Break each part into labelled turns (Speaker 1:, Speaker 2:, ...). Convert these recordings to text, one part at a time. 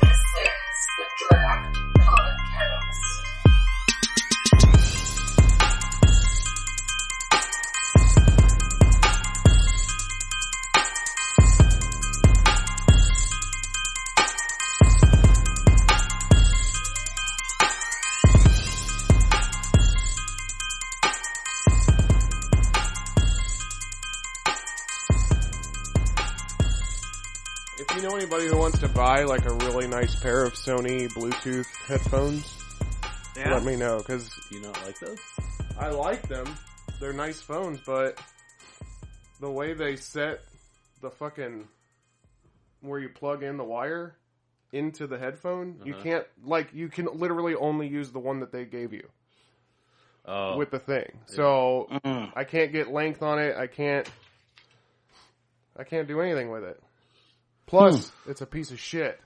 Speaker 1: This is the Draft Podcast.
Speaker 2: If you know anybody who wants to buy like a really nice pair of Sony Bluetooth headphones, let me know because
Speaker 3: Do you not like those?
Speaker 2: I like them. They're nice phones, but the way they set the fucking where you plug in the wire into the headphone, you
Speaker 3: Uh-huh.
Speaker 2: can't like you can literally only use the one that they gave you
Speaker 3: Oh,
Speaker 2: with the thing. So
Speaker 4: Mm.
Speaker 2: I can't get length on it. I can't. I can't do anything with it. Plus,
Speaker 4: Hmm.
Speaker 2: it's a piece of shit.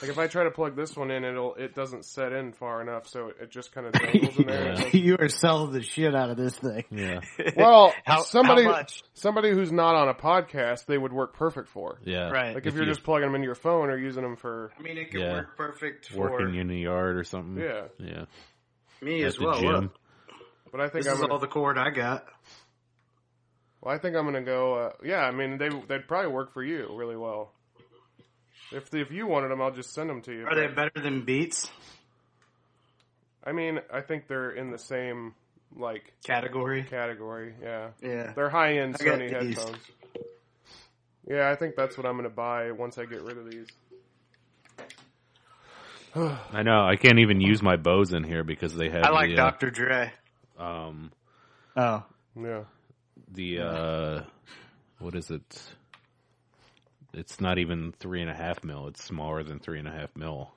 Speaker 2: Like if I try to plug this one in, it'll it doesn't set in far enough, so it, it just kind of dangles in there.
Speaker 3: Yeah.
Speaker 4: you are selling the shit out of this thing.
Speaker 3: yeah,
Speaker 2: Well,
Speaker 4: How- how
Speaker 2: somebody
Speaker 4: much?
Speaker 2: somebody who's not on a podcast, they would work perfect for.
Speaker 3: yeah.
Speaker 4: Right.
Speaker 2: Like if, you're just plugging them into your phone or using them for
Speaker 4: I mean, it could
Speaker 3: Yeah.
Speaker 4: work perfect for
Speaker 3: working in the yard or something.
Speaker 2: yeah.
Speaker 3: yeah.
Speaker 4: me as
Speaker 3: At the
Speaker 4: well.
Speaker 3: gym.
Speaker 4: Look,
Speaker 2: But I think
Speaker 4: this
Speaker 2: I'm
Speaker 4: is
Speaker 2: gonna,
Speaker 4: all the cord I got.
Speaker 2: well, I think I'm gonna go. Uh, yeah, I mean they they'd probably work for you really well. If if you wanted them, I'll just send them to you.
Speaker 4: Are they better than Beats
Speaker 2: I mean, I think they're in the same like
Speaker 4: category?
Speaker 2: category. Yeah,
Speaker 4: Yeah.
Speaker 2: they're high end
Speaker 4: I got
Speaker 2: Sony
Speaker 4: these.
Speaker 2: headphones. Yeah, I think that's what I'm gonna buy once I get rid of these.
Speaker 3: I know. I can't even use my bows in here because they have
Speaker 4: I like
Speaker 3: the, uh,
Speaker 4: Dr. Dre.
Speaker 3: um
Speaker 4: Oh,
Speaker 2: Yeah,
Speaker 3: the uh what is it? It's not even three and a half mil. It's smaller than three and a half mil.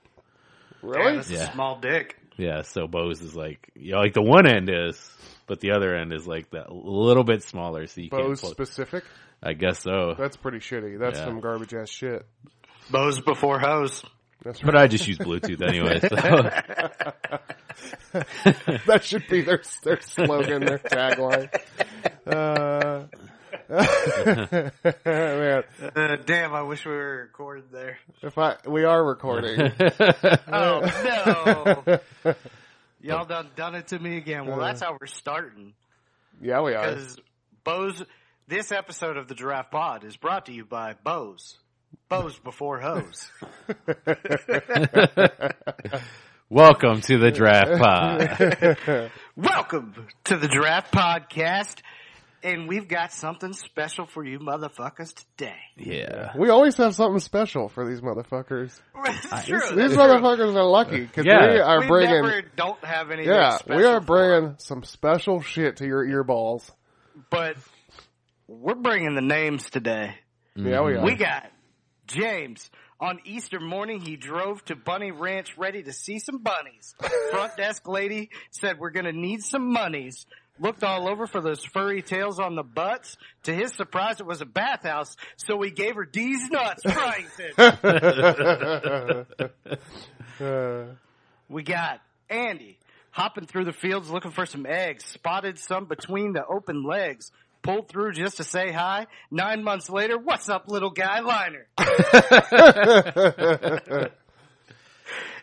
Speaker 2: really?
Speaker 4: that's
Speaker 3: Yeah.
Speaker 4: a small dick.
Speaker 3: Yeah. So bows is like yeah, like the one end is, but the other end is like that little bit smaller. So you
Speaker 2: Bose
Speaker 3: can't. Plug.
Speaker 2: specific.
Speaker 3: I guess so.
Speaker 2: That's pretty shitty. That's
Speaker 3: Yeah.
Speaker 2: some garbage ass shit.
Speaker 4: Bows before hoes.
Speaker 2: That's
Speaker 3: But
Speaker 2: right.
Speaker 3: I just use Bluetooth anyway. So.
Speaker 2: that should be their their slogan, their tagline. Uh, man,
Speaker 4: Uh, damn, I wish we were recorded there.
Speaker 2: if I we are recording,
Speaker 4: Oh, no. Y'all done, done it to me again. Well, that's how we're starting.
Speaker 2: yeah, we are.
Speaker 4: Because Bose, this episode of the Giraffe Pod is brought to you by Bose. Bose before hose.
Speaker 3: Welcome to the draft pod.
Speaker 4: Welcome to the Giraffe Podcast, and we've got something special for you motherfuckers today.
Speaker 3: Yeah.
Speaker 2: We always have something special for these motherfuckers.
Speaker 4: It's true.
Speaker 2: These
Speaker 4: It's true.
Speaker 2: motherfuckers are lucky because
Speaker 3: Yeah.
Speaker 2: we are
Speaker 4: we
Speaker 2: bringing.
Speaker 4: never don't have anything
Speaker 2: yeah,
Speaker 4: special.
Speaker 2: we are
Speaker 4: for
Speaker 2: bringing some special shit to your earballs.
Speaker 4: them, but we're bringing the names today.
Speaker 2: Yeah, we are.
Speaker 4: We got James. On Easter morning, he drove to Bunny Ranch ready to see some bunnies. Front desk lady said, we're gonna need some monies. Looked all over for those furry tails on the butts. To his surprise, it was a bathhouse, so we gave her D's nuts. Right. we got Andy hopping through the fields looking for some eggs, spotted some between the open legs, pulled through just to say hi. Nine months later, what's up little guy liner?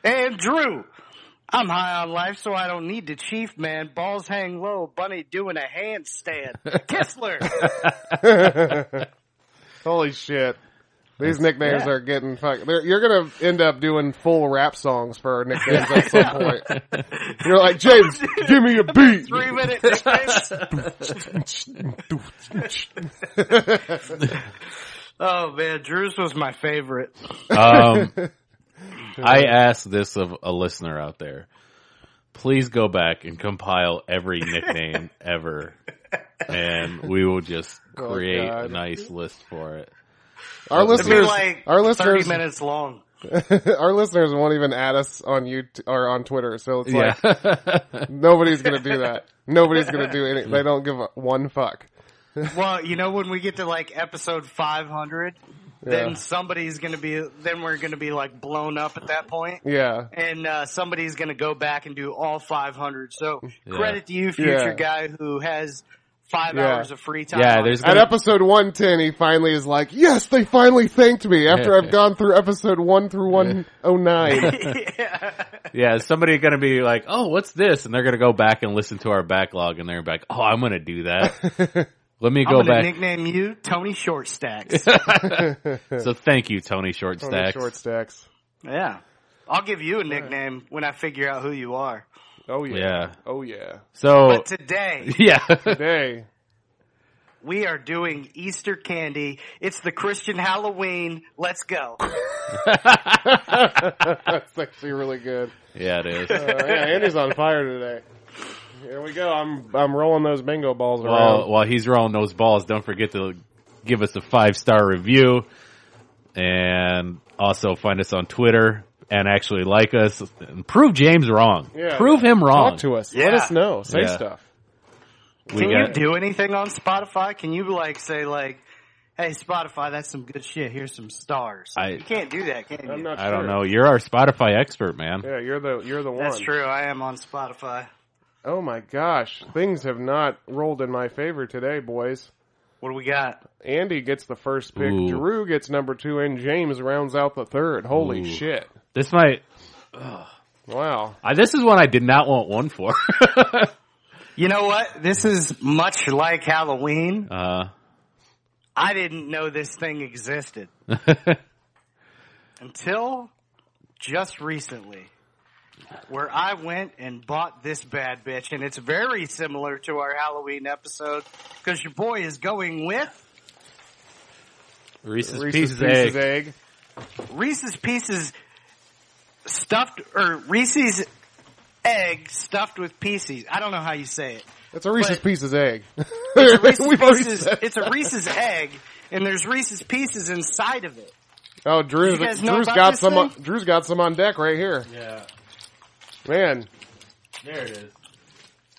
Speaker 4: And Drew, I'm high on life, so I don't need to chief, man. Balls hang low, bunny doing a handstand. Kistler!
Speaker 2: Holy shit. These nicknames
Speaker 4: yeah.
Speaker 2: are getting fuck. they're- You're gonna end up doing full rap songs for our nicknames at some point. You're like James, give me a beat.
Speaker 4: Three minute nicknames. oh man, Drew's was my favorite.
Speaker 3: Um, I asked this of a listener out there. Please go back and compile every nickname ever, and we will just
Speaker 2: Oh,
Speaker 3: create a
Speaker 2: God.
Speaker 3: nice list for it.
Speaker 2: Our
Speaker 4: It'd be
Speaker 2: listeners,
Speaker 4: like
Speaker 2: our listeners,
Speaker 4: thirty minutes long.
Speaker 2: our listeners won't even add us on you or on Twitter. So it's like
Speaker 3: yeah.
Speaker 2: nobody's gonna do that. Nobody's gonna do any. They don't give a one fuck.
Speaker 4: Well, you know when we get to like episode five hundred then somebody's going to be, then we're going to be like blown up at that point.
Speaker 2: Yeah.
Speaker 4: and uh, somebody's going to go back and do all 500. So credit to you, future
Speaker 2: Yeah.
Speaker 4: guy who has five
Speaker 2: Yeah.
Speaker 4: hours of free time.
Speaker 3: Yeah,
Speaker 4: on
Speaker 3: there's
Speaker 4: his-
Speaker 2: At episode 110, he finally is like, yes, they finally thanked me after I've gone through episode 1 through 109.
Speaker 3: Yeah, somebody gonna be like, "Oh, what's this?" and they're gonna go back and listen to our backlog, and they're gonna be like, "Oh, I'm gonna do that." Let me
Speaker 4: I'm
Speaker 3: go
Speaker 4: going to
Speaker 3: back.
Speaker 4: nickname you Tony Shortstacks.
Speaker 3: so thank you, Tony
Speaker 2: Tony
Speaker 3: Shortstack.
Speaker 2: Short Stacks.
Speaker 4: yeah. I'll give you a nickname when I figure out who you are.
Speaker 2: Oh yeah.
Speaker 3: Yeah.
Speaker 2: Oh yeah.
Speaker 3: So
Speaker 4: But today
Speaker 3: yeah,
Speaker 2: Today,
Speaker 4: we are doing Easter candy. It's the Christian Halloween. Let's go.
Speaker 2: that's actually really good.
Speaker 3: yeah, it is.
Speaker 2: Uh, yeah, Andy's on fire today. Here we go. I'm I'm rolling those bingo balls
Speaker 3: While
Speaker 2: around.
Speaker 3: while he's rolling those balls, don't forget to give us a five star review, and also find us on Twitter and actually like us and prove James wrong.
Speaker 2: Yeah.
Speaker 3: prove him wrong.
Speaker 2: Talk to us.
Speaker 4: Yeah.
Speaker 2: Let us know. Say
Speaker 3: Yeah.
Speaker 2: stuff.
Speaker 3: We
Speaker 4: Can
Speaker 3: got-
Speaker 4: you do anything on Spotify? Can you like say like, "Hey Spotify, that's some good shit. Here's some stars."
Speaker 3: I-
Speaker 4: you can't do that, can you?
Speaker 2: I'm not.
Speaker 3: I
Speaker 2: sure.
Speaker 3: don't know. You're our Spotify expert, man.
Speaker 2: Yeah, you're the you're the one.
Speaker 4: That's true. I am on Spotify.
Speaker 2: Oh my gosh, things have not rolled in my favor today, boys.
Speaker 4: What do we got?
Speaker 2: Andy gets the first pick.
Speaker 3: Ooh.
Speaker 2: Drew gets number two, and James rounds out the third. Holy
Speaker 3: Ooh.
Speaker 2: shit!
Speaker 3: This might
Speaker 2: Wow.
Speaker 3: I, this is one I did not want one for.
Speaker 4: You know what? This is much like Halloween.
Speaker 3: uh,
Speaker 4: I didn't know this thing existed until just recently, where I went and bought this bad bitch, and it's very similar to our Halloween episode because your boy is going with
Speaker 3: Reese's,
Speaker 2: Reese's
Speaker 3: Pieces,
Speaker 2: Pieces
Speaker 3: egg.
Speaker 2: egg.
Speaker 4: Reese's Pieces stuffed or Reese's egg stuffed with pieces. I don't know how you say it.
Speaker 2: It's a Reese's
Speaker 4: But-
Speaker 2: Pieces egg.
Speaker 4: Reese's
Speaker 2: We've already
Speaker 4: Pieces-
Speaker 2: said-
Speaker 4: it's a Reese's egg, and there's Reese's pieces inside of it.
Speaker 2: Oh, Drew,
Speaker 4: You guys know
Speaker 2: Drew's
Speaker 4: about
Speaker 2: got
Speaker 4: this
Speaker 2: some. On,
Speaker 4: thing?
Speaker 2: Drew's got some on deck right here.
Speaker 3: Yeah,
Speaker 2: Man,
Speaker 3: there it is.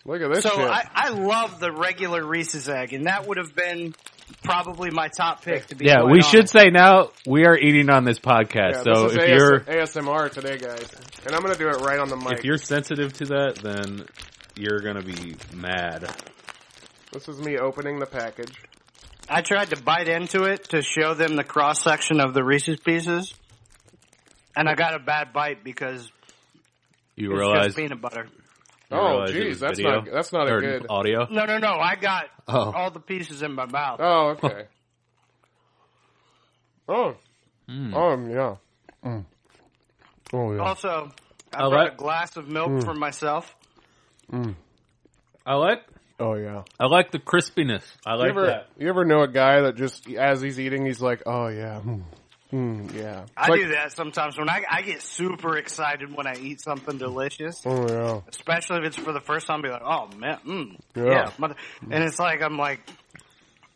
Speaker 2: look at this
Speaker 4: So
Speaker 2: shit.
Speaker 4: I, I love the regular Reese's egg, and that would have been probably my top pick to be.
Speaker 3: Yeah,
Speaker 4: quite
Speaker 3: we should
Speaker 4: honest.
Speaker 3: say now we are eating on this podcast.
Speaker 2: Yeah,
Speaker 3: so
Speaker 2: this is
Speaker 3: if
Speaker 2: AS-
Speaker 3: you're
Speaker 2: ASMR today, guys, and I'm gonna do it right on the mic.
Speaker 3: if you're sensitive to that, then you're gonna be mad.
Speaker 2: this is me opening the package.
Speaker 4: I tried to bite into it to show them the cross section of the Reese's pieces, and I got a bad bite because
Speaker 3: You
Speaker 4: it's
Speaker 3: realize?
Speaker 4: just peanut butter.
Speaker 2: Oh,
Speaker 3: you realize it
Speaker 2: geez,
Speaker 3: was
Speaker 2: that's
Speaker 3: video
Speaker 2: not- that's not a
Speaker 3: or
Speaker 2: good-
Speaker 3: audio.
Speaker 4: No, no, no! I got
Speaker 3: Oh.
Speaker 4: all the pieces in my mouth.
Speaker 2: Oh, okay. oh, oh, yeah. Mm. Oh yeah.
Speaker 4: Also, I
Speaker 3: Oh,
Speaker 4: brought
Speaker 3: that-
Speaker 4: a glass of
Speaker 2: Hmm.
Speaker 4: milk for myself.
Speaker 3: I like
Speaker 2: Oh yeah.
Speaker 3: I like the crispiness. I
Speaker 2: You
Speaker 3: like
Speaker 2: ever
Speaker 3: that.
Speaker 2: you ever know a guy that just as he's eating, he's like, oh yeah, mm, mm, yeah.
Speaker 4: I
Speaker 2: Like,
Speaker 4: do that sometimes when I, I get super excited when I eat something delicious,
Speaker 2: Oh yeah.
Speaker 4: especially if it's for the first time. Be like, oh man, mm,
Speaker 2: Yeah. Hmm.
Speaker 4: yeah, mother-" and it's like I'm like,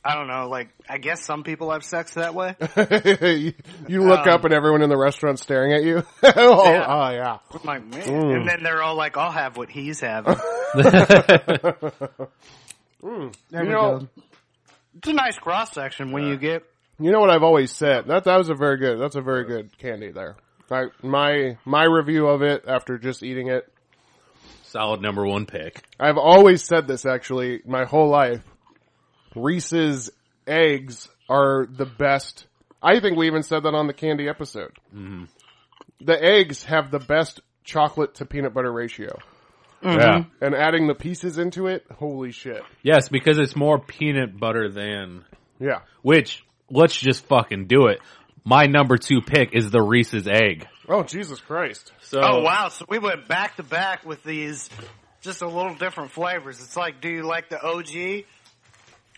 Speaker 4: I don't know, like I guess some people have sex that way. I'm
Speaker 2: you, you look
Speaker 4: Um,
Speaker 2: up and everyone in the restaurant's staring at you. oh,
Speaker 4: Yeah.
Speaker 2: oh, yeah.
Speaker 4: like, man,
Speaker 2: Hmm.
Speaker 4: and then they're all like, I'll have what he's having.
Speaker 2: You
Speaker 4: Oh,
Speaker 2: know,
Speaker 4: it's a nice cross section when you get.
Speaker 2: you know what I've always said. That that was a very good. That's a very good candy there. I, my my review of it after just eating it.
Speaker 3: Solid number one pick.
Speaker 2: I've always said this actually my whole life. Reese's eggs are the best. I think we even said that on the candy episode. The eggs have the best chocolate to peanut butter ratio.
Speaker 3: Yeah.
Speaker 2: And adding the pieces into it, holy shit.
Speaker 3: Yes, because it's more peanut butter than
Speaker 2: Yeah.
Speaker 3: Which let's just fucking do it. My number two pick is the Reese's egg.
Speaker 2: Oh, Jesus Christ.
Speaker 3: So
Speaker 4: Oh wow! So we went back to back with these, just a little different flavors. It's like, do you like the OG,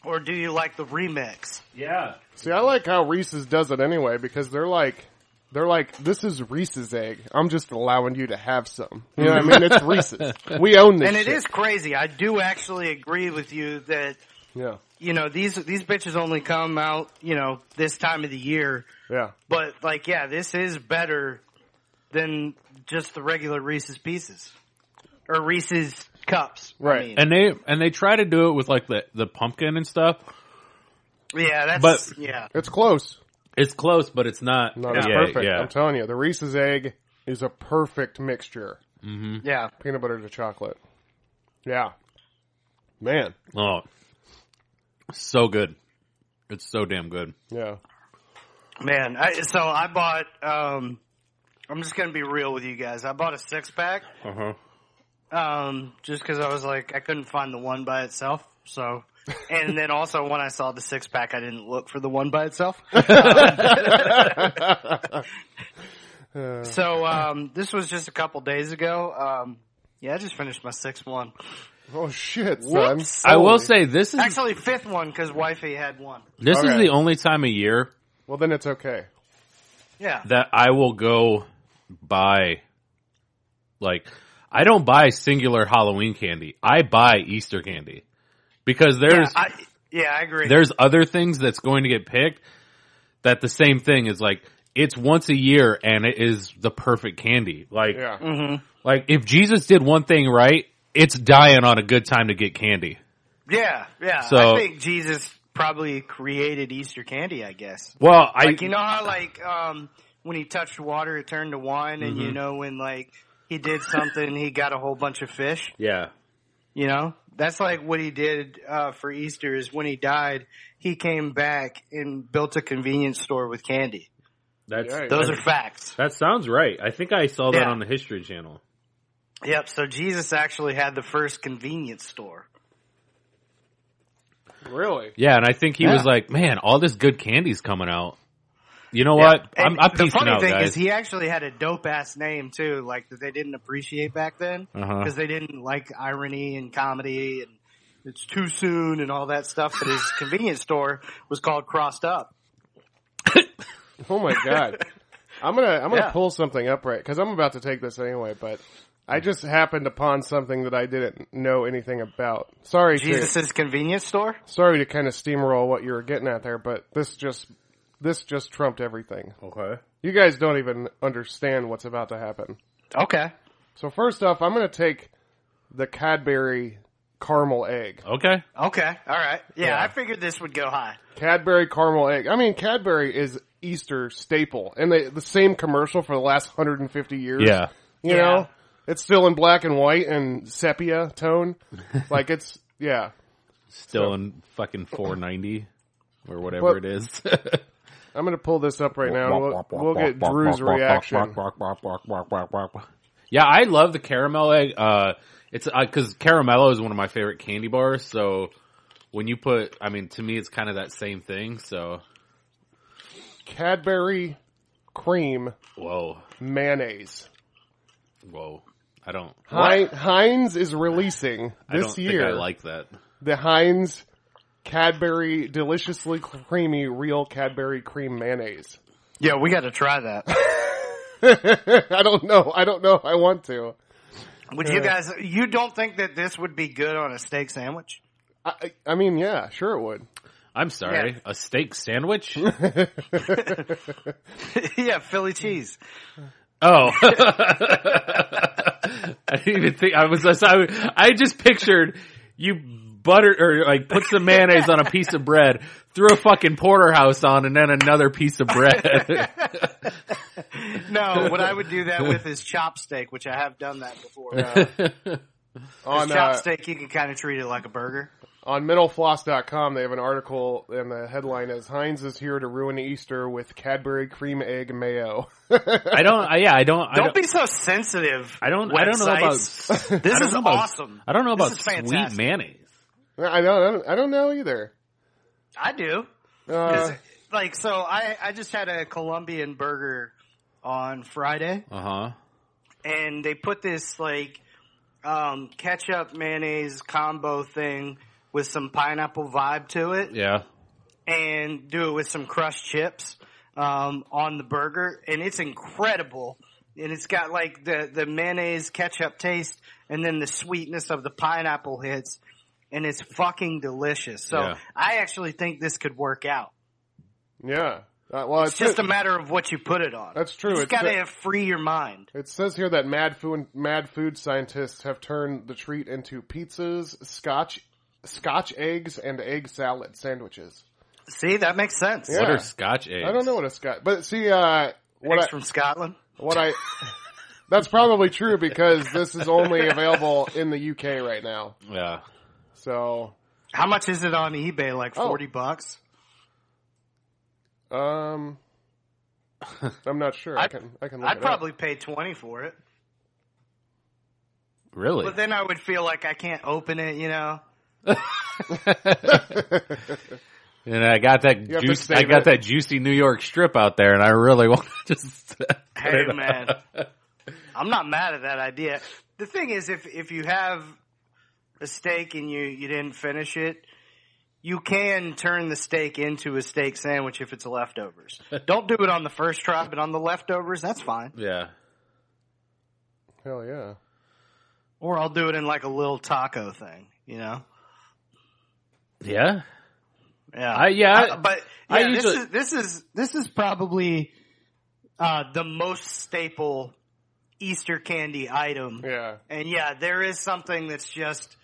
Speaker 4: or do you like the remix?
Speaker 3: yeah,
Speaker 2: See, I like how Reese's does it anyway because they're like, they're like, this is Reese's egg. I'm just allowing you to have some. You know what I mean? It's Reese's. We own this.
Speaker 4: and it
Speaker 2: shit.
Speaker 4: is crazy. I do actually agree with you that
Speaker 2: Yeah.
Speaker 4: you know these these bitches only come out you know this time of the year,
Speaker 2: Yeah.
Speaker 4: but like yeah, this is better than just the regular Reese's Pieces or Reese's cups. I
Speaker 2: Right.
Speaker 4: mean.
Speaker 3: and they and they try to do it with like the the pumpkin and stuff.
Speaker 4: yeah, that's
Speaker 3: but-
Speaker 4: yeah.
Speaker 2: It's close.
Speaker 3: It's close, but it's not.
Speaker 2: Not
Speaker 3: yeah,
Speaker 2: as perfect.
Speaker 3: Yeah.
Speaker 2: I'm telling you, the Reese's egg is a perfect mixture.
Speaker 3: Mm-hmm.
Speaker 4: Yeah.
Speaker 2: Peanut butter to chocolate. Yeah. Man.
Speaker 3: oh, so good. It's so damn good.
Speaker 2: Yeah.
Speaker 4: Man, I, so I bought. Um, I'm just gonna be real with you guys. I bought a six pack
Speaker 3: Uh huh.
Speaker 4: um, just because I was like I couldn't find the one by itself. So, and then also when I saw the six pack, I didn't look for the one by itself. so um, this was just a couple days ago. Um, yeah, I just finished my sixth one.
Speaker 2: Oh shit, son.
Speaker 4: Whoops.
Speaker 3: I will say this is
Speaker 4: Actually, fifth one because wifey had one.
Speaker 3: this is
Speaker 2: Okay.
Speaker 3: the only time of year
Speaker 2: Well, then it's okay.
Speaker 4: Yeah,
Speaker 3: that I will go buy. Like, I don't buy singular Halloween candy. I buy Easter candy because there's
Speaker 4: I, yeah, I agree.
Speaker 3: there's other things that's going to get picked that the same thing is like it's once a year and it is the perfect candy. Like
Speaker 2: Yeah.
Speaker 4: Mm-hmm.
Speaker 3: like if Jesus did one thing right, it's dying on a good time to get candy.
Speaker 4: Yeah, yeah.
Speaker 3: So-
Speaker 4: I think Jesus probably created Easter candy. I guess.
Speaker 3: Well, I
Speaker 4: Like you know how like um when he touched water it turned to wine and you know when like he did something he got a whole bunch of fish,
Speaker 3: yeah.
Speaker 4: you know? That's like what he did uh for Easter is when he died, he came back and built a convenience store with candy.
Speaker 3: That's
Speaker 2: Yeah,
Speaker 4: Those are facts.
Speaker 3: that sounds right. I think I saw that
Speaker 4: Yeah.
Speaker 3: on the History Channel.
Speaker 4: Yep, so Jesus actually had the first convenience store.
Speaker 2: Really?
Speaker 3: Yeah, and I think he
Speaker 4: Yeah.
Speaker 3: was like, "Man, all this good candy's coming out." You know
Speaker 4: Yeah.
Speaker 3: what? I'm,
Speaker 4: And
Speaker 3: I'm
Speaker 4: the
Speaker 3: peacing
Speaker 4: funny
Speaker 3: out,
Speaker 4: thing
Speaker 3: guys.
Speaker 4: is, he actually had a dope ass name too, like that they didn't appreciate back then because
Speaker 3: Uh-huh.
Speaker 4: they didn't like irony and comedy and it's too soon and all that stuff. But his convenience store was called Crossed Up.
Speaker 2: Oh my god. I'm gonna I'm gonna
Speaker 4: Yeah.
Speaker 2: pull something up right because I'm about to take this anyway. But I just happened upon something that I didn't know anything about. Sorry, to,
Speaker 4: Jesus' convenience store.
Speaker 2: sorry to kind of steamroll what you were getting at there, but this just this just trumped everything.
Speaker 3: okay.
Speaker 2: You guys don't even understand what's about to happen.
Speaker 4: Okay.
Speaker 2: So first off, I'm gonna take the Cadbury caramel egg.
Speaker 3: Okay.
Speaker 4: Okay. All right. Yeah, I figured this would go high.
Speaker 2: Cadbury caramel egg. I mean, Cadbury is Easter staple, and they, the same commercial for the last 150 years.
Speaker 3: Yeah.
Speaker 2: you
Speaker 4: Yeah.
Speaker 2: know, it's still in black and white and sepia tone. like it's yeah.
Speaker 3: Still in fucking 490 or whatever
Speaker 2: But-
Speaker 3: it is.
Speaker 2: I'm gonna pull this up right now. We'll, we'll get Drew's reaction.
Speaker 3: yeah, I love the caramel egg. Uh, it's because caramello is one of my favorite candy bars. So when you put, I mean, to me, it's kind of that same thing. So
Speaker 2: Cadbury cream
Speaker 3: whoa,
Speaker 2: mayonnaise.
Speaker 3: whoa, I don't.
Speaker 2: Hi- Heinz is releasing
Speaker 3: I
Speaker 2: this
Speaker 3: don't
Speaker 2: year
Speaker 3: think I like that.
Speaker 2: the Heinz Cadbury deliciously creamy real Cadbury cream mayonnaise.
Speaker 4: Yeah, we got to try that.
Speaker 2: I don't know. I don't know. if I want to.
Speaker 4: Would you guys? You don't think that this would be good on a steak sandwich?
Speaker 2: I, I- I mean, yeah, sure it would.
Speaker 3: I'm sorry,
Speaker 4: Yeah.
Speaker 3: a steak sandwich.
Speaker 4: yeah, Philly cheese.
Speaker 3: Oh, I didn't even think I was. I, I just pictured you butter or like put some mayonnaise on a piece of bread, threw a fucking porterhouse on, and then another piece of bread.
Speaker 4: No, what I would do that with is chop steak, which I have done that before.
Speaker 2: On
Speaker 4: chop
Speaker 2: uh,
Speaker 4: steak, you can kind of treat it like a burger.
Speaker 2: on mentalfloss.com, they have an article, and the headline is "Heinz is here to ruin Easter with Cadbury cream egg mayo."
Speaker 3: I don't. I, yeah, I don't. I
Speaker 4: Don't,
Speaker 3: don't.
Speaker 4: be so sensitive.
Speaker 3: I don't. I don't know about.
Speaker 4: websites.
Speaker 3: This
Speaker 4: This
Speaker 3: I don't
Speaker 4: is
Speaker 3: know about-
Speaker 4: awesome.
Speaker 3: I don't know about
Speaker 4: This is
Speaker 3: sweet
Speaker 4: fantastic.
Speaker 3: mayonnaise.
Speaker 2: I don't. I don't, I don't know either.
Speaker 4: I do.
Speaker 2: Uh,
Speaker 4: Like so, I I just had a Colombian burger on Friday,
Speaker 3: Uh huh.
Speaker 4: and they put this like um, ketchup mayonnaise combo thing with some pineapple vibe to it,
Speaker 3: Yeah.
Speaker 4: and do it with some crushed chips um, on the burger, and it's incredible. And it's got like the the mayonnaise ketchup taste, and then the sweetness of the pineapple hits, and it's fucking delicious. So
Speaker 3: Yeah.
Speaker 4: I actually think this could work out.
Speaker 2: yeah. Uh, well,
Speaker 4: It's just a matter of what you put it on.
Speaker 2: That's true.
Speaker 4: You
Speaker 2: It's
Speaker 4: just gotta
Speaker 2: a-
Speaker 4: free your mind.
Speaker 2: It says here that mad food mad food scientists have turned the treat into pizzas, scotch scotch eggs, and egg salad sandwiches.
Speaker 4: See, that makes sense.
Speaker 2: Yeah.
Speaker 3: What are Scotch eggs?
Speaker 2: I don't know what a Scotch, but see, uh, what
Speaker 4: Eggs
Speaker 2: I,
Speaker 4: from Scotland.
Speaker 2: what I, that's probably true because this is only available in the UK right now.
Speaker 3: Yeah,
Speaker 2: So,
Speaker 4: How much is it on eBay? Like
Speaker 2: Oh.
Speaker 4: forty bucks.
Speaker 2: um, I'm not sure. I, can, I can look
Speaker 4: I'd
Speaker 2: it up.
Speaker 4: probably pay twenty for it,
Speaker 3: really?
Speaker 4: but then I would feel like I can't open it. You know,
Speaker 3: and I got that
Speaker 2: have to
Speaker 3: juice.
Speaker 2: save
Speaker 3: I got
Speaker 2: it.
Speaker 3: that juicy New York strip out there, and I really want to just.
Speaker 4: hey man, I'm not mad at that idea. The thing is, if if you have a steak and you you didn't finish it, you can turn the steak into a steak sandwich if it's leftovers. Don't do it on the first try, but on the leftovers, that's fine.
Speaker 3: yeah.
Speaker 2: Hell yeah.
Speaker 4: Or I'll do it in like a little taco thing. You know,
Speaker 3: Yeah.
Speaker 4: yeah,
Speaker 3: I yeah.
Speaker 4: Uh, but yeah,
Speaker 3: I
Speaker 4: this
Speaker 3: usually-
Speaker 4: is this is this is probably uh, the most staple Easter candy item.
Speaker 2: Yeah.
Speaker 4: And yeah, there is something that's just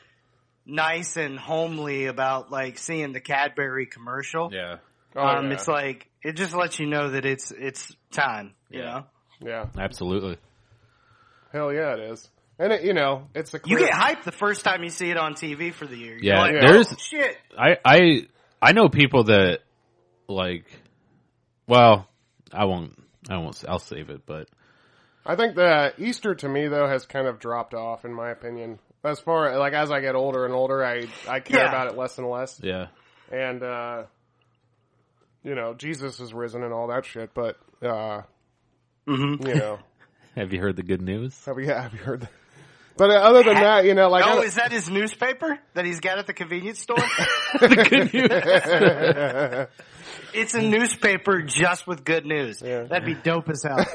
Speaker 4: nice and homely about like seeing the Cadbury commercial.
Speaker 3: yeah.
Speaker 2: Oh,
Speaker 4: um,
Speaker 2: yeah.
Speaker 4: It's like it just lets you know that it's it's time. You
Speaker 3: Yeah.
Speaker 4: know,
Speaker 2: yeah.
Speaker 3: Absolutely.
Speaker 2: Hell yeah, it is. And it, you know, it's a
Speaker 4: you
Speaker 2: clear-
Speaker 4: get hyped the first time you see it on TV for the year. You're
Speaker 3: Yeah,
Speaker 4: like,
Speaker 3: there's-
Speaker 4: "Oh, shit.
Speaker 3: I I I know people that like. Well, I won't. I won't. I'll save it, but
Speaker 2: I think the Easter to me though has kind of dropped off in my opinion. As far like as I get older and older, I I care
Speaker 4: Yeah.
Speaker 2: about it less and less.
Speaker 3: yeah.
Speaker 2: And uh you know, Jesus is risen and all that shit, but uh you know,
Speaker 3: Have you heard the good news?
Speaker 2: have you have you heard that? But uh, other than that, you know, like I
Speaker 4: Oh,
Speaker 2: don't-
Speaker 4: is that his newspaper that he's got at the convenience store?
Speaker 3: the good news.
Speaker 4: it's a newspaper just with good news. That'd be dope as hell.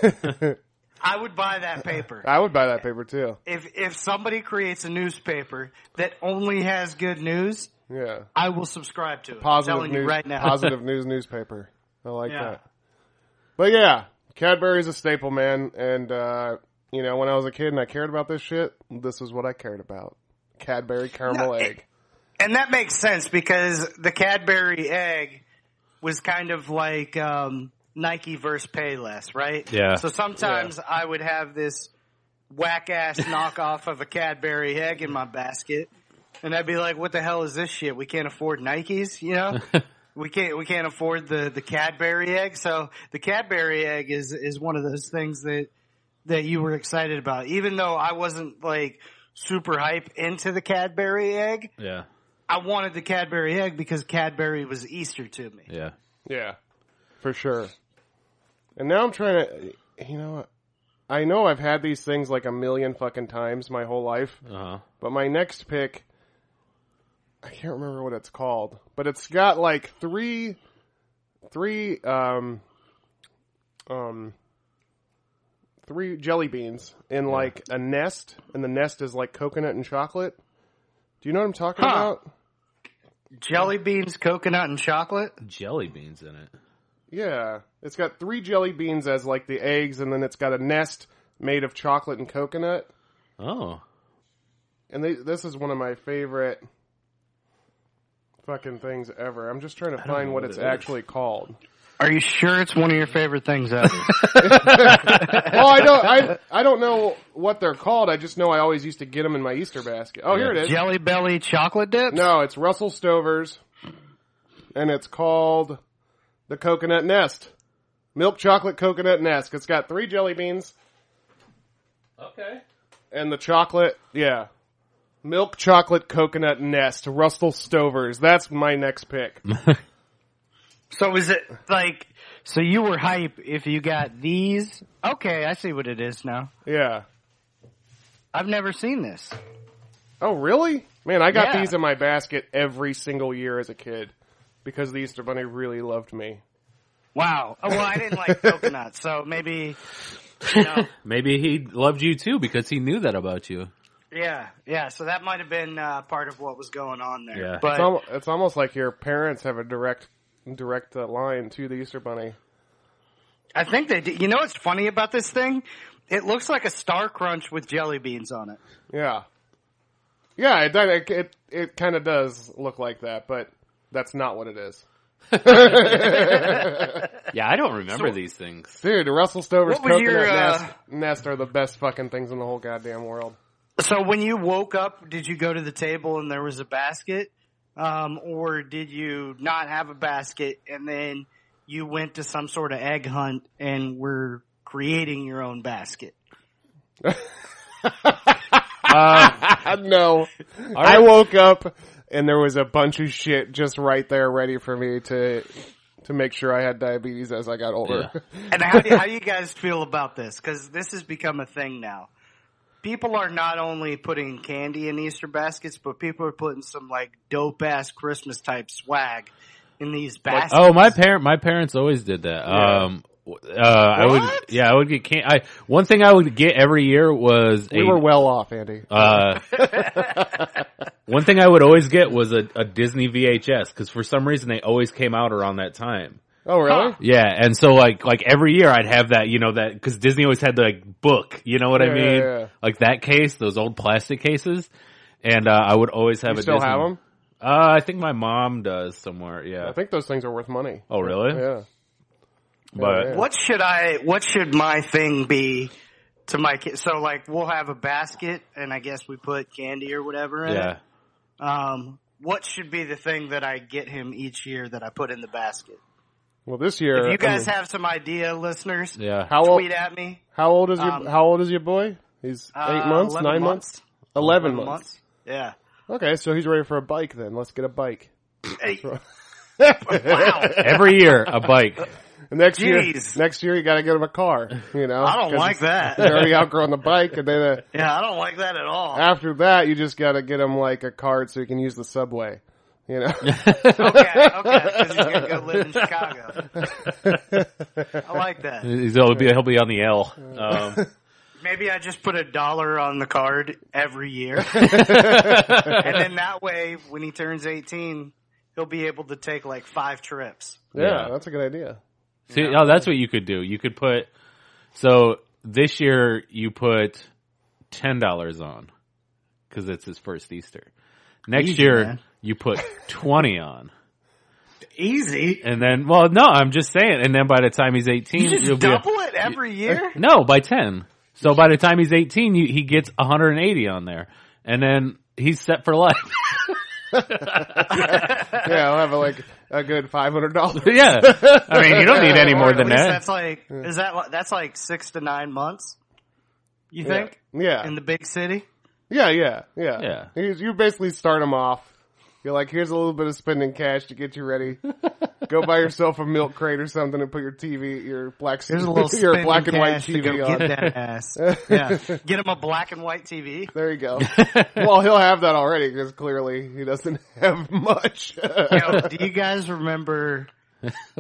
Speaker 4: I would buy that paper.
Speaker 2: I would buy that paper too.
Speaker 4: If if somebody creates a newspaper that only has good news,
Speaker 2: Yeah.
Speaker 4: I will subscribe to it. I'm
Speaker 2: Positive
Speaker 4: telling
Speaker 2: news
Speaker 4: you right now.
Speaker 2: positive news newspaper. I like
Speaker 4: Yeah.
Speaker 2: that. But yeah, Cadbury's a staple, man. And, uh, you know, when I was a kid and I cared about this shit, this is what I cared about. Cadbury caramel
Speaker 4: No, it-
Speaker 2: egg.
Speaker 4: And that makes sense because the Cadbury egg was kind of like um, Nike versus Payless, right?
Speaker 3: Yeah.
Speaker 4: So sometimes I would have this whack ass knockoff of a Cadbury egg in my basket, and I'd be like, "What the hell is this shit? We can't afford Nikes, you know." We can't we can't afford the, the Cadbury egg, so the Cadbury egg is is one of those things that that you were excited about. Even though I wasn't like super hype into the Cadbury egg,
Speaker 3: yeah.
Speaker 4: I wanted the Cadbury egg because Cadbury was Easter to me.
Speaker 3: Yeah.
Speaker 2: Yeah. For sure. And now I'm trying to, you know, I know I've had these things like a million fucking times my whole life,
Speaker 3: Uh huh.
Speaker 2: but my next pick, I can't remember what it's called, but it's got like three, three, um, um, three jelly beans in like a nest, and the nest is like coconut and chocolate. Do you know what I'm talking
Speaker 4: Huh.
Speaker 2: about?
Speaker 4: Jelly beans, coconut, and chocolate.
Speaker 3: Jelly beans in it.
Speaker 2: Yeah, it's got three jelly beans as like the eggs, and then it's got a nest made of chocolate and coconut.
Speaker 3: Oh.
Speaker 2: And they, this is one of my favorite fucking things ever. I'm just trying to find
Speaker 3: know
Speaker 2: what
Speaker 3: what
Speaker 2: it's
Speaker 3: it is.
Speaker 2: actually called.
Speaker 4: Are you sure it's one of your favorite things ever?
Speaker 2: Well, Oh, I don't, I, I don't know what they're called. I just know I always used to get them in my Easter basket. Oh, here it is.
Speaker 4: Jelly belly chocolate dips?
Speaker 2: No, it's Russell Stover's, and it's called the Coconut Nest, milk chocolate coconut nest. It's got three jelly beans
Speaker 3: Okay.
Speaker 2: and the chocolate. Yeah, milk chocolate coconut nest. Russell Stover's. That's my next pick.
Speaker 4: So is it like? So you were hype if you got these? Okay, I see what it is now.
Speaker 2: Yeah.
Speaker 4: I've never seen this.
Speaker 2: Oh, really? Man, I got
Speaker 4: Yeah.
Speaker 2: these in my basket every single year as a kid because the Easter Bunny really loved me.
Speaker 4: Wow. Oh, well, I didn't like coconut, so maybe. You know,
Speaker 3: Maybe he loved you too because he knew that about you.
Speaker 4: yeah, yeah. So that might have been uh, part of what was going on there.
Speaker 3: Yeah.
Speaker 4: But
Speaker 2: It's, al- it's almost like your parents have a direct direct uh, line to the Easter Bunny.
Speaker 4: I think they did. You know what's funny about this thing? It looks like a star crunch with jelly beans on it.
Speaker 2: Yeah, yeah, it it it, it kind of does look like that, but that's not what it is.
Speaker 3: Yeah, I don't remember these things.
Speaker 2: Dude, Russell Stover's
Speaker 4: What was
Speaker 2: coconut
Speaker 4: your, uh,
Speaker 2: nest, nest are the best fucking things in the whole goddamn world.
Speaker 4: So when you woke up, did you go to the table and there was a basket? Um, or did you not have a basket and then you went to some sort of egg hunt and were creating your own basket?
Speaker 2: Uh, no. I woke up and there was a bunch of shit just right there ready for me to to make sure I had diabetes as I got older.
Speaker 4: And how do, how do you guys feel about this? Because this has become a thing now. People are not only putting candy in Easter baskets, but people are putting some like dope ass Christmas type swag in these baskets.
Speaker 3: Oh, my parent, my parents always did that. Um, w- uh, I would, yeah, I would get can I one thing I would get every year was
Speaker 2: we
Speaker 3: a,
Speaker 2: were well off, Andy.
Speaker 3: uh, one thing I would always get was a, a Disney VHS because for some reason they always came out around that time.
Speaker 2: Oh, really?
Speaker 3: Yeah, and so like like every year I'd have that, you know, that because Disney always had the like, book, you know what
Speaker 2: Yeah,
Speaker 3: I mean?
Speaker 2: yeah, yeah.
Speaker 3: Like that case, those old plastic cases, and uh, I would always have
Speaker 2: You
Speaker 3: a
Speaker 2: still
Speaker 3: Disney.
Speaker 2: have them?
Speaker 3: Uh, I think my mom does somewhere. Yeah.
Speaker 2: I think those things are worth money.
Speaker 3: oh, really?
Speaker 2: Yeah.
Speaker 3: But
Speaker 2: yeah.
Speaker 4: What should I? What should my thing be to my kid? So like, we'll have a basket, and I guess we put candy or whatever in
Speaker 3: yeah.
Speaker 4: it. Um, what should be the thing that I get him each year that I put in the basket?
Speaker 2: Well, this year,
Speaker 4: If you guys
Speaker 2: I mean,
Speaker 4: have some idea, listeners,
Speaker 3: Yeah.
Speaker 2: how old?
Speaker 4: tweet at me.
Speaker 2: How old is your
Speaker 4: um,
Speaker 2: How old is your boy? He's
Speaker 4: Uh,
Speaker 2: eight months,
Speaker 4: 11
Speaker 2: nine months, eleven,
Speaker 4: months.
Speaker 2: months.
Speaker 4: Yeah.
Speaker 2: Okay, so he's ready for a bike. Then let's get a bike.
Speaker 4: Hey,
Speaker 2: wow.
Speaker 3: every year a bike.
Speaker 2: next
Speaker 4: Jeez.
Speaker 2: year, next year you got to get him a car. You know,
Speaker 4: I don't
Speaker 2: 'cause
Speaker 4: like that.
Speaker 2: They're already outgrowing the bike, and then uh,
Speaker 4: Yeah, I don't like that at all.
Speaker 2: after that, you just got to get him like a card so he can use the subway. You know,
Speaker 4: Okay, okay, because he's gonna go live in Chicago. I like that.
Speaker 3: He's- He'll be he'll be on the L. Um,
Speaker 4: Maybe I just put a dollar on the card every year. and then that way, when he turns 18, he'll be able to take like five trips.
Speaker 2: yeah,
Speaker 3: Yeah.
Speaker 2: that's a good idea.
Speaker 3: see, oh, that's what you could do. You could put. So this year you put ten dollars on because it's his first Easter. Next
Speaker 4: Easy,
Speaker 3: year
Speaker 4: man.
Speaker 3: you put twenty on.
Speaker 4: Easy.
Speaker 3: And then, well, no, I'm just saying. And then by the time he's 18,
Speaker 4: You
Speaker 3: you'll
Speaker 4: just
Speaker 3: be a-
Speaker 4: double it every year?
Speaker 3: no by 10. So by the time he's 18, you, he gets 180 on there, and then he's set for life.
Speaker 2: Yeah, I'll have a, like a good five hundred dollars.
Speaker 3: yeah, I mean, you don't need any more
Speaker 4: Or at
Speaker 3: than
Speaker 4: least
Speaker 3: that.
Speaker 4: That's like, is that, li- that's like six to nine months, you think,
Speaker 2: Yeah,
Speaker 4: in the big city?
Speaker 2: Yeah, yeah, yeah.
Speaker 3: Yeah.
Speaker 2: You, you basically start them off. You're like, here's a little bit of spending cash to get you ready. Go buy yourself a milk crate or something and put your TV, your black,
Speaker 4: There's a little
Speaker 2: your black and
Speaker 4: spending
Speaker 2: white
Speaker 4: cash to go
Speaker 2: TV on.
Speaker 4: Get that ass. Yeah. Get him a black and white TV.
Speaker 2: There you go. well, he'll have that already because clearly he doesn't have much.
Speaker 4: Yo, do you guys remember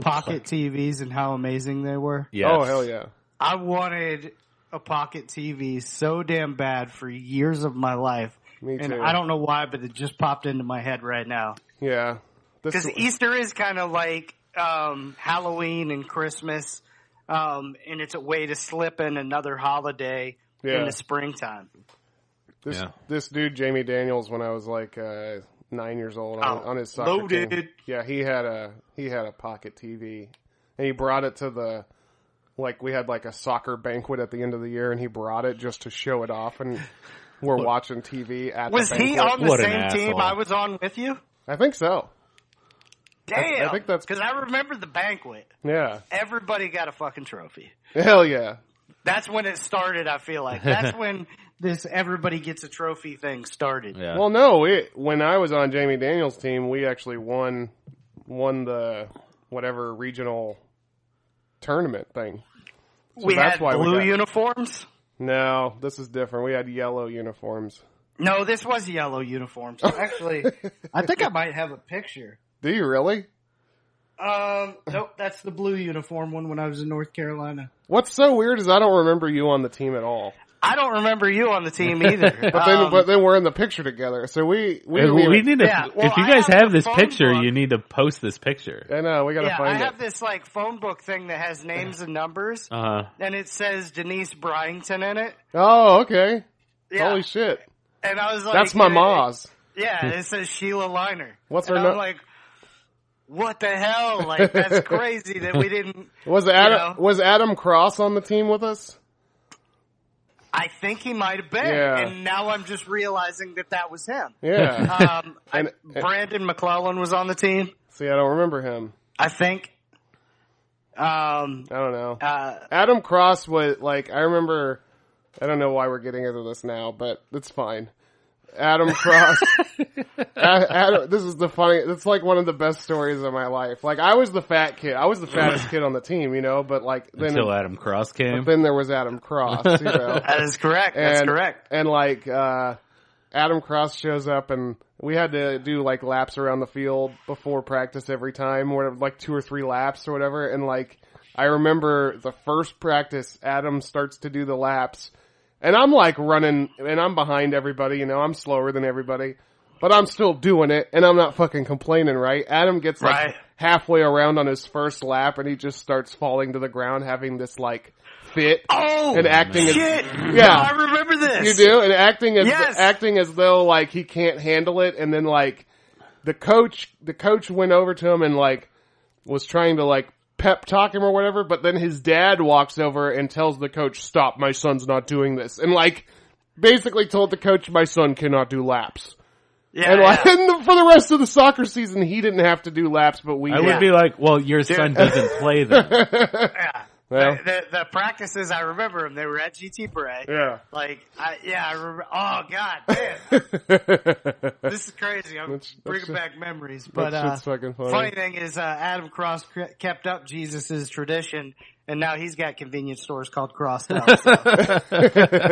Speaker 4: pocket TVs and how amazing they were?
Speaker 3: Yes.
Speaker 2: Oh hell yeah!
Speaker 4: I wanted a pocket TV so damn bad for years of my life.
Speaker 2: Me
Speaker 4: And
Speaker 2: too.
Speaker 4: I don't know why, but it just popped into my head right now.
Speaker 2: Yeah. This,
Speaker 4: Because Easter is kind of like um, Halloween and Christmas, um, and it's a way to slip in another holiday
Speaker 2: Yeah.
Speaker 4: in the springtime.
Speaker 2: this,
Speaker 3: Yeah.
Speaker 2: this dude Jamie Daniels, when I was like uh, nine years old, on,
Speaker 4: Oh,
Speaker 2: on his soccer team,
Speaker 4: loaded.
Speaker 2: yeah, he had a he had a pocket TV, and he brought it to the like we had like a soccer banquet at the end of the year, and he brought it just to show it off, and we're watching TV at
Speaker 4: Was
Speaker 2: the
Speaker 4: he
Speaker 2: banquet.
Speaker 4: on the
Speaker 3: What an
Speaker 4: same team
Speaker 3: asshole.
Speaker 4: I was on with you?
Speaker 2: I think so.
Speaker 4: Damn.
Speaker 2: think that's-
Speaker 4: because I remember the banquet.
Speaker 2: Yeah,
Speaker 4: Everybody got a fucking trophy.
Speaker 2: hell yeah,
Speaker 4: That's when it started. I feel like that's when this everybody gets a trophy thing started.
Speaker 3: Yeah.
Speaker 2: Well, no, it, when I was on Jamie Daniels' team, we actually won won the whatever regional tournament thing.
Speaker 4: we
Speaker 2: that's
Speaker 4: had
Speaker 2: why we
Speaker 4: blue
Speaker 2: got-
Speaker 4: uniforms.
Speaker 2: No, this is different. We had yellow uniforms.
Speaker 4: No, this was yellow uniforms. Actually, I think I might have a picture.
Speaker 2: Do you really?
Speaker 4: Um, nope, that's the blue uniform one when I was in North Carolina.
Speaker 2: What's so weird is I don't remember you on the team at all.
Speaker 4: I don't remember you on the team either.
Speaker 2: But then,
Speaker 4: Um,
Speaker 2: but then we're in the picture together, so we we,
Speaker 3: we,
Speaker 2: didn't even-
Speaker 3: need to.
Speaker 4: Yeah, well,
Speaker 3: if you
Speaker 4: I
Speaker 3: guys
Speaker 4: have
Speaker 3: have,
Speaker 4: the
Speaker 3: this
Speaker 4: phone
Speaker 3: picture,
Speaker 4: book.
Speaker 3: you need to post this picture.
Speaker 2: I know we gotta
Speaker 4: yeah, I
Speaker 2: find
Speaker 4: have
Speaker 2: it.
Speaker 4: this like phone book thing that has names and numbers,
Speaker 3: Uh,
Speaker 4: and it says Denise Bryington in it.
Speaker 2: Oh, okay.
Speaker 4: Yeah,
Speaker 2: Holy shit!
Speaker 4: and I was like,
Speaker 2: That's my
Speaker 4: and it-
Speaker 2: ma's.
Speaker 4: Yeah, it says Sheila Liner.
Speaker 2: What's
Speaker 4: and
Speaker 2: her
Speaker 4: I'm
Speaker 2: nu-
Speaker 4: like, what the hell? Like, that's crazy that we didn't.
Speaker 2: Was Adam
Speaker 4: know.
Speaker 2: was Adam Cross on the team with us?
Speaker 4: I think he might have been.
Speaker 2: Yeah.
Speaker 4: And now I'm just realizing that that was him.
Speaker 2: Yeah.
Speaker 4: Um, I-
Speaker 2: And-
Speaker 4: Brandon McClellan was on the team,
Speaker 2: See, I don't remember him.
Speaker 4: I think. Um,
Speaker 2: I don't know.
Speaker 4: uh,
Speaker 2: Adam Cross was like I remember. I don't know why we're getting into this now, but it's fine. Adam Cross. A- Adam, this is the funny. It's like one of the best stories of my life. Like I was the fat kid. I was the fattest kid on the team, you know. But like then,
Speaker 3: until Adam Cross came.
Speaker 2: then there was Adam Cross. You know.
Speaker 4: that is correct. That's
Speaker 2: and,
Speaker 4: correct.
Speaker 2: And like uh Adam Cross shows up and we had to do like laps around the field before practice every time, or like two or three laps or whatever. And like I remember the first practice, Adam starts to do the laps, and I'm like running and I'm behind everybody, you know, I'm slower than everybody. But I'm still doing it, and I'm not fucking complaining, right? Adam gets like
Speaker 4: Right.
Speaker 2: halfway around on his first lap, and he just starts falling to the ground, having this like fit
Speaker 4: Oh,
Speaker 2: and acting as
Speaker 4: shit.
Speaker 2: Yeah.
Speaker 4: I remember this.
Speaker 2: you do, and acting as
Speaker 4: Yes.
Speaker 2: acting as though like he can't handle it, and then like the coach, the coach went over to him and like was trying to like pep talk him or whatever, but then his dad walks over and tells the coach, "Stop, my son's not doing this," and like basically told the coach, "My son cannot do laps."
Speaker 4: Yeah,
Speaker 2: And, like,
Speaker 4: yeah.
Speaker 2: and for the rest of the soccer season, he didn't have to do laps, but we
Speaker 3: I
Speaker 2: did.
Speaker 3: would be like, well, your son doesn't play then.
Speaker 2: Well,
Speaker 4: The, the practices, I remember them. They were at GT Parade.
Speaker 2: yeah.
Speaker 4: Like, I, yeah, I remember. Oh, God, man. this is crazy. I'm
Speaker 2: That's- that's
Speaker 4: bringing
Speaker 2: just-
Speaker 4: back memories. But
Speaker 2: that
Speaker 4: uh,
Speaker 2: shit's fucking funny.
Speaker 4: funny thing is, uh, Adam Cross cre- kept up Jesus' tradition, and now he's got convenience stores called Cross House. So,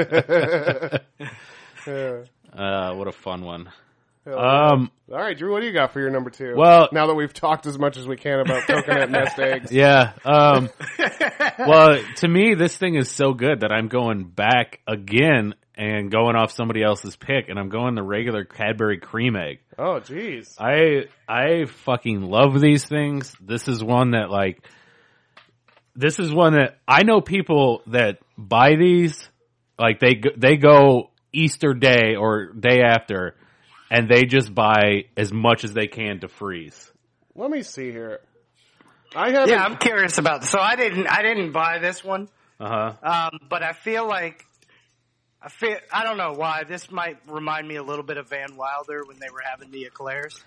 Speaker 2: Yeah.
Speaker 3: Uh, what a fun one.
Speaker 2: Hell
Speaker 3: Um,
Speaker 2: All right, Drew, what do you got for your number two?
Speaker 3: Well-
Speaker 2: now that we've talked as much as we can about coconut nest eggs,
Speaker 3: yeah. Um, well, to me, this thing is so good that I'm going back again and going off somebody else's pick, and I'm going the regular Cadbury cream egg.
Speaker 2: oh jeez,
Speaker 3: I I fucking love these things. This is one that like this is one that I know people that buy these like they go- they go Easter day or day after and they just buy as much as they can to freeze.
Speaker 2: let me see here. I haven't.
Speaker 4: yeah, I'm curious about. So I didn't, I didn't buy this one,
Speaker 3: Uh-huh.
Speaker 4: um, but I feel like. I feel I don't know why this might remind me a little bit of Van Wilder when they were having the eclairs.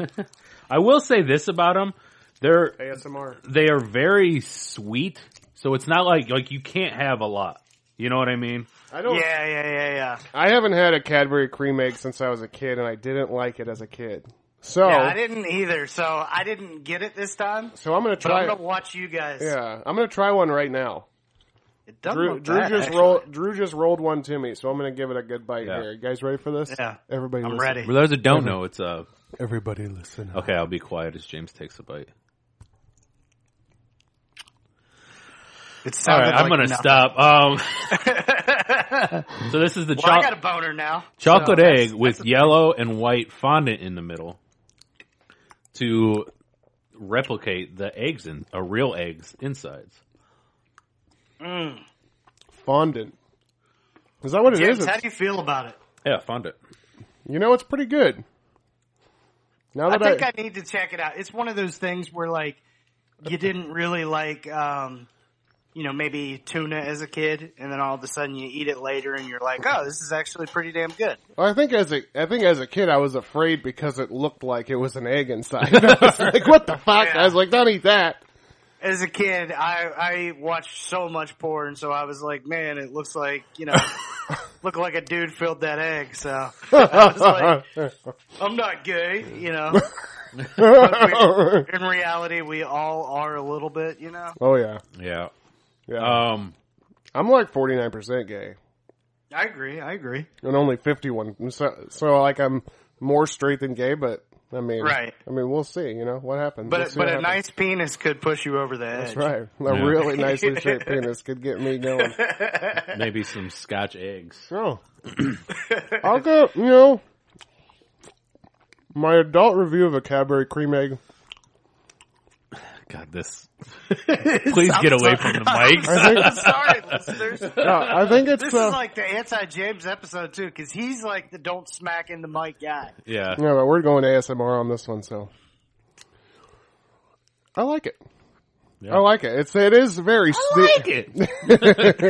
Speaker 3: I will say this about them. They're
Speaker 2: ASMR.
Speaker 3: they are very sweet. So it's not like like you can't have a lot. You know what I mean?
Speaker 2: I
Speaker 4: yeah,
Speaker 2: don't.
Speaker 4: yeah, yeah, yeah.
Speaker 2: I haven't had a Cadbury cream egg since I was a kid, and I didn't like it as a kid. So,
Speaker 4: Yeah, I didn't either, so I didn't get it this time.
Speaker 2: so I'm gonna
Speaker 4: But
Speaker 2: try.
Speaker 4: I'm gonna watch you guys.
Speaker 2: yeah, I'm gonna try one right now.
Speaker 4: It doesn't
Speaker 2: Drew,
Speaker 4: look
Speaker 2: Drew
Speaker 4: bad,
Speaker 2: just
Speaker 4: actually.
Speaker 2: rolled. Drew just rolled one to me, so I'm gonna give it a good bite
Speaker 3: Yeah.
Speaker 2: here. You guys ready for this?
Speaker 4: Yeah.
Speaker 2: everybody.
Speaker 4: I'm
Speaker 2: listen.
Speaker 4: ready.
Speaker 3: For those that don't know, it's a
Speaker 2: Everybody, listen.
Speaker 3: Okay, I'll be quiet as James takes a bite.
Speaker 4: It
Speaker 3: All
Speaker 4: sounded
Speaker 3: right, I'm
Speaker 4: like
Speaker 3: gonna
Speaker 4: nothing.
Speaker 3: stop. Um, so this is the
Speaker 4: Well, I
Speaker 3: choc-
Speaker 4: got a boner now.
Speaker 3: chocolate
Speaker 4: so
Speaker 3: egg with yellow and white fondant in the middle to replicate the eggs in a real eggs insides.
Speaker 2: Fondant. Is that what it is?
Speaker 4: James,
Speaker 2: It's-
Speaker 4: how do you feel about it?
Speaker 3: Yeah, fondant.
Speaker 2: You know, it's pretty good. Now
Speaker 4: I
Speaker 2: that
Speaker 4: think I need to check it out. It's one of those things where like you didn't really like, um, you know, maybe tuna as a kid, and then all of a sudden you eat it later, and you're like, oh, this is actually pretty damn good.
Speaker 2: I, think as a I think as a kid I was afraid because it looked like it was an egg inside. I was like, what the fuck? I was like, don't eat that.
Speaker 4: As a kid, I I watched so much porn, so I was like, man, it looks like you know, look like a dude filled that egg. So I I'm not gay, you know.
Speaker 2: oh
Speaker 4: In reality, we all are a little bit, you know.
Speaker 2: yeah,
Speaker 3: Yeah.
Speaker 2: yeah.
Speaker 3: Um.
Speaker 2: I'm like 49 percent gay
Speaker 4: I agree. I agree.
Speaker 2: and only 51. So, so like I'm more straight than gay, but I mean,
Speaker 4: Right.
Speaker 2: I mean, we'll see. You know what happens. We'll
Speaker 4: But
Speaker 2: see
Speaker 4: but
Speaker 2: what
Speaker 4: a
Speaker 2: happens.
Speaker 4: nice penis could push you over the
Speaker 2: That's
Speaker 4: edge.
Speaker 2: right. A
Speaker 3: Yeah.
Speaker 2: really nicely shaped penis could get me going.
Speaker 3: Maybe some Scotch eggs.
Speaker 2: Oh. I'll go, you know, my adult review of a Cadbury cream egg.
Speaker 3: God, this. Please get away from the mics.
Speaker 4: I'm sorry, listeners.
Speaker 2: Uh, I think it's,
Speaker 4: This
Speaker 2: uh,
Speaker 4: is like the anti James episode too, because he's like the don't smack in the mic guy.
Speaker 3: Yeah.
Speaker 2: yeah, but we're going ASMR on this one, so. I like it.
Speaker 3: Yeah.
Speaker 2: I like it. It's it is very.
Speaker 4: I like it.
Speaker 2: the,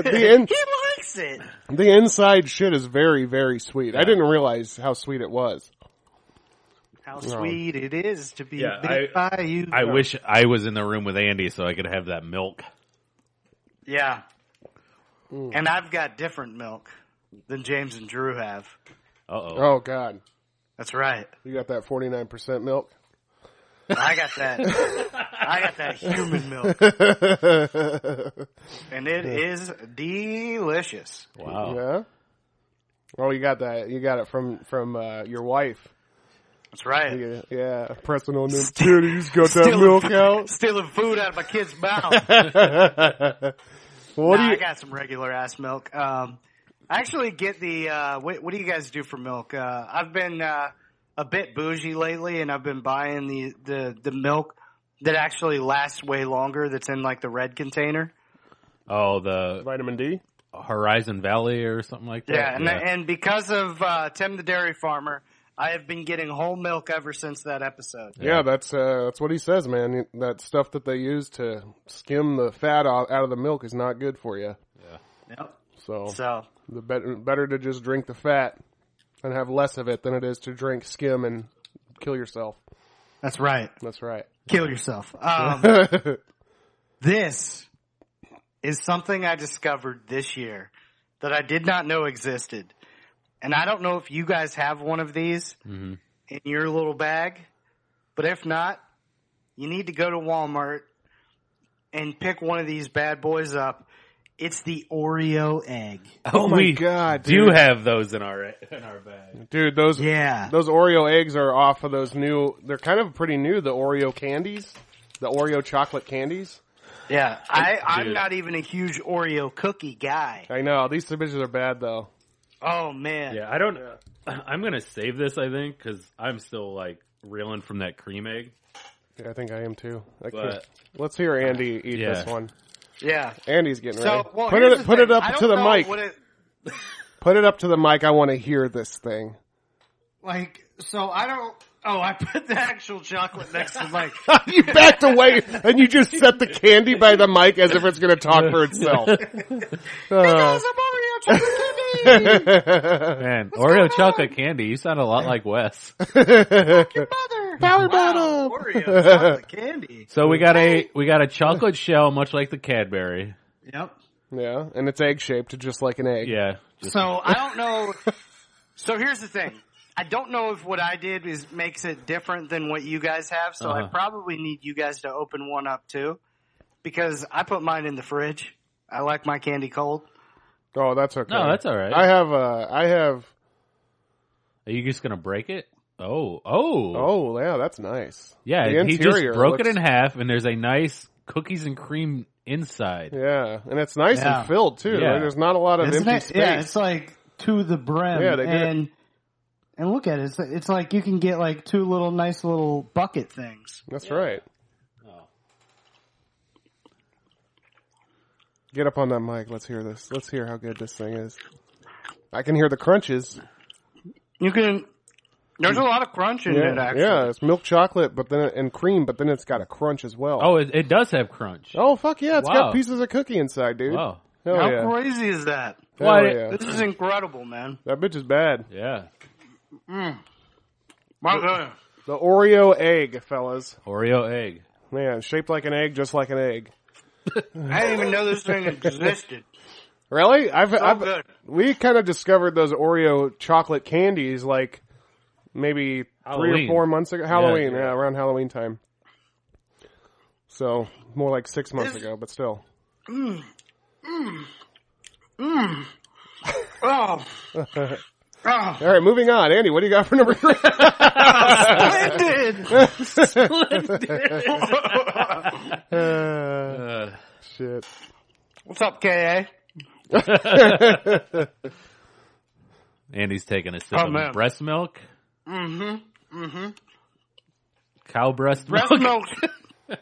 Speaker 2: the in,
Speaker 4: He likes it.
Speaker 2: the inside shit is very very sweet. I didn't realize how sweet it was.
Speaker 4: How sweet it is to be
Speaker 3: Yeah,
Speaker 4: bit
Speaker 3: I-
Speaker 4: by you.
Speaker 3: I wish I was in the room with Andy so I could have that milk.
Speaker 4: Yeah. And I've got different milk than James and Drew have.
Speaker 3: Uh oh.
Speaker 2: Oh god,
Speaker 4: That's right.
Speaker 2: you got that forty nine percent milk.
Speaker 4: I got that. I got that human milk, and it is delicious.
Speaker 3: Wow.
Speaker 2: Yeah. Oh, you got that. You got it from from uh, your wife.
Speaker 4: That's right.
Speaker 2: Yeah, yeah. pressing on them titties. Got that milk out.
Speaker 4: Stealing food out of my kid's mouth.
Speaker 2: What
Speaker 4: Nah,
Speaker 2: do
Speaker 4: I
Speaker 2: you?
Speaker 4: got some regular ass milk. Um, I actually get the. Uh, what, what do you guys do for milk? Uh, I've been uh, a bit bougie lately, and I've been buying the, the the milk that actually lasts way longer. That's in like the red container.
Speaker 3: Oh, the
Speaker 2: Vitamin D.
Speaker 3: Horizon Valley or something like that.
Speaker 4: Yeah, and and because of uh, Tim the dairy farmer, I have been getting whole milk ever since that episode.
Speaker 2: Yeah, that's uh, that's what he says, man. That stuff that they use to skim the fat out, out of the milk is not good for you.
Speaker 4: Yep.
Speaker 2: So,
Speaker 4: So
Speaker 2: the better better to just drink the fat and have less of it than it is to drink skim and kill yourself.
Speaker 4: that's right.
Speaker 2: That's right.
Speaker 4: Kill yourself. Um, This is something I discovered this year that I did not know existed. And I don't know if you guys have one of these in your little bag, but if not, you need to go to Walmart and pick one of these bad boys up. It's the Oreo egg.
Speaker 2: oh my
Speaker 3: we
Speaker 2: god,
Speaker 3: do
Speaker 2: dude.
Speaker 3: have those in our in our bag.
Speaker 2: dude, those
Speaker 4: Yeah.
Speaker 2: those Oreo eggs are off of those new. They're kind of pretty new. The Oreo candies, the Oreo chocolate candies.
Speaker 4: Yeah. I, I'm
Speaker 3: Dude.
Speaker 4: not even a huge Oreo cookie guy.
Speaker 2: I know these bitches are bad though.
Speaker 4: Oh man.
Speaker 3: Yeah, I don't. uh, I'm gonna save this, I think, because I'm still like reeling from that cream egg.
Speaker 2: Yeah, I think I am too. I
Speaker 3: But-
Speaker 2: can't- let's hear Andy eat
Speaker 3: Yeah.
Speaker 2: this one.
Speaker 4: Yeah.
Speaker 2: Andy's getting ready.
Speaker 4: So, well,
Speaker 2: put
Speaker 4: here's
Speaker 2: it
Speaker 4: the
Speaker 2: put
Speaker 4: thing.
Speaker 2: it up
Speaker 4: I don't
Speaker 2: to the
Speaker 4: know
Speaker 2: mic.
Speaker 4: what it-
Speaker 2: Put it up to the mic. I want to hear this thing.
Speaker 4: like so I don't oh I put the actual chocolate next to Mike.
Speaker 2: you backed away and you just set the candy by the mic as if it's going to talk for itself. Uh,
Speaker 3: Man, Oreo chocolate candy. You sound a lot like Wes.
Speaker 2: Power
Speaker 4: wow,
Speaker 2: bottom.
Speaker 4: Oreo chocolate candy.
Speaker 3: So we got a we got a chocolate shell, much like the Cadbury.
Speaker 4: Yep.
Speaker 2: Yeah, and it's egg shaped, just like an egg.
Speaker 3: Yeah. Just-
Speaker 4: So I don't know. So here's the thing. I don't know if what I did is makes it different than what you guys have. So I
Speaker 3: Uh-huh.
Speaker 4: probably need you guys to open one up too, because I put mine in the fridge. I like my candy cold.
Speaker 2: Oh, that's okay.
Speaker 3: No, that's all right.
Speaker 2: I have uh I have
Speaker 3: Are you just gonna break it? Oh, oh,
Speaker 2: Oh, yeah, that's nice.
Speaker 3: yeah.
Speaker 2: the
Speaker 3: He just
Speaker 2: interior
Speaker 3: broke it
Speaker 2: looks-
Speaker 3: in half, and there's a nice cookies and cream inside.
Speaker 2: Yeah, and it's nice
Speaker 4: Yeah.
Speaker 2: and filled too.
Speaker 3: Yeah.
Speaker 2: Like, there's not a lot of empty space.
Speaker 4: like to the brim.
Speaker 2: Yeah, they did it. and-
Speaker 4: and look at it. It's, it's like you can get like two little nice little bucket things.
Speaker 2: That's right. Get up on that mic. Let's hear this. Let's hear how good this thing is. I can hear the crunches.
Speaker 4: You can. There's a lot of crunch in it.
Speaker 2: Yeah,
Speaker 4: Actually,
Speaker 2: yeah, it's milk chocolate, but then and cream, but then it's got a crunch as well.
Speaker 3: Oh, it, it does have crunch.
Speaker 2: Oh, fuck yeah! It's
Speaker 3: Wow.
Speaker 2: got pieces of cookie inside, dude.
Speaker 3: Wow.
Speaker 2: Hell
Speaker 4: How
Speaker 2: Oh, yeah!
Speaker 4: crazy is that?
Speaker 2: Hell
Speaker 3: Why-
Speaker 2: yeah.
Speaker 4: This is incredible, man.
Speaker 2: That bitch is bad.
Speaker 3: Yeah.
Speaker 4: My God.
Speaker 2: The Oreo egg, fellas.
Speaker 3: Oreo egg.
Speaker 2: Man, shaped like an egg, just like an egg.
Speaker 4: I didn't even know this thing existed.
Speaker 2: Really? I've, I've
Speaker 4: good.
Speaker 2: we kind of discovered those Oreo chocolate candies like maybe three or
Speaker 3: Halloween.
Speaker 2: four months ago. Halloween, yeah,
Speaker 3: yeah.
Speaker 2: around Halloween time. So more like six months ago, but still.
Speaker 4: Oh, oh,
Speaker 2: All right, moving on. Andy, what do you got for number three?
Speaker 4: I did.
Speaker 2: Uh,
Speaker 3: Uh,
Speaker 2: shit.
Speaker 4: What's up, Ka?
Speaker 3: Andy's taking a sip
Speaker 4: Oh,
Speaker 3: of
Speaker 4: man. Mm-hmm.
Speaker 3: breast milk. Mm-hmm. Mm-hmm. Cow breast,
Speaker 4: Breast
Speaker 3: milk.
Speaker 4: milk.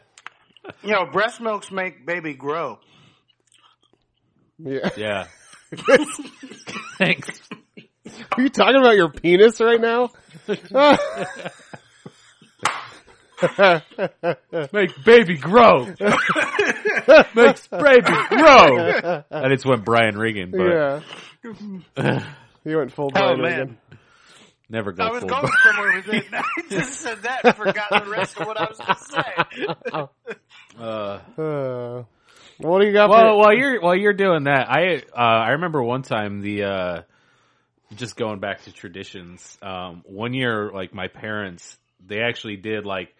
Speaker 4: You know, breast milks make baby grow.
Speaker 2: Yeah.
Speaker 3: Yeah. Thanks.
Speaker 2: Are you talking about your penis right now?
Speaker 3: Make baby grow. Makes baby grow. And it's when Brian Regan, but
Speaker 2: yeah. He went full
Speaker 4: Oh,
Speaker 2: Brian
Speaker 4: man.
Speaker 2: Regan.
Speaker 3: never go
Speaker 4: I was
Speaker 3: full.
Speaker 4: going somewhere with it. and I just said that and forgot the rest of what I was going to say.
Speaker 3: Uh,
Speaker 2: Uh, what do you got?
Speaker 3: well,
Speaker 2: for,
Speaker 3: while you're while you're doing that, I uh, I remember one time the uh, just going back to traditions. Um, one year, like my parents, they actually did like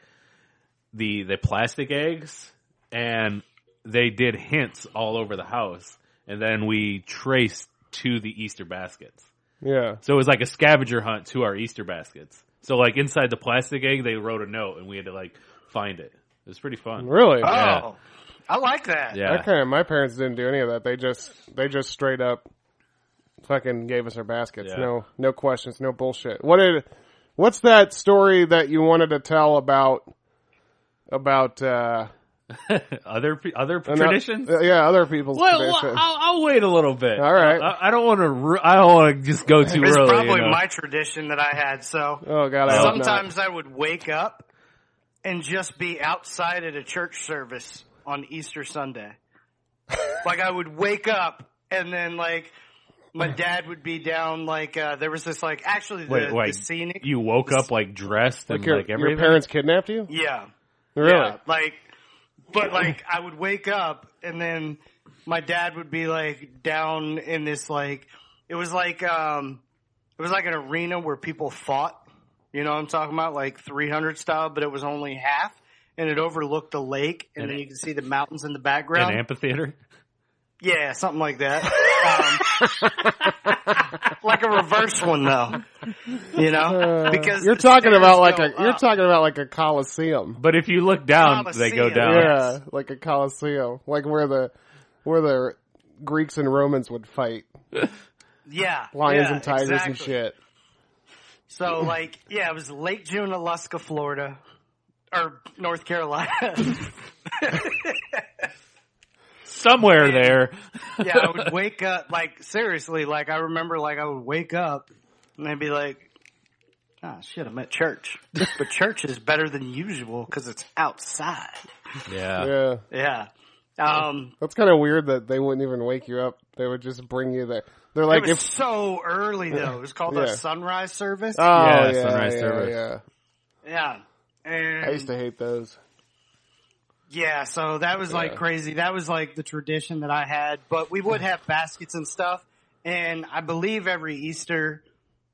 Speaker 3: the the plastic eggs, and they did hints all over the house, and then we traced to the Easter baskets.
Speaker 2: yeah.
Speaker 3: So it was like a scavenger hunt to our Easter baskets. So like inside the plastic egg, they wrote a note, and we had to like find it. It was pretty fun.
Speaker 2: Really?
Speaker 4: Oh,
Speaker 3: Yeah.
Speaker 4: I like that.
Speaker 3: Yeah.
Speaker 2: That kind of, my parents didn't do any of that. They just they just straight up fucking gave us our baskets.
Speaker 3: Yeah.
Speaker 2: No no questions, no bullshit. What did what's that story that you wanted to tell about about uh
Speaker 3: other pe- other
Speaker 2: ano-
Speaker 3: traditions.
Speaker 2: uh, yeah, other people's
Speaker 3: Well, well,
Speaker 2: traditions.
Speaker 3: I'll, I'll wait a little bit.
Speaker 2: All right.
Speaker 3: I, I don't want to. Ru- I don't want to just go too
Speaker 4: It's
Speaker 3: early.
Speaker 4: probably
Speaker 3: you know?
Speaker 4: my tradition that I had. So
Speaker 2: oh god, I hope not.
Speaker 4: sometimes I would wake up and just be outside at a church service on Easter Sunday. like I would wake up and then like my dad would be down. Like uh, there was this like actually the,
Speaker 3: Wait,
Speaker 4: the
Speaker 3: wait.
Speaker 4: scenic.
Speaker 3: you woke up like dressed and
Speaker 2: like your,
Speaker 3: like
Speaker 2: your
Speaker 3: everything.
Speaker 2: parents kidnapped you?
Speaker 4: yeah.
Speaker 2: Really?
Speaker 4: Yeah, like, but like, I would wake up and then my dad would be like down in this like, it was like, um, it was like an arena where people fought. You know what I'm talking about? Like 300 style, but it was only half and it overlooked the lake and,
Speaker 3: And
Speaker 4: then
Speaker 3: it-
Speaker 4: you could see the mountains in the
Speaker 3: an
Speaker 4: background.
Speaker 3: amphitheater.
Speaker 4: Yeah, something like that. Um, like a reverse one though. You know?
Speaker 2: Uh,
Speaker 4: Because
Speaker 2: you're
Speaker 4: the
Speaker 2: talking
Speaker 4: stairs
Speaker 2: about like
Speaker 4: go
Speaker 2: a you're
Speaker 4: up.
Speaker 2: talking about like a coliseum.
Speaker 3: But if you look down, they go
Speaker 4: Colosseum.
Speaker 3: down.
Speaker 2: Yeah, like a coliseum, like where the where the Greeks and Romans would fight
Speaker 4: yeah,
Speaker 2: lions
Speaker 4: yeah,
Speaker 2: and tigers and
Speaker 4: exactly.
Speaker 2: shit.
Speaker 4: So like, yeah, it was Lake Junaluska, Florida, or North Carolina.
Speaker 3: Somewhere there.
Speaker 4: yeah, I would wake up like seriously, like I remember like I would wake up and I'd be like, ah, shit, I'm at church, but church is better than usual because it's outside.
Speaker 3: Yeah.
Speaker 2: Yeah.
Speaker 4: Yeah. Um,
Speaker 2: That's kind of weird that they wouldn't even wake you up. They would just bring you there. They're like,
Speaker 4: it was
Speaker 2: if
Speaker 4: so early though. It was called
Speaker 2: Yeah.
Speaker 4: a sunrise service.
Speaker 2: oh
Speaker 3: Yeah,
Speaker 2: yeah,
Speaker 3: sunrise
Speaker 2: yeah,
Speaker 3: service.
Speaker 2: yeah.
Speaker 4: yeah. And
Speaker 2: I used to hate those.
Speaker 4: Yeah, so that was like
Speaker 2: Yeah.
Speaker 4: crazy. That was like the tradition that I had, but we would have baskets and stuff. And I believe every Easter,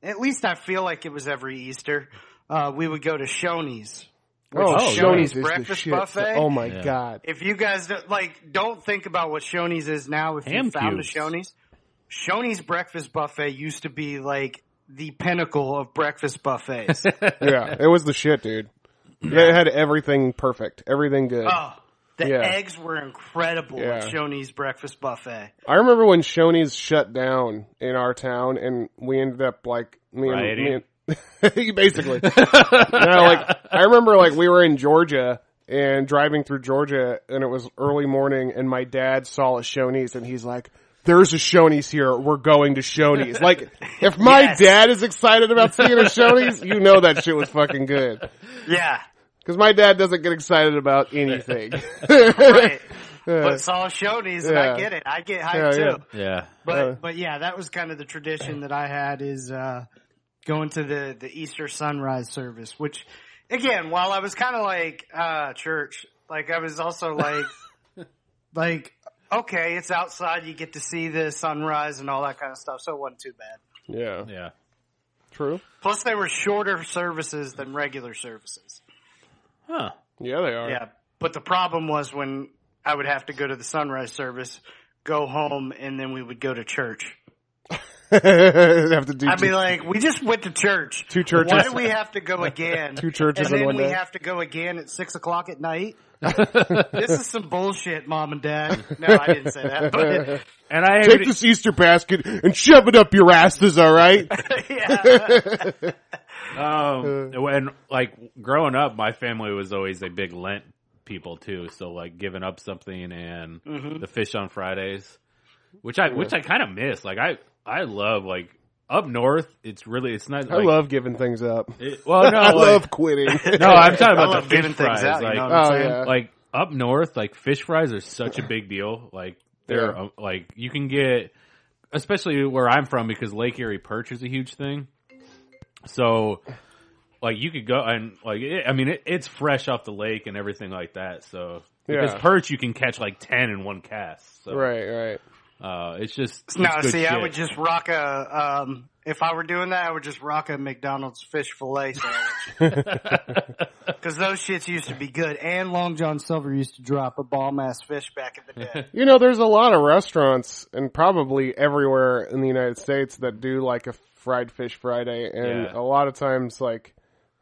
Speaker 4: at least I feel like it was every Easter, uh, we would go to Shoney's.
Speaker 2: Oh,
Speaker 3: is
Speaker 2: Shoney's is the
Speaker 4: breakfast
Speaker 2: shit.
Speaker 4: buffet?
Speaker 2: Oh my
Speaker 3: Yeah.
Speaker 2: god.
Speaker 4: If you guys don't, like, don't think about what Shoney's is now. If
Speaker 3: Ham
Speaker 4: you found
Speaker 3: cubes.
Speaker 4: a Shoney's, Shoney's breakfast buffet used to be like the pinnacle of breakfast buffets.
Speaker 2: Yeah, it was the shit, dude. They had everything perfect, everything good.
Speaker 4: oh, the
Speaker 2: Yeah.
Speaker 4: eggs were incredible at
Speaker 2: Yeah.
Speaker 4: Shoney's breakfast buffet.
Speaker 2: I remember when Shoney's shut down in our town, and we ended up like me and, me
Speaker 3: Rioting?
Speaker 2: and basically. no, like I remember, like we were in Georgia and driving through Georgia, and it was early morning, and my dad saw a Shoney's, and he's like. There's a Shoney's here. We're going to Shoney's. Like, if my
Speaker 4: Yes.
Speaker 2: dad is excited about seeing a Shoney's, you know that shit was fucking good.
Speaker 4: Yeah.
Speaker 2: Cause my dad doesn't get excited about anything.
Speaker 4: right. But it's all Shoney's, and I
Speaker 2: Yeah.
Speaker 4: get it. I get
Speaker 2: Yeah,
Speaker 4: hyped too.
Speaker 2: yeah.
Speaker 3: Yeah.
Speaker 4: But
Speaker 2: Yeah.
Speaker 4: but yeah, that was kind of the tradition that I had is uh, going to the the Easter sunrise service. Which again, while I was kind of like uh, church, like I was also like like okay, it's outside. You get to see the sunrise and all that kind of stuff. So it wasn't too bad.
Speaker 2: yeah.
Speaker 3: Yeah.
Speaker 2: True.
Speaker 4: Plus, they were shorter services than regular services.
Speaker 3: Huh.
Speaker 2: Yeah, they are.
Speaker 4: Yeah, but the problem was when I would have to go to the sunrise service, go home, and then we would go to church.
Speaker 2: have to do
Speaker 4: I'd
Speaker 2: two-
Speaker 4: be like, we just went to church.
Speaker 2: Two churches.
Speaker 4: Why do we have to go again?
Speaker 2: Two churches
Speaker 4: and then
Speaker 2: in one
Speaker 4: we
Speaker 2: day.
Speaker 4: have to go again at six o'clock at night. this is some bullshit, mom and dad. No, I didn't say that. But
Speaker 3: And I
Speaker 2: Take this Easter basket and shove it up your asses, all right?
Speaker 4: yeah,
Speaker 3: Um,
Speaker 2: Uh.
Speaker 3: when like growing up, my family was always a big Lent people too. So like giving up something and
Speaker 4: Mm-hmm.
Speaker 3: the fish on Fridays, which I which I kind of miss. Like I I love like up north, it's really it's not.
Speaker 2: I
Speaker 3: like-
Speaker 2: love giving things up.
Speaker 3: it- well, no,
Speaker 2: I
Speaker 3: like-
Speaker 2: love quitting.
Speaker 3: no. I'm talking
Speaker 4: I
Speaker 3: about
Speaker 4: love
Speaker 3: the fish
Speaker 4: giving things
Speaker 3: fries.
Speaker 4: out, you
Speaker 3: like,
Speaker 4: know what I'm
Speaker 2: oh
Speaker 4: saying?
Speaker 2: yeah,
Speaker 3: like up north, like fish fries are such a big deal. Like they're
Speaker 2: Yeah.
Speaker 3: uh, like you can get, especially where I'm from, because Lake Erie perch is a huge thing. So, like you could go and like it, I mean it, it's fresh off the lake and everything like that. So because
Speaker 2: Yeah.
Speaker 3: perch you can catch like ten in one cast. So,
Speaker 2: right, right.
Speaker 3: Uh, it's just it's
Speaker 4: No,
Speaker 3: good
Speaker 4: see, I
Speaker 3: shit.
Speaker 4: would just rock a. Um, if I were doing that, I would just rock a McDonald's fish fillet sandwich. Because those shits used to be good, and Long John Silver used to drop a bomb ass fish back in the day.
Speaker 2: You know, there's a lot of restaurants and probably everywhere in the United States that do like a fried fish Friday, and
Speaker 3: Yeah.
Speaker 2: a lot of times, like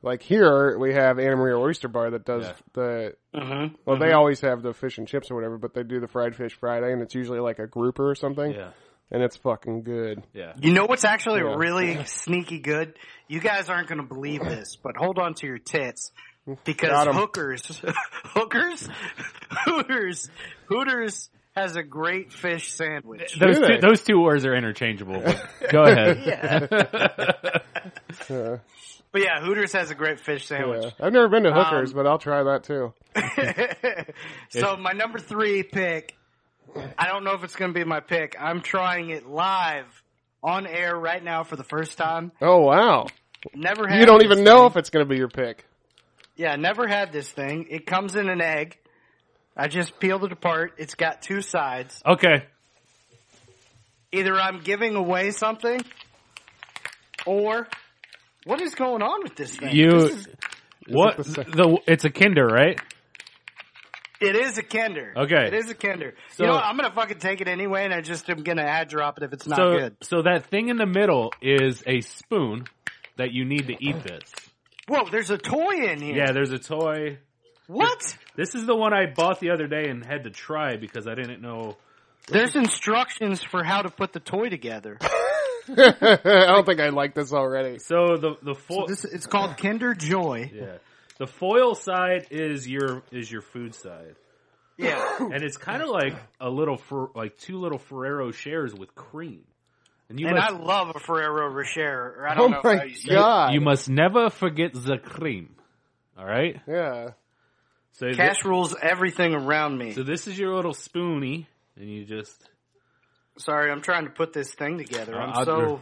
Speaker 2: like here, we have Anna Maria Oyster Bar that does
Speaker 3: Yeah.
Speaker 2: the
Speaker 4: mm-hmm.
Speaker 2: well, they always have the fish and chips or whatever, but they do the fried fish Friday, and it's usually like a grouper or something,
Speaker 3: yeah
Speaker 2: and it's fucking good.
Speaker 3: yeah.
Speaker 4: You know what's actually
Speaker 2: Yeah.
Speaker 4: really sneaky good? You guys aren't going to believe this, but hold on to your tits because
Speaker 2: Got 'em.
Speaker 4: hookers, hookers, hooters, hooters has a great fish sandwich.
Speaker 3: Those
Speaker 2: they?
Speaker 3: two, those two words are interchangeable. but Go ahead.
Speaker 4: Yeah.
Speaker 2: Yeah.
Speaker 4: But yeah, Hooters has a great fish sandwich.
Speaker 2: Yeah. I've never been to hookers, but I'll try that too.
Speaker 4: so my number three pick, I don't know if it's going to be my pick. I'm trying it live on air right now for the first time.
Speaker 2: Oh wow,
Speaker 4: Never had
Speaker 2: you don't
Speaker 4: this
Speaker 2: even
Speaker 4: thing.
Speaker 2: know if it's gonna be your pick.
Speaker 4: Yeah, never had this thing. It comes in an egg. I just peeled it apart. It's got two sides.
Speaker 3: Okay.
Speaker 4: Either I'm giving away something, or what is going on with this thing?
Speaker 3: You.
Speaker 4: This is-
Speaker 3: What
Speaker 2: Is it the
Speaker 3: the? It's a Kinder, right?
Speaker 4: It is a Kinder.
Speaker 3: Okay.
Speaker 4: It is a Kinder.
Speaker 3: So-
Speaker 4: you know what? I'm going to fucking take it anyway, and I just am going to ad drop it if it's not
Speaker 3: so,
Speaker 4: good.
Speaker 3: so that thing in the middle is a spoon that you need to eat this.
Speaker 4: Whoa, there's a toy in here.
Speaker 3: Yeah, there's a toy.
Speaker 4: What?
Speaker 3: This is the one I bought the other day and had to try because I didn't know.
Speaker 4: There's instructions for how to put the toy together.
Speaker 2: I don't think I like this already.
Speaker 3: So the the foil,
Speaker 4: This it's called Kinder Joy.
Speaker 3: yeah, the foil side is your is your food side,
Speaker 4: Yeah.
Speaker 3: and it's kind of like a little fer, like two little Ferrero shares with cream, and you
Speaker 4: And I
Speaker 3: must,
Speaker 4: love a Ferrero Rocher. Or I
Speaker 2: Oh
Speaker 4: don't know how
Speaker 2: my
Speaker 4: you say it.
Speaker 2: god!
Speaker 3: you must never forget the cream. All right,
Speaker 2: yeah.
Speaker 3: so thi-
Speaker 4: Cash rules everything around me.
Speaker 3: so this is your little spoonie, and you just
Speaker 4: Sorry, I'm trying to put this thing together.
Speaker 3: Uh, I'll
Speaker 4: I'm so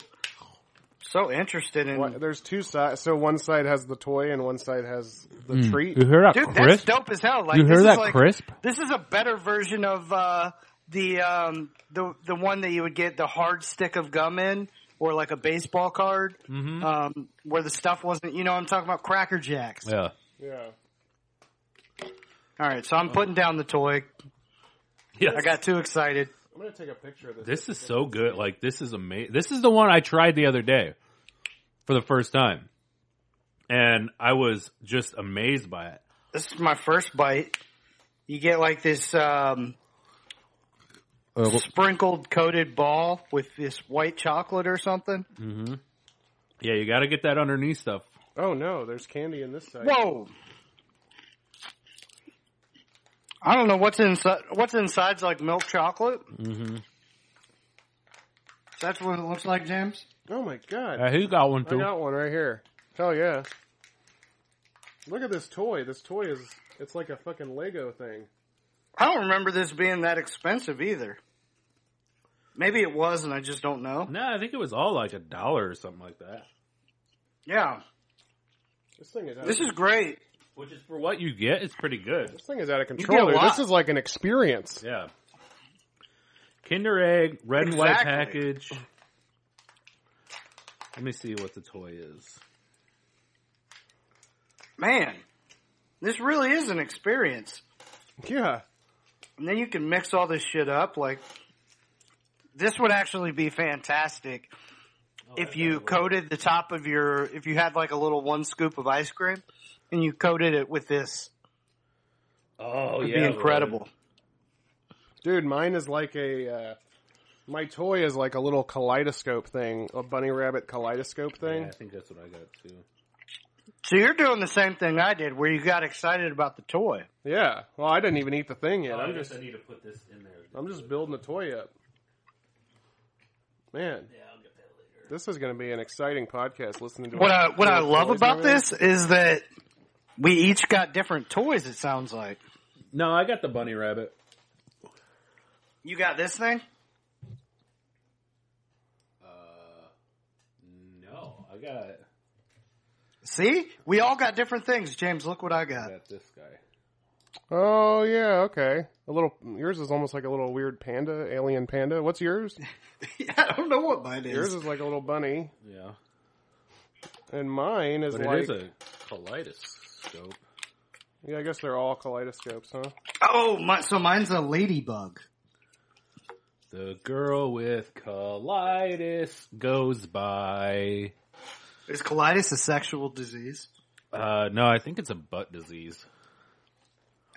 Speaker 4: so interested in
Speaker 2: What, there's two sides. So one side has the toy, and one side has the treat.
Speaker 3: hear that,
Speaker 4: Dude, that's dope as hell. Like
Speaker 3: You hear
Speaker 4: this is
Speaker 3: that
Speaker 4: like,
Speaker 3: crisp?
Speaker 4: This is a better version of uh, the um, the the one that you would get the hard stick of gum in, or like a baseball card,
Speaker 3: Mm-hmm.
Speaker 4: um, where the stuff wasn't. You know, I'm talking about Cracker Jacks.
Speaker 3: Yeah.
Speaker 2: Yeah.
Speaker 4: All right, so I'm putting down the toy. I got too excited.
Speaker 2: I'm gonna take a picture of
Speaker 3: this is so good. Like this is amazing. This is the one I tried the other day for the first time, and I was just amazed by it.
Speaker 4: This is my first bite. You get like this um, sprinkled coated ball with this white chocolate or something.
Speaker 3: Yeah, you got to get that underneath stuff.
Speaker 2: Oh no, there's candy in this side.
Speaker 4: Whoa! I don't know what's inside. What's inside's like milk chocolate. Mm-hmm. That's what it looks like, James.
Speaker 2: Oh my god!
Speaker 3: Uh, who got one
Speaker 2: I
Speaker 3: too?
Speaker 2: got one right here. Hell yeah! Look at this toy. This toy is it's like a fucking Lego thing.
Speaker 4: I don't remember this being that expensive either. Maybe it was, and I just don't know.
Speaker 3: No, I think it was all like a dollar or something like that.
Speaker 4: Yeah,
Speaker 2: This thing is out
Speaker 4: this is great.
Speaker 3: Which is for what you get, it's pretty good.
Speaker 2: this thing is out of
Speaker 4: get
Speaker 2: control.
Speaker 4: a
Speaker 2: dude.
Speaker 4: lot.
Speaker 2: This is like an experience.
Speaker 3: Yeah. Kinder Egg, red and white
Speaker 4: Exactly.
Speaker 3: package. Let me see what the toy is.
Speaker 4: Man, this really is an experience.
Speaker 2: Yeah.
Speaker 4: And then you can mix all this shit up. Like, this would actually be fantastic if you coated the top of your, if you had like a little one scoop of ice cream and you coated it with this.
Speaker 3: Oh,
Speaker 4: It'd
Speaker 3: yeah.
Speaker 4: be incredible.
Speaker 2: Dude, mine is like a. Uh, my toy is like a little kaleidoscope thing, a bunny rabbit kaleidoscope thing.
Speaker 3: Yeah, I think that's what I got too.
Speaker 4: So you're doing the same thing I did where you got excited about the toy.
Speaker 2: Yeah. Well, I didn't even eat the thing
Speaker 4: Oh,
Speaker 2: yet. I'm just
Speaker 3: I need to put this in there.
Speaker 2: I'm just building the toy up. Man. Yeah, I'll get This is going to be an exciting podcast. Listening to
Speaker 4: What
Speaker 2: our-
Speaker 4: I what I
Speaker 2: our
Speaker 4: love
Speaker 2: toys and
Speaker 4: about
Speaker 2: everything.
Speaker 4: this is that we each got different toys. It sounds like
Speaker 3: No, I got the bunny rabbit.
Speaker 4: you got this thing.
Speaker 3: No, I got
Speaker 4: See, we all got different things. James, look what I got.
Speaker 3: got this guy.
Speaker 2: Oh yeah, okay. A little yours is almost like a little weird panda, alien panda. What's yours?
Speaker 4: I don't know what mine
Speaker 2: yours
Speaker 4: is.
Speaker 2: is like a little bunny,
Speaker 3: Yeah,
Speaker 2: and mine is
Speaker 3: but
Speaker 2: like
Speaker 3: it is a kaleidoscope.
Speaker 2: yeah. I guess they're all kaleidoscopes, huh?
Speaker 4: Oh, my, so mine's a ladybug.
Speaker 3: The girl with colitis goes by.
Speaker 4: Is colitis a sexual disease?
Speaker 3: Uh, no, I think it's a butt disease.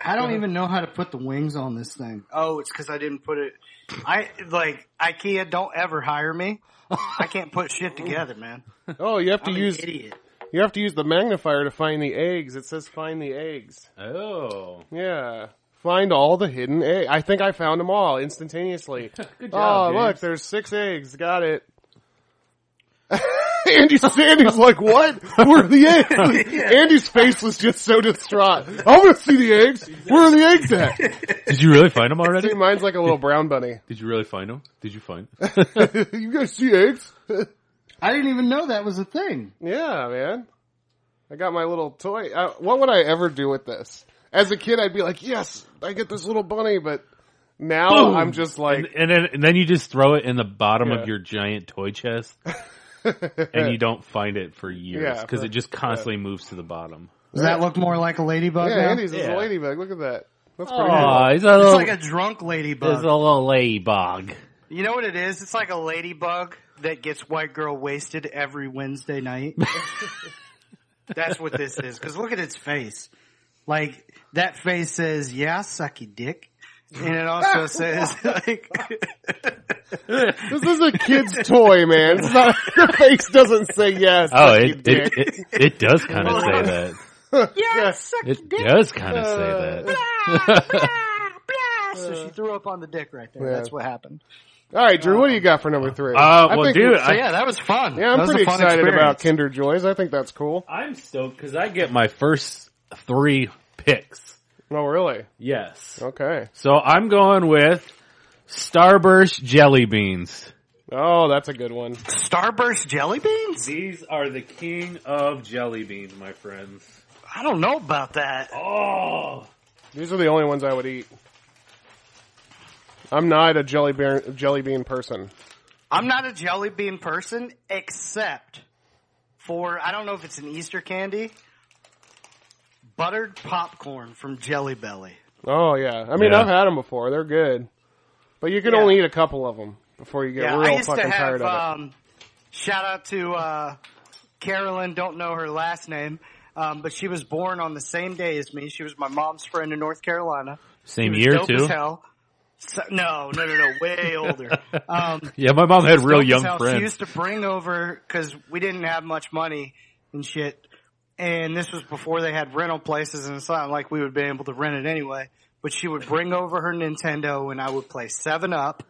Speaker 4: I don't even know how to put the wings on this thing. Oh, it's because I didn't put it. I like IKEA. Don't ever hire me. I can't put shit together, man.
Speaker 2: Oh, you have to
Speaker 4: I'm an
Speaker 2: use
Speaker 4: idiot.
Speaker 2: you have to use the magnifier to find the eggs. It says find the eggs.
Speaker 3: Oh,
Speaker 2: Yeah, find all the hidden eggs. I think I found them all instantaneously.
Speaker 3: good
Speaker 2: oh,
Speaker 3: job.
Speaker 2: look,
Speaker 3: James.
Speaker 2: there's six eggs. Got it. Andy Sandy's like, what? Where are the eggs? Andy's face was just so distraught. I want to see the eggs. Where are the eggs at?
Speaker 3: Did you really find them already?
Speaker 2: See, mine's like a little brown bunny.
Speaker 3: Did you really find them? Did you find?
Speaker 2: you guys see eggs?
Speaker 4: I didn't even know that was a thing.
Speaker 2: yeah, man. I got my little toy. Uh, what would I ever do with this? As a kid, I'd be like, yes, I get this little bunny, but now
Speaker 3: Boom!
Speaker 2: I'm just
Speaker 3: and,
Speaker 2: like,
Speaker 3: and then and then you just throw it in the bottom
Speaker 2: Yeah.
Speaker 3: of your giant toy chest, and you don't find it for years
Speaker 2: Yeah,
Speaker 3: because
Speaker 2: for-
Speaker 3: it just constantly moves to the bottom.
Speaker 4: Does that look more like a ladybug?
Speaker 2: yeah,
Speaker 4: now?
Speaker 2: Andy's is a
Speaker 3: Yeah.
Speaker 2: ladybug. Look at that. That's pretty cool.
Speaker 3: Oh, he's a little,
Speaker 4: It's like a drunk
Speaker 3: he's a
Speaker 4: ladybug.
Speaker 3: little ladybug.
Speaker 4: You know what it is? It's like a ladybug that gets white girl wasted every Wednesday night. That's what this is. Because look at its face. Like that face says, "Yeah, sucky dick," and it also says, "Like
Speaker 2: This is a kid's toy, man. It's not, your face doesn't say yes.
Speaker 3: Oh,
Speaker 2: suck your
Speaker 3: it
Speaker 2: dick.
Speaker 3: it, it it does kind of say that.
Speaker 2: yes.
Speaker 3: It does kind of say that.
Speaker 4: So she threw up on the dick right there.
Speaker 2: Yeah.
Speaker 4: That's what happened.
Speaker 2: All right, Drew, what do you got for number three?
Speaker 3: Uh, well,
Speaker 2: think-
Speaker 3: dude,
Speaker 4: So
Speaker 3: I,
Speaker 4: yeah, that was fun.
Speaker 2: yeah,
Speaker 4: That
Speaker 2: I'm
Speaker 4: was a
Speaker 2: pretty
Speaker 4: fun
Speaker 2: excited about
Speaker 4: experience.
Speaker 2: Kinder Joys. I think that's cool.
Speaker 3: I'm stoked because I get my first three picks.
Speaker 2: Oh, really?
Speaker 3: Yes.
Speaker 2: Okay.
Speaker 3: So I'm going with Starburst jelly beans.
Speaker 2: Oh, that's a good one.
Speaker 4: Starburst jelly beans.
Speaker 3: These are the king of jelly beans, my friends.
Speaker 4: I don't know about that.
Speaker 3: Oh,
Speaker 2: These are the only ones I would eat. I'm not a jelly bean jelly bean person.
Speaker 4: I'm not a jelly bean person, except for I don't know if it's an Easter candy, buttered popcorn from Jelly Belly.
Speaker 2: Oh yeah, I mean
Speaker 3: Yeah.
Speaker 2: I've had them before. They're good, but you can
Speaker 4: Yeah.
Speaker 2: only eat a couple of them before you get
Speaker 4: Yeah,
Speaker 2: real
Speaker 4: I used
Speaker 2: fucking
Speaker 4: to
Speaker 2: tired
Speaker 4: have.
Speaker 2: of it.
Speaker 4: Um, shout out to uh, Carolyn. Don't know her last name. Um, but she was born on the same day as me. She was my mom's friend in North Carolina.
Speaker 3: same
Speaker 4: She was
Speaker 3: year
Speaker 4: dope
Speaker 3: too.
Speaker 4: as hell. So- no, no, no, no, way older. Um,
Speaker 3: Yeah, my mom had real
Speaker 4: dope as
Speaker 3: young
Speaker 4: hell. She
Speaker 3: friends.
Speaker 4: used to bring over because we didn't have much money and shit. And this was before they had rental places, and it's not like we would be able to rent it anyway. But she would bring over her Nintendo, and I would play Seven Up,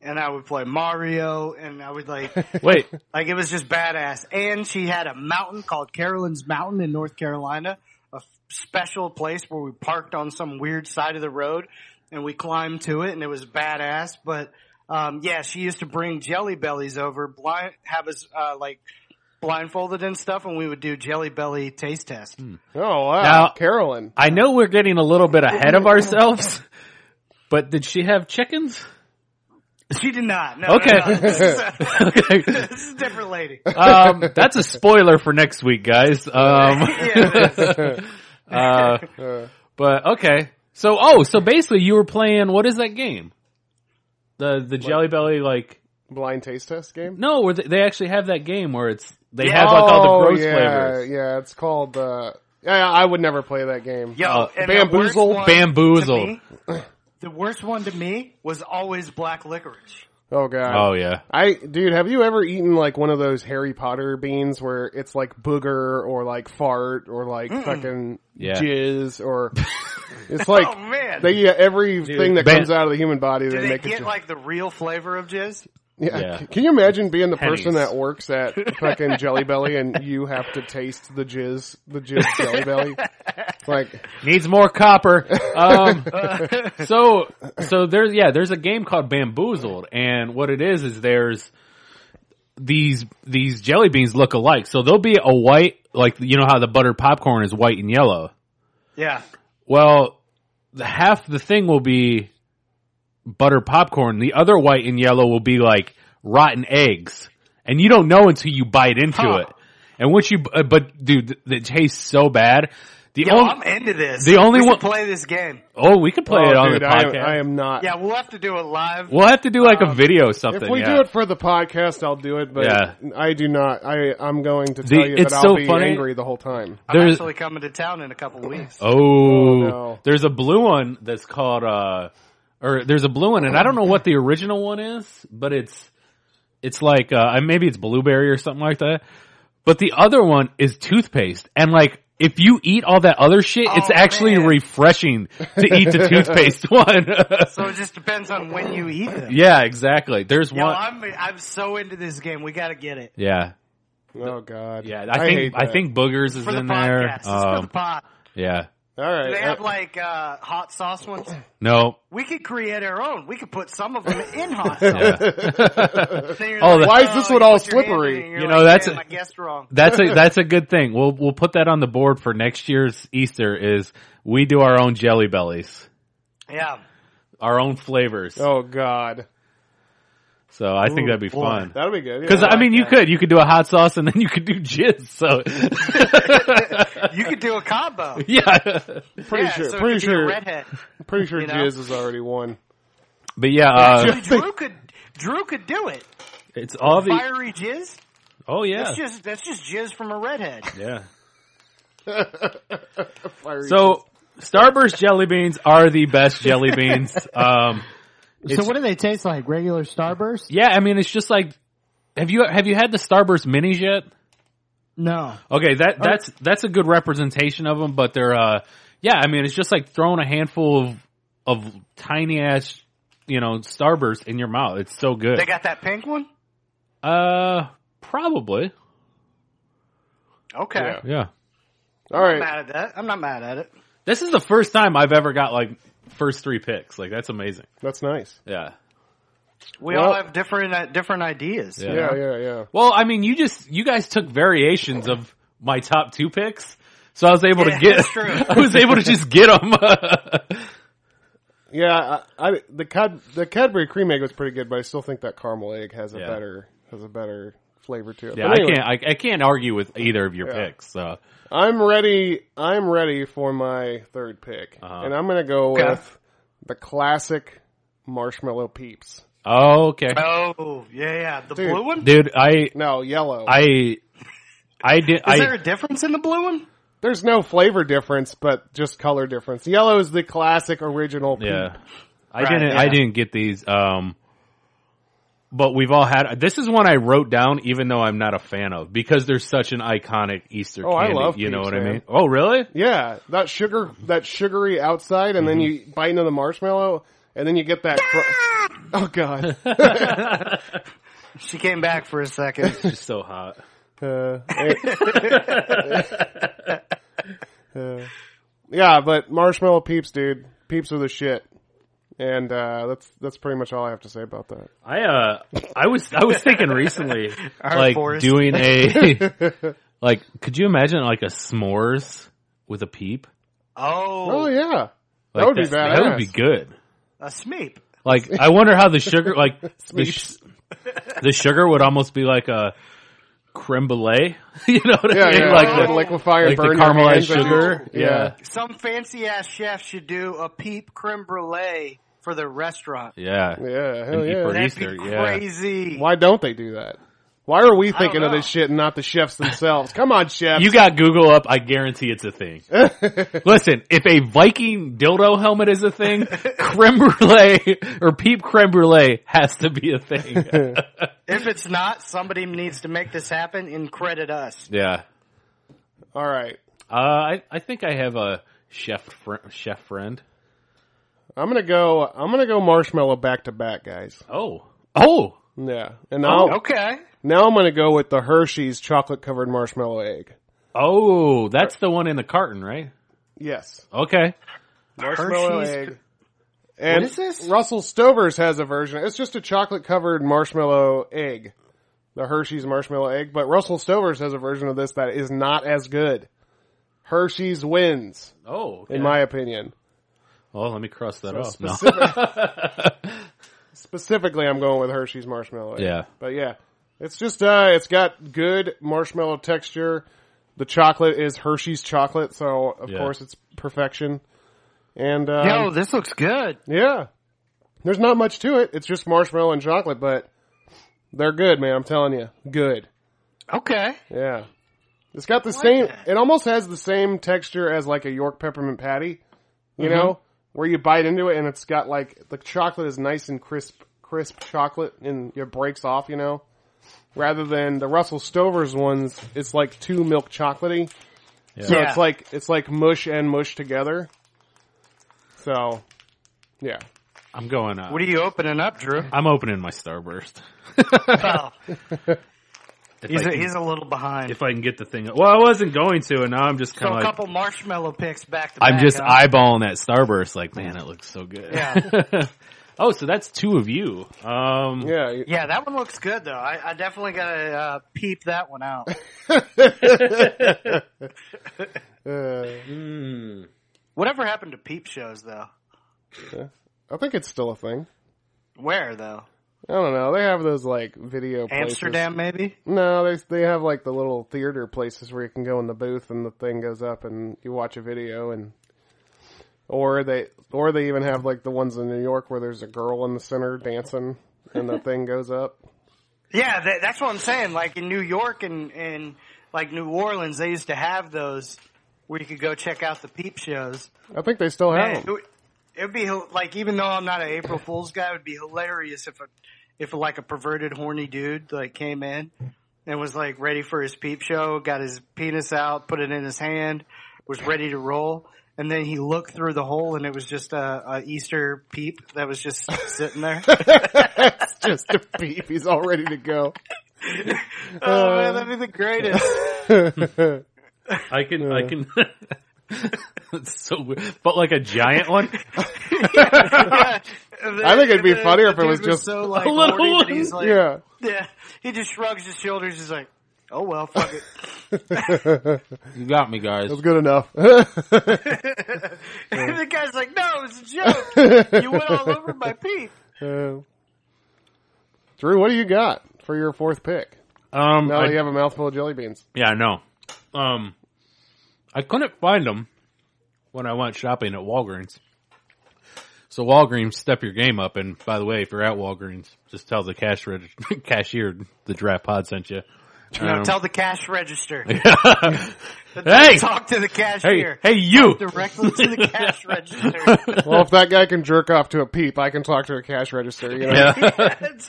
Speaker 4: and I would play Mario, and I would like,
Speaker 3: Wait,
Speaker 4: like it was just badass. And she had a mountain called Carolyn's Mountain in North Carolina, a f- special place where we parked on some weird side of the road, and we climbed to it, and it was badass. But um, yeah, she used to bring jelly bellies over, blind, have us uh, like blindfolded and stuff, and we would do jelly belly taste test.
Speaker 2: oh wow,
Speaker 3: Now-
Speaker 2: Carolyn.
Speaker 3: I know we're getting a little bit ahead of ourselves, but did she have chickens?
Speaker 4: She did not. No,
Speaker 3: Okay.
Speaker 4: no, no. This, is a,
Speaker 3: Okay.
Speaker 4: this is a different lady.
Speaker 3: Um, that's a spoiler for next week, guys. Um,
Speaker 4: Yeah, it is.
Speaker 3: uh, but okay. So, oh, so basically you were playing, what is that game? The, the Jelly Belly, like,
Speaker 2: Blind taste test game.
Speaker 3: no, where they, they actually have that game where it's, they
Speaker 4: Yeah.
Speaker 3: have like all
Speaker 2: Oh,
Speaker 3: the gross
Speaker 2: yeah,
Speaker 3: flavors.
Speaker 2: Yeah, it's called. Uh, yeah, I would never play that game.
Speaker 4: Yo,
Speaker 3: Uh,
Speaker 4: and the worst
Speaker 3: bamboozled,
Speaker 4: one
Speaker 3: bamboozled.
Speaker 4: to me- The worst one to me was always black licorice.
Speaker 2: Oh god.
Speaker 3: Oh yeah.
Speaker 2: I dude, have you ever eaten like one of those Harry Potter beans where it's like booger or like fart or like fucking
Speaker 3: Yeah.
Speaker 2: jizz or it's like
Speaker 4: Oh man,
Speaker 2: they eat everything that
Speaker 3: Ban-
Speaker 2: comes out of the human body. They
Speaker 4: do they
Speaker 2: make it.
Speaker 4: get like the real flavor of jizz?
Speaker 2: Yeah.
Speaker 3: Yeah.
Speaker 2: C- Can you imagine being the person
Speaker 3: Pennies.
Speaker 2: that works at fucking Jelly Belly and you have to taste the jizz, the jizz Jelly Belly? Like,
Speaker 3: Needs more copper. Um, so, so there's, yeah, there's a game called Bamboozled and what it is is there's these, these jelly beans look alike. So there'll be a white, like, you know how the buttered popcorn is white and yellow.
Speaker 4: Yeah.
Speaker 3: Well, the, half the thing will be butter popcorn. The other white and yellow will be like rotten eggs, and you don't know until you bite into
Speaker 4: Huh.
Speaker 3: it. And once you, uh, but dude, th- it tastes so bad. The
Speaker 4: Yo,
Speaker 3: only,
Speaker 4: I'm into this.
Speaker 3: the only
Speaker 4: we should
Speaker 3: one-
Speaker 4: play this game.
Speaker 3: oh, we could play
Speaker 2: oh,
Speaker 3: it on
Speaker 2: dude,
Speaker 3: the
Speaker 2: I am,
Speaker 3: podcast.
Speaker 2: I am not.
Speaker 4: Yeah, we'll have to do it live.
Speaker 3: we'll have to do like a video or something.
Speaker 2: If we
Speaker 3: yeah.
Speaker 2: do it for the podcast, I'll do it, but
Speaker 3: Yeah.
Speaker 2: I do not. I, I'm going to tell you
Speaker 3: it's
Speaker 2: that I'll
Speaker 3: so
Speaker 2: be
Speaker 3: funny.
Speaker 2: angry the whole time.
Speaker 4: I'm
Speaker 3: there's-
Speaker 4: actually coming to town in a couple weeks.
Speaker 3: Oh,
Speaker 2: no.
Speaker 3: there's a blue one that's called, uh, or there's a blue one, and I don't know what the original one is, but it's, it's like, uh, maybe it's blueberry or something like that. But the other one is toothpaste, and like, if you eat all that other shit, it's
Speaker 4: Oh,
Speaker 3: actually
Speaker 4: man.
Speaker 3: refreshing to eat the toothpaste one.
Speaker 4: So it just depends on when you eat them.
Speaker 3: yeah, exactly. There's
Speaker 4: Yo,
Speaker 3: one.
Speaker 4: I'm I'm so into this game. We got to get it
Speaker 3: yeah,
Speaker 2: Oh God.
Speaker 3: yeah. I think
Speaker 2: hate
Speaker 3: I,
Speaker 2: that.
Speaker 3: think boogers is
Speaker 4: for the
Speaker 3: in there.
Speaker 4: podcast. It's for the
Speaker 3: Um,
Speaker 4: pod.
Speaker 3: yeah.
Speaker 2: All right.
Speaker 4: Do they have
Speaker 2: uh,
Speaker 4: like uh, hot sauce ones?
Speaker 3: No.
Speaker 4: We could create our own. We could put some of them in hot sauce.
Speaker 3: Yeah.
Speaker 4: They're
Speaker 3: Oh,
Speaker 4: like,
Speaker 3: why
Speaker 2: is this one
Speaker 4: you
Speaker 2: all
Speaker 4: put your hand in
Speaker 2: slippery?
Speaker 4: it and you're
Speaker 3: You know,
Speaker 4: like,
Speaker 3: that's
Speaker 4: "Damn,
Speaker 3: a-
Speaker 4: I guessed wrong.
Speaker 3: That's a that's a good thing. We'll we'll put that on the board for next year's Easter. Is we do our own jelly bellies,
Speaker 4: Yeah.
Speaker 3: our own flavors.
Speaker 2: oh God.
Speaker 3: So I think
Speaker 2: Ooh,
Speaker 3: that'd be
Speaker 2: boy,
Speaker 3: fun.
Speaker 2: That'll be good.
Speaker 3: Because
Speaker 2: yeah.
Speaker 3: I mean, you could you could do a hot sauce and then you could do jizz. So
Speaker 4: You could do a combo.
Speaker 3: yeah,
Speaker 2: pretty
Speaker 4: yeah,
Speaker 2: sure.
Speaker 4: so
Speaker 2: pretty
Speaker 4: it could be a
Speaker 2: sure.
Speaker 4: redhead.
Speaker 2: Pretty sure
Speaker 4: you know?
Speaker 2: Jizz is already won.
Speaker 3: but yeah, uh,
Speaker 4: Actually, Drew could Drew could do it.
Speaker 3: it's all the
Speaker 4: Fiery jizz.
Speaker 3: oh yeah
Speaker 4: That's just that's just jizz from a redhead.
Speaker 3: yeah.
Speaker 2: Fiery
Speaker 3: So Starburst jelly beans are the best jelly beans. Um,
Speaker 5: So what do they taste like? Regular Starburst?
Speaker 3: yeah, I mean, it's just like have you have you had the Starburst minis yet?
Speaker 5: No.
Speaker 3: Okay, that that's that's a good representation of them, but they're uh yeah, I mean it's just like throwing a handful of of tiny ass you know starburst in your mouth. It's so good.
Speaker 4: They got that pink one.
Speaker 3: uh probably.
Speaker 4: Okay.
Speaker 2: Yeah.
Speaker 3: Yeah.
Speaker 2: All
Speaker 4: I'm
Speaker 2: right.
Speaker 4: mad at that. I'm not mad at it.
Speaker 3: This is the first time I've ever got like first 3 picks. Like that's amazing.
Speaker 2: That's nice.
Speaker 3: Yeah.
Speaker 4: We
Speaker 2: Well-
Speaker 4: all have different uh, different ideas.
Speaker 3: Yeah.
Speaker 2: Yeah. Yeah. Yeah.
Speaker 3: Well, I mean, you just you guys took variations of my top 2 picks. So I was able
Speaker 4: Yeah,
Speaker 3: to get
Speaker 4: that's true.
Speaker 3: I was able to just get them.
Speaker 2: Yeah. I, I the Cad the Cadbury cream egg was pretty good, but I still think that caramel egg has a
Speaker 3: Yeah.
Speaker 2: better has a better flavor to it.
Speaker 3: yeah,
Speaker 2: But anyway,
Speaker 3: I can't I, I can't argue with either of your
Speaker 2: Yeah.
Speaker 3: picks. So
Speaker 2: I'm ready. I'm ready for my third pick,
Speaker 3: Uh-huh.
Speaker 2: and I'm gonna go
Speaker 4: Okay.
Speaker 2: with the classic marshmallow peeps.
Speaker 3: okay.
Speaker 4: Oh yeah, yeah. The
Speaker 2: Dude.
Speaker 4: blue one.
Speaker 3: Dude, I
Speaker 2: No, yellow.
Speaker 3: I I did
Speaker 4: Is
Speaker 3: I
Speaker 4: there a difference in the blue one?
Speaker 2: There's no flavor difference, but just color difference. Yellow is the classic original. Peep.
Speaker 3: yeah. I
Speaker 4: Right,
Speaker 3: didn't I
Speaker 4: yeah.
Speaker 3: didn't get these um but we've all had this is one I wrote down even though I'm not a fan of because there's such an iconic Easter
Speaker 2: Oh, I
Speaker 3: candy,
Speaker 2: love
Speaker 3: you know
Speaker 2: peeps,
Speaker 3: what I
Speaker 2: man.
Speaker 3: mean? Oh, really?
Speaker 2: Yeah, that sugar, that sugary outside, and then
Speaker 3: Mm-hmm.
Speaker 2: you bite into the marshmallow, and then you get that. Cr- oh god,
Speaker 4: She came back for a second.
Speaker 3: It's just so hot.
Speaker 2: Uh, uh, yeah, but marshmallow peeps, dude, peeps are the shit, and uh, that's that's pretty much all I have to say about that.
Speaker 3: I uh I was I was thinking recently like
Speaker 4: Forrest.
Speaker 3: doing a like could you imagine like a s'mores with a peep?
Speaker 4: Oh,
Speaker 2: Oh yeah,
Speaker 3: Like
Speaker 2: would be
Speaker 3: That would be
Speaker 2: badass.
Speaker 3: good.
Speaker 4: a smeep.
Speaker 3: Like, I wonder how the sugar, like, the, sh- the sugar would almost be like a creme brulee. you know what
Speaker 2: yeah,
Speaker 3: I mean?
Speaker 2: yeah.
Speaker 3: Like,
Speaker 2: Like,
Speaker 3: the,
Speaker 2: liquefy and
Speaker 3: like the
Speaker 2: burn your
Speaker 3: caramelized
Speaker 2: hands as you-
Speaker 3: sugar.
Speaker 2: Yeah.
Speaker 3: Yeah.
Speaker 4: Some fancy ass chef should do a peep creme brulee for their restaurant.
Speaker 3: yeah.
Speaker 2: yeah, hell
Speaker 3: And eat
Speaker 2: yeah.
Speaker 3: burrito.
Speaker 4: That'd
Speaker 3: Easter,
Speaker 4: be
Speaker 3: yeah.
Speaker 4: crazy.
Speaker 2: Why don't they do that? Why are we thinking of
Speaker 4: know.
Speaker 2: this shit and not the chefs themselves? Come on, chefs.
Speaker 3: You got Google up, I guarantee it's a thing. Listen, if a Viking dildo helmet is a thing, creme brulee or peep creme brulee has to be a thing.
Speaker 4: If it's not, somebody needs to make this happen and credit us.
Speaker 3: yeah.
Speaker 2: all right.
Speaker 3: Uh, I, I think I have a chef, fr- chef friend.
Speaker 2: I'm gonna go. I'm gonna go marshmallow back to back, guys.
Speaker 3: Oh. Oh.
Speaker 2: Yeah. And now,
Speaker 4: Okay.
Speaker 2: now I'm going to go with the Hershey's chocolate covered marshmallow egg.
Speaker 3: Oh, that's the one in the carton, right?
Speaker 2: Yes.
Speaker 3: Okay.
Speaker 2: Marshmallow
Speaker 4: Hershey's-
Speaker 2: egg. And
Speaker 4: is this?
Speaker 2: Russell Stover's has a version. It's just a chocolate covered marshmallow egg. The Hershey's marshmallow egg, but Russell Stover's has a version of this that is not as good. Hershey's wins,
Speaker 3: Oh, okay.
Speaker 2: in my opinion.
Speaker 3: well, let me cross that off. Oh, No.
Speaker 2: Specifically, I'm going with Hershey's marshmallow. Egg.
Speaker 3: Yeah.
Speaker 2: but yeah, it's just uh, it's got good marshmallow texture. The chocolate is Hershey's chocolate, so of
Speaker 3: Yeah.
Speaker 2: course it's perfection. And um,
Speaker 4: Yo, this looks good.
Speaker 2: yeah, there's not much to it. It's just marshmallow and chocolate, but they're good, man. I'm telling you, good.
Speaker 4: Okay.
Speaker 2: Yeah, it's got the same. It almost has the same texture as like a York peppermint patty. You know, where you bite into it and it's got like the chocolate is nice and crisp, crisp chocolate, and it breaks off. You know, rather than the Russell Stover's ones, it's like too milk chocolatey. So
Speaker 4: Yeah.
Speaker 2: it's like it's like mush and mush together. So, yeah.
Speaker 3: I'm going up.
Speaker 4: What are you opening up, Drew?
Speaker 3: I'm opening my Starburst.
Speaker 4: Oh,
Speaker 3: If
Speaker 4: he's,
Speaker 3: I
Speaker 4: a,
Speaker 3: can-
Speaker 4: he's a little behind.
Speaker 3: if I can get the thing. Well, I wasn't going to, and now I'm just
Speaker 4: So
Speaker 3: kind
Speaker 4: a
Speaker 3: of like
Speaker 4: couple marshmallow picks back to
Speaker 3: I'm
Speaker 4: back,
Speaker 3: just
Speaker 4: huh?
Speaker 3: eyeballing that Starburst. Like, man, it looks so good.
Speaker 4: Yeah.
Speaker 3: oh, so that's two of you. Um,
Speaker 2: Yeah, you-
Speaker 4: Yeah, that one looks good though. I, I definitely gotta uh, peep that one out.
Speaker 2: Uh, hmm.
Speaker 4: Whatever happened to peep shows though?
Speaker 2: I think it's still a thing.
Speaker 4: Where though?
Speaker 2: I don't know. They have those like video places.
Speaker 4: Amsterdam maybe?
Speaker 2: No, they they have like the little theater places where you can go in the booth and the thing goes up and you watch a video and or they or they even have like the ones in New York where there's a girl in the center dancing and the thing goes up.
Speaker 4: Yeah, that, that's what I'm saying. Like in New York and and like New Orleans, they used to have those where you could go check out the peep shows.
Speaker 2: I think they still
Speaker 4: Man,
Speaker 2: have
Speaker 4: it
Speaker 2: them.
Speaker 4: would- it would be hil- like even though I'm not an April Fool's guy, it would be hilarious if a if like a perverted horny dude like came in and was like ready for his peep show, got his penis out, put it in his hand, was ready to roll, and then he looked through the hole and it was just a, a Easter peep that was just sitting there.
Speaker 2: it's just a beep. He's all ready to go.
Speaker 4: oh man, that'd be the greatest.
Speaker 3: I can, I can. That's so weird. But like a giant one?
Speaker 4: I
Speaker 2: think it'd be funnier if it was just
Speaker 4: so, like,
Speaker 3: a little
Speaker 4: horny that
Speaker 3: one.
Speaker 4: he's like, yeah.
Speaker 2: Yeah.
Speaker 4: He just shrugs his shoulders. He's like, "Oh well, fuck it."
Speaker 3: You got me, guys.
Speaker 2: That's good enough.
Speaker 4: And the guy's like, "No, it's a joke. you went all over my peep."
Speaker 2: Uh, Drew, what do you got for your fourth pick?
Speaker 3: Um,
Speaker 2: Now
Speaker 3: I-
Speaker 2: that you have a mouthful of jelly beans.
Speaker 3: yeah, I know. Um, I couldn't find them when I went shopping at Walgreens. So Walgreens, step your game up. And by the way, if you're at Walgreens, just tell the cash reg- cashier the draft pod sent you.
Speaker 4: No,
Speaker 3: Um,
Speaker 4: tell the cash register.
Speaker 3: hey,
Speaker 4: Talk to
Speaker 3: hey,
Speaker 4: the cashier
Speaker 3: hey, you.
Speaker 4: directly to the cash register.
Speaker 2: Well, if that guy can jerk off to a peep, I can talk to a cash register. You know?
Speaker 3: Yeah.
Speaker 4: That's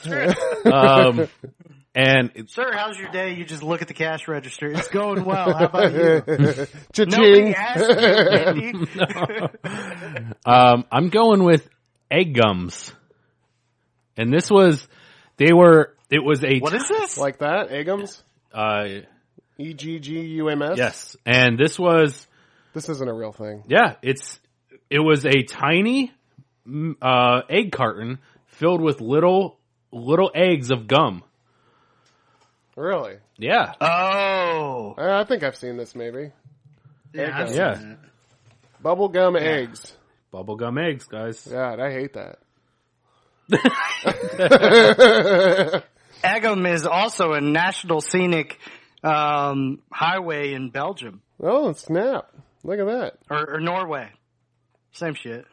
Speaker 4: true.
Speaker 3: um, and it's,
Speaker 4: Sir, how's your day? You just look at the cash register. It's going well. How about you? Nobody
Speaker 2: Cha-ching.
Speaker 4: asked you. baby.
Speaker 3: um, I'm going with egg gums. And this was, they were, it was a,
Speaker 4: What is this?
Speaker 2: like that, Eggums?
Speaker 3: uh,
Speaker 2: E G G U M S?
Speaker 3: yes. And this was,
Speaker 2: This isn't a real thing.
Speaker 3: yeah, it's, it was a tiny, mm, uh, egg carton filled with little, little eggs of gum.
Speaker 2: Really?
Speaker 3: Yeah.
Speaker 4: oh,
Speaker 2: Uh, I think I've seen this maybe.
Speaker 4: yeah, I've seen
Speaker 3: Yeah.
Speaker 4: that.
Speaker 2: Bubblegum eggs.
Speaker 3: Bubblegum eggs, guys.
Speaker 2: God, I hate that.
Speaker 4: Agam is also a national scenic um, highway in Belgium
Speaker 2: Oh, snap. Look at that.
Speaker 4: or, or Norway. Same shit.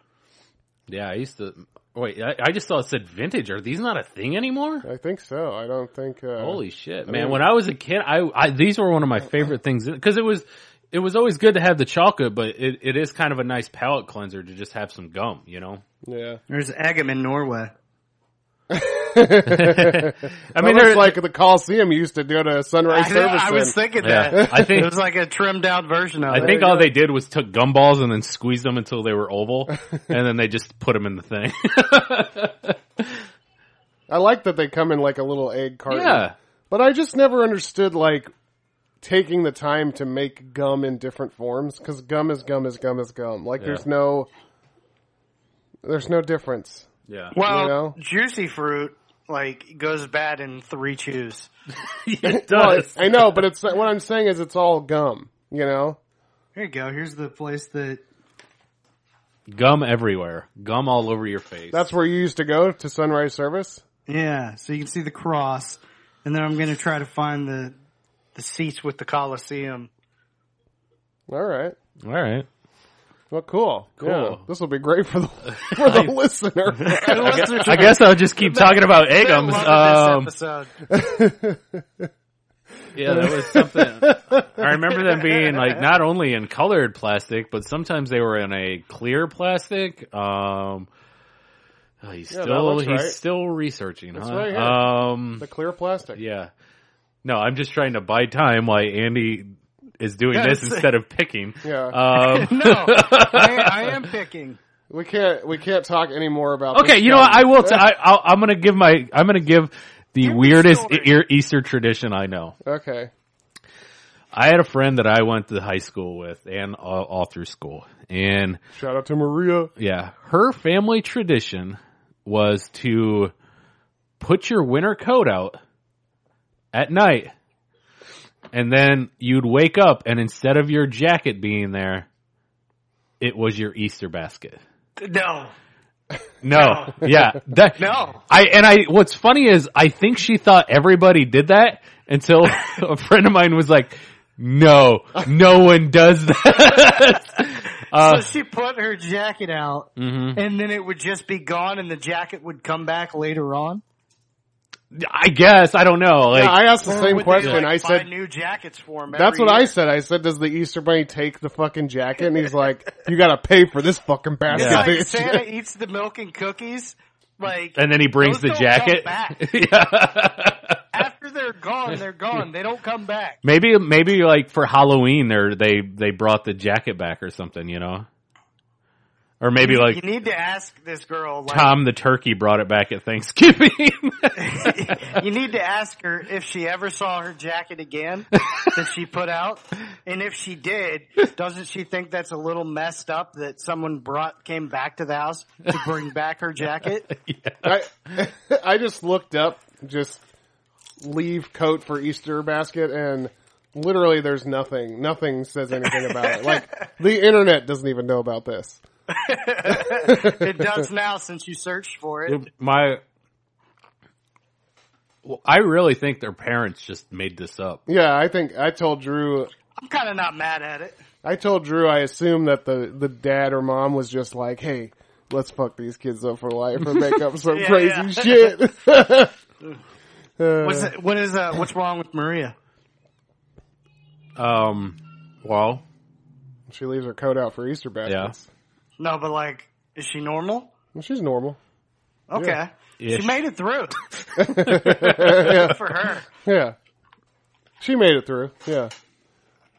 Speaker 3: Yeah. I used to, wait, I, I just saw it said vintage. Are these not a thing anymore?
Speaker 2: I think so. I don't think. Uh,
Speaker 3: Holy shit, man! When I was a kid, I, I these were one of my favorite things because it was it was always good to have the chocolate, but it, it is kind of a nice palate cleanser to just have some gum, you know.
Speaker 2: Yeah.
Speaker 4: There's Agam in Norway.
Speaker 3: I
Speaker 2: I mean,
Speaker 3: mean,
Speaker 2: it's
Speaker 3: there,
Speaker 2: like the Coliseum you used to do to Sunrise
Speaker 4: I,
Speaker 2: Service.
Speaker 4: I was
Speaker 2: in.
Speaker 4: thinking
Speaker 3: Yeah.
Speaker 4: that.
Speaker 3: I think-
Speaker 4: it was like a trimmed down version of
Speaker 3: I
Speaker 4: it.
Speaker 3: think all they did was took gum balls and then squeezed them until they were oval, and then they just put them in the thing.
Speaker 2: I like that they come in like a little egg carton.
Speaker 3: Oh, Yeah.
Speaker 2: But I just never understood like taking the time to make gum in different forms because gum is gum is gum is gum. Like there's no, there's no difference.
Speaker 3: Yeah.
Speaker 4: Well,
Speaker 2: You know?
Speaker 4: juicy fruit like goes bad in three chews.
Speaker 3: it
Speaker 2: Well,
Speaker 3: does.
Speaker 2: I know, but it's what I'm saying is it's all gum. You know,
Speaker 4: Here you go. Here's the place that
Speaker 3: Gum everywhere. Gum all over your face.
Speaker 2: that's where you used to go to sunrise service.
Speaker 4: yeah. So you can see the cross, and then I'm gonna try to find the the seats with the Colosseum.
Speaker 2: All right.
Speaker 3: all right.
Speaker 2: Well, cool. Cool.
Speaker 3: Cool.
Speaker 2: This will be great for the for the listener.
Speaker 3: I guess I'll just keep talking about eggums.
Speaker 4: Love
Speaker 3: Um,
Speaker 4: this episode.
Speaker 3: yeah, that was something. I remember them being like not only in colored plastic, but sometimes they were in a clear plastic. Um, oh, he's
Speaker 2: that
Speaker 3: still
Speaker 2: looks
Speaker 3: he's
Speaker 2: right.
Speaker 3: still researching, huh?
Speaker 2: right here.
Speaker 3: um,
Speaker 2: the clear plastic.
Speaker 3: yeah. No, I'm just trying to buy time while Andy is doing this
Speaker 4: Yes.
Speaker 3: instead of picking.
Speaker 2: Yeah.
Speaker 3: Um,
Speaker 4: No, I, I am picking.
Speaker 2: We can't we can't talk any more about.
Speaker 3: Okay,
Speaker 2: this
Speaker 3: you know what?
Speaker 2: gum.
Speaker 3: I will. T- I, I'll, I'm going to give my. I'm going to give the weirdest
Speaker 4: story.
Speaker 3: ear Easter tradition I know.
Speaker 2: okay.
Speaker 3: I had a friend that I went to high school with, and all, all through school, and
Speaker 2: Shout out to Maria.
Speaker 3: yeah, her family tradition was to put your winter coat out at night, and then you'd wake up, and instead of your jacket being there, it was your Easter basket.
Speaker 4: No,
Speaker 3: No, yeah, that,
Speaker 4: no.
Speaker 3: I and I what's funny is I think she thought everybody did that until a friend of mine was like, "No, no one does that." Uh,
Speaker 4: so she put her jacket out,
Speaker 3: Mm-hmm.
Speaker 4: and then it would just be gone, and the jacket would come back later on.
Speaker 3: I guess I don't know. Like,
Speaker 2: I asked the
Speaker 4: Or
Speaker 2: same
Speaker 4: would they,
Speaker 2: question.
Speaker 4: like,
Speaker 2: I
Speaker 4: buy
Speaker 2: said
Speaker 4: new jackets for him.
Speaker 2: That's
Speaker 4: every
Speaker 2: what I
Speaker 4: year?
Speaker 2: said. I said, "Does the Easter Bunny take the fucking jacket?" And he's like, "You gotta pay for this fucking basket,
Speaker 4: It's
Speaker 3: Yeah.
Speaker 4: like
Speaker 2: bitch."
Speaker 4: Santa eats the milk and cookies. Like
Speaker 3: and then he brings the
Speaker 4: those don't come
Speaker 3: jacket.
Speaker 4: back.
Speaker 3: yeah.
Speaker 4: after they're gone, they're gone. They don't come back.
Speaker 3: Maybe maybe like for Halloween, they they they brought the jacket back or something, you know, or maybe
Speaker 4: you
Speaker 3: like.
Speaker 4: need to ask this girl. Like,
Speaker 3: Tom the turkey brought it back at Thanksgiving.
Speaker 4: you need to ask her if she ever saw her jacket again that she put out, and if she did, doesn't she think that's a little messed up that someone brought came back to the house to bring back her jacket?
Speaker 2: I, I just looked up, just leave coat for Easter basket, and literally, there's nothing. Nothing says anything about it. Like the internet doesn't even know about this.
Speaker 4: It does now since you searched for it.
Speaker 3: my well, I really think their parents just made this up.
Speaker 2: Yeah, I think I told Drew.
Speaker 4: I'm kind of not mad at it.
Speaker 2: I told Drew. I assume that the the dad or mom was just like, "Hey." Let's fuck these kids up for life and make up some
Speaker 4: Yeah,
Speaker 2: crazy
Speaker 4: yeah.
Speaker 2: shit.
Speaker 4: What's it, what is uh, what's wrong with Maria?
Speaker 3: Um well,
Speaker 2: she leaves her coat out for Easter
Speaker 3: yeah.
Speaker 2: baskets.
Speaker 4: No, but like, is she normal?
Speaker 2: Well, she's normal.
Speaker 4: Okay,
Speaker 3: Ish.
Speaker 4: she made it through. for her.
Speaker 2: Yeah. She made it through. Yeah.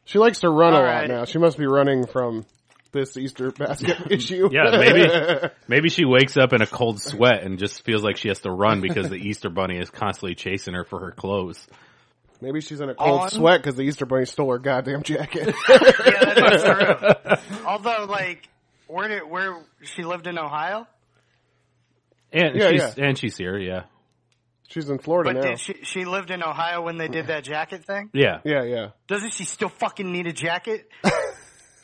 Speaker 2: She likes to run a
Speaker 4: All
Speaker 2: lot
Speaker 4: right.
Speaker 2: now. She must be running from this Easter basket issue.
Speaker 3: Yeah, maybe maybe she wakes up in a cold sweat and just feels like she has to run because the Easter bunny is constantly chasing her for her clothes.
Speaker 2: Maybe she's in a cold
Speaker 4: On-
Speaker 2: sweat because the Easter bunny stole her goddamn jacket.
Speaker 4: Yeah, that is true. Although, like, where did where she lived in Ohio,
Speaker 3: And
Speaker 2: Yeah,
Speaker 3: she's and she's here, yeah.
Speaker 2: she's in Florida
Speaker 4: but
Speaker 2: now.
Speaker 4: did she she lived in Ohio when they did that jacket thing?
Speaker 3: Yeah.
Speaker 2: yeah, yeah.
Speaker 4: Doesn't she still fucking need a jacket?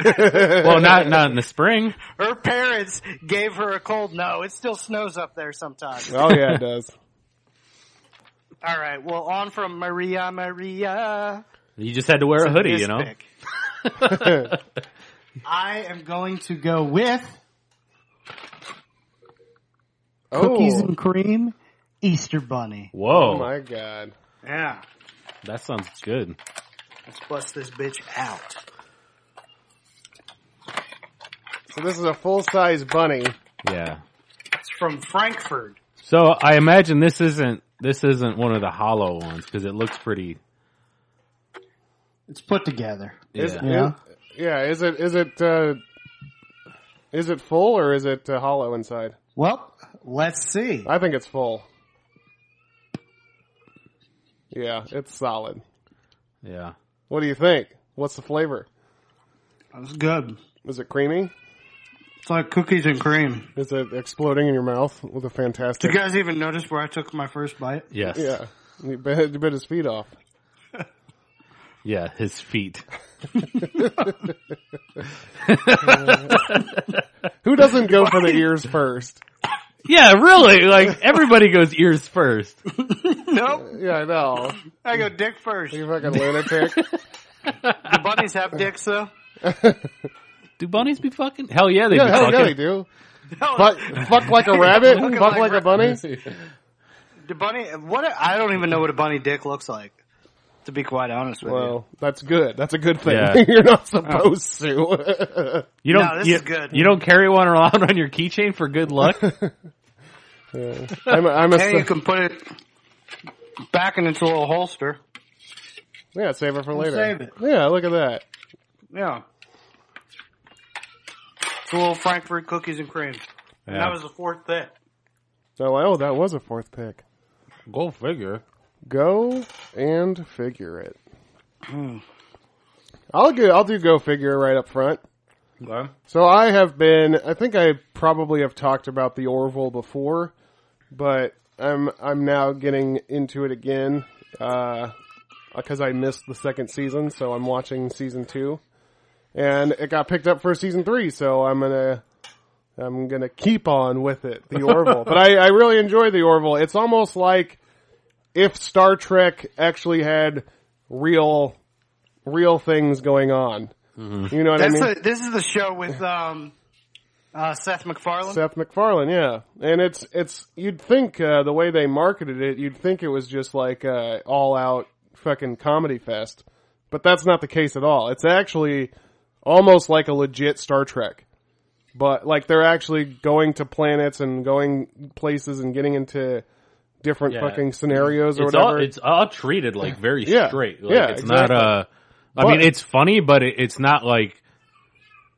Speaker 3: Well, not not in the spring.
Speaker 4: Her parents gave her a cold. No, it still snows up there sometimes.
Speaker 2: Oh yeah, it does.
Speaker 4: All right, well, on from Maria, Maria.
Speaker 3: You just had to wear a hoodie,
Speaker 4: This
Speaker 3: you know.
Speaker 4: pick. I am going to go with cookies
Speaker 2: oh,
Speaker 4: and cream Easter bunny.
Speaker 3: Whoa.
Speaker 2: oh my god.
Speaker 4: Yeah,
Speaker 3: that sounds good.
Speaker 4: let's bust this bitch out.
Speaker 2: So this is a full size bunny.
Speaker 3: Yeah.
Speaker 4: It's from Frankfurt.
Speaker 3: So I imagine this isn't this isn't one of the hollow ones because it looks pretty
Speaker 5: It's put together.
Speaker 2: Is,
Speaker 3: Yeah.
Speaker 5: Yeah.
Speaker 2: Is, yeah. Is it? Is it? Uh, is it full or is it uh, hollow inside?
Speaker 5: Well,
Speaker 4: Let's see.
Speaker 2: I think it's full. Yeah, it's solid.
Speaker 3: Yeah.
Speaker 2: What do you think? What's the flavor?
Speaker 5: That's good.
Speaker 2: Is it creamy?
Speaker 5: It's like cookies and cream.
Speaker 2: Is it exploding in your mouth with a fantastic?
Speaker 5: Did you guys even notice where I took my first bite?
Speaker 3: Yes.
Speaker 2: yeah, you bit, you bit his feet off.
Speaker 3: Yeah, his feet.
Speaker 2: Who doesn't go for the ears first?
Speaker 3: Yeah, really. Like everybody goes ears first.
Speaker 4: Nope.
Speaker 2: Yeah, I know.
Speaker 4: I go dick first.
Speaker 2: You fucking lunatic.
Speaker 4: The bunnies have dicks though.
Speaker 3: Do bunnies be fucking? Hell yeah, they
Speaker 2: Yeah,
Speaker 3: be
Speaker 2: hell
Speaker 3: fucking.
Speaker 2: yeah, they do.
Speaker 4: No,
Speaker 2: Fuck, fuck like a rabbit, fuck like,
Speaker 4: like
Speaker 2: a bunny.
Speaker 4: the bunny. What? A, I don't even know what a bunny dick looks like. To be quite honest with you.
Speaker 2: Well, that's good. That's a good thing.
Speaker 3: Yeah.
Speaker 2: You're not supposed to.
Speaker 3: You don't.
Speaker 4: No, this
Speaker 3: you,
Speaker 4: is good.
Speaker 3: You don't carry one around on your keychain for good luck.
Speaker 2: I'm, a- I'm a,
Speaker 4: And you can put it back in its little holster.
Speaker 2: yeah, save it for later.
Speaker 5: save it.
Speaker 2: Yeah, look at that.
Speaker 4: Yeah. It's a little Frankfurt cookies and cream. And
Speaker 3: Yeah.
Speaker 4: that was the fourth thing.
Speaker 2: Oh, oh, that was a fourth pick.
Speaker 3: Go figure.
Speaker 2: Go and figure it. I'll go. I'll do go figure right up front. So I have been. I think I probably have talked about the Orville before, but I'm I'm now getting into it again because I missed the second season, so I'm watching season two, and it got picked up for season three. So I'm gonna I'm gonna keep on with it, the Orville. but I, I really enjoy the Orville. It's almost like if Star Trek actually had real real things going on. You know what I
Speaker 4: That's
Speaker 2: mean?
Speaker 4: the- this is the show with um, uh, Seth MacFarlane.
Speaker 2: Seth MacFarlane, yeah, and it's it's you'd think uh, the way they marketed it, you'd think it was just like uh, all out fucking comedy fest, but that's not the case at all. It's actually almost like a legit Star Trek, but like they're actually going to planets and going places and getting into different
Speaker 3: Yeah.
Speaker 2: fucking scenarios or
Speaker 3: It's
Speaker 2: whatever.
Speaker 3: all, it's all treated like very
Speaker 2: Yeah.
Speaker 3: straight. Like,
Speaker 2: Yeah,
Speaker 3: it's
Speaker 2: exactly.
Speaker 3: not uh I
Speaker 2: But-
Speaker 3: mean, it's funny, but it, it's not like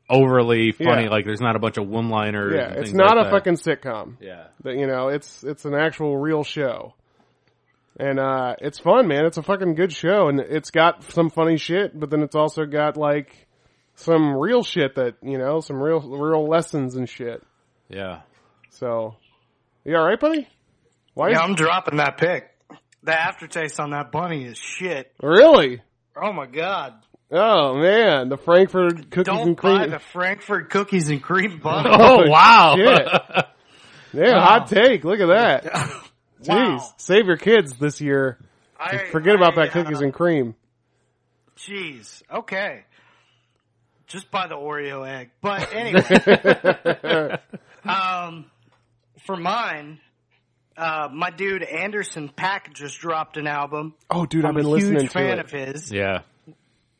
Speaker 3: overly funny.
Speaker 2: Yeah.
Speaker 3: Like there's not a bunch of one liners.
Speaker 2: yeah, it's not a fucking sitcom.
Speaker 3: Yeah.
Speaker 2: that you know it's it's an actual real show and uh it's fun man it's a fucking good show and it's got some funny shit but then it's also got like some real shit that you know some real real lessons and shit
Speaker 3: Yeah.
Speaker 2: so you all right buddy why
Speaker 4: Yeah, I'm dropping that pick. The aftertaste on that bunny is shit.
Speaker 2: really
Speaker 4: Oh my god.
Speaker 2: oh man the frankfurt cookies
Speaker 4: Don't
Speaker 2: and
Speaker 4: buy
Speaker 2: cream
Speaker 4: the Frankfurt cookies and cream bunny.
Speaker 3: Oh wow.
Speaker 2: shit. yeah hot take look at that jeez
Speaker 4: Wow.
Speaker 2: save your kids this year
Speaker 4: I-
Speaker 2: forget about
Speaker 4: I,
Speaker 2: that cookies
Speaker 4: uh,
Speaker 2: and cream
Speaker 4: Jeez. Okay. Just buy the Oreo egg. But anyway, um, for mine, uh, my dude Anderson Pack just dropped an album.
Speaker 2: oh dude i've
Speaker 4: I'm
Speaker 2: been
Speaker 4: a
Speaker 2: listening
Speaker 4: huge
Speaker 2: to it
Speaker 4: fan of his.
Speaker 3: Yeah.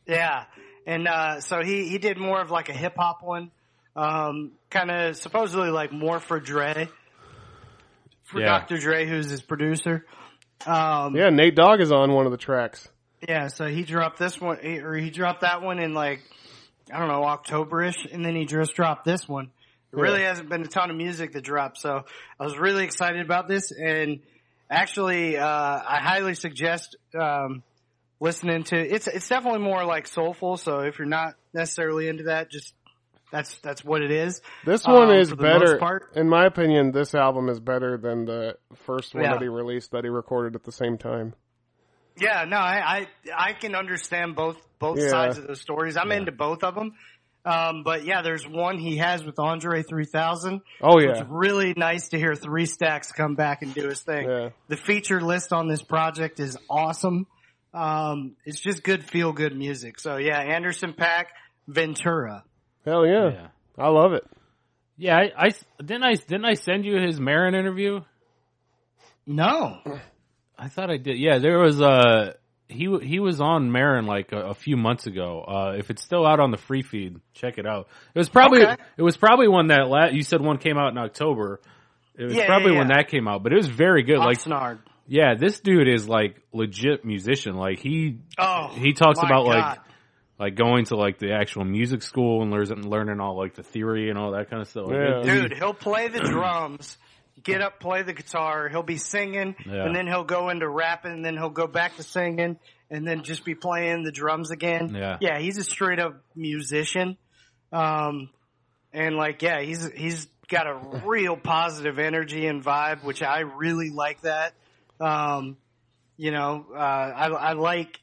Speaker 4: Yeah, and uh, so he he did more of like a hip hop one, um, kind of supposedly like more for Dre, for
Speaker 3: Yeah.
Speaker 4: Dr. Dre, who's his producer. Um, yeah.
Speaker 2: yeah nate dogg is on one of the tracks
Speaker 4: so he dropped this one, he- or he dropped that one in like I don't know Octoberish, and then he just dropped this one. There really hasn't been a ton of music to drop, so I was really excited about this, and actually, uh, I highly suggest. Um, listening to it's it's definitely more like soulful so if you're not necessarily into that just that's that's what it is
Speaker 2: This one
Speaker 4: um,
Speaker 2: is
Speaker 4: for the
Speaker 2: better,
Speaker 4: most part.
Speaker 2: in my opinion. This album is better than the first one
Speaker 4: Yeah.
Speaker 2: that he released that he recorded at the same time.
Speaker 4: yeah no i i, I can understand both both
Speaker 2: Yeah.
Speaker 4: sides of those stories i'm into both of them um, but yeah there's one he has with andre 3000
Speaker 2: Oh
Speaker 4: It's
Speaker 2: yeah,
Speaker 4: really nice to hear Three Stacks come back and do his thing.
Speaker 2: Yeah.
Speaker 4: The feature list on this project is awesome. Um, it's just good feel good music. So yeah, Anderson Pack, Ventura.
Speaker 2: hell yeah.
Speaker 3: Yeah.
Speaker 2: I love it.
Speaker 3: Yeah. I, I didn't I didn't I send you his Marin interview?
Speaker 4: No,
Speaker 3: I thought I did. Yeah, there was Uh, he w- he was on Marin like a, a few months ago. Uh, if it's still out on the free feed, check it out. It was probably
Speaker 4: Okay.
Speaker 3: it was probably one that la- you said one came out in October. It was
Speaker 4: Yeah,
Speaker 3: probably
Speaker 4: yeah,
Speaker 3: when
Speaker 4: yeah.
Speaker 3: that came out, but it was very good. Like,
Speaker 4: Oxnard.
Speaker 3: yeah, this dude is like legit musician. Like he
Speaker 4: Oh,
Speaker 3: he talks
Speaker 4: my
Speaker 3: about like
Speaker 4: God.
Speaker 3: like going to like the actual music school and learning learning all like the theory and all that kind of stuff. Like,
Speaker 2: Yeah.
Speaker 3: this dude-
Speaker 4: Dude, he'll play the drums, get up, play the guitar. He'll be singing,
Speaker 3: Yeah.
Speaker 4: and then he'll go into rapping, and then he'll go back to singing, and then just be playing the drums again.
Speaker 3: Yeah.
Speaker 4: yeah, he's a straight up musician, um, and like, yeah, he's he's got a real positive energy and vibe, which I really like. That, um, you know, uh, I, I like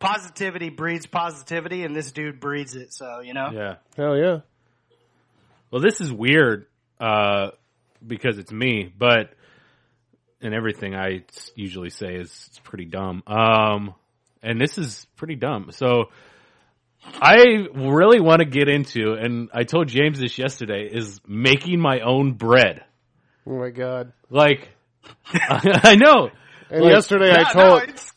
Speaker 4: positivity breeds positivity, and this dude breeds it. So you know,
Speaker 3: Yeah.
Speaker 2: Hell yeah.
Speaker 3: Well, this is weird uh, because it's me, but and everything I s- usually say is it's pretty dumb. Um, and this is pretty dumb. So I really want to get into, and I told James this yesterday, is making my own bread.
Speaker 2: Oh my god.
Speaker 3: Like, I know.
Speaker 2: And
Speaker 3: Like-
Speaker 2: yesterday I
Speaker 4: No,
Speaker 2: told
Speaker 4: it's-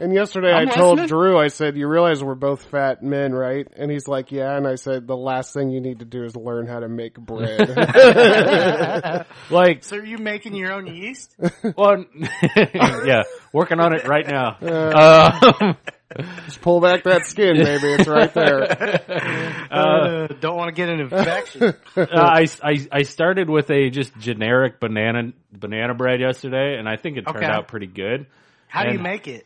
Speaker 2: and yesterday
Speaker 3: I'm
Speaker 2: I told
Speaker 3: listening.
Speaker 2: Drew I said you realize we're both fat men, right? And he's like, "Yeah." And I said the last thing you need to do is learn how to make bread.
Speaker 3: Like,
Speaker 4: so are you making your own yeast?
Speaker 3: well, yeah, working on it right now. Um,
Speaker 2: Just pull back that skin, baby. It's right there.
Speaker 3: Um,
Speaker 4: Uh, don't want to get an infection.
Speaker 3: uh, I, I I started with a just generic banana banana bread yesterday, and I think it turned
Speaker 4: Okay.
Speaker 3: out pretty good
Speaker 4: How do you
Speaker 3: And-
Speaker 4: make it?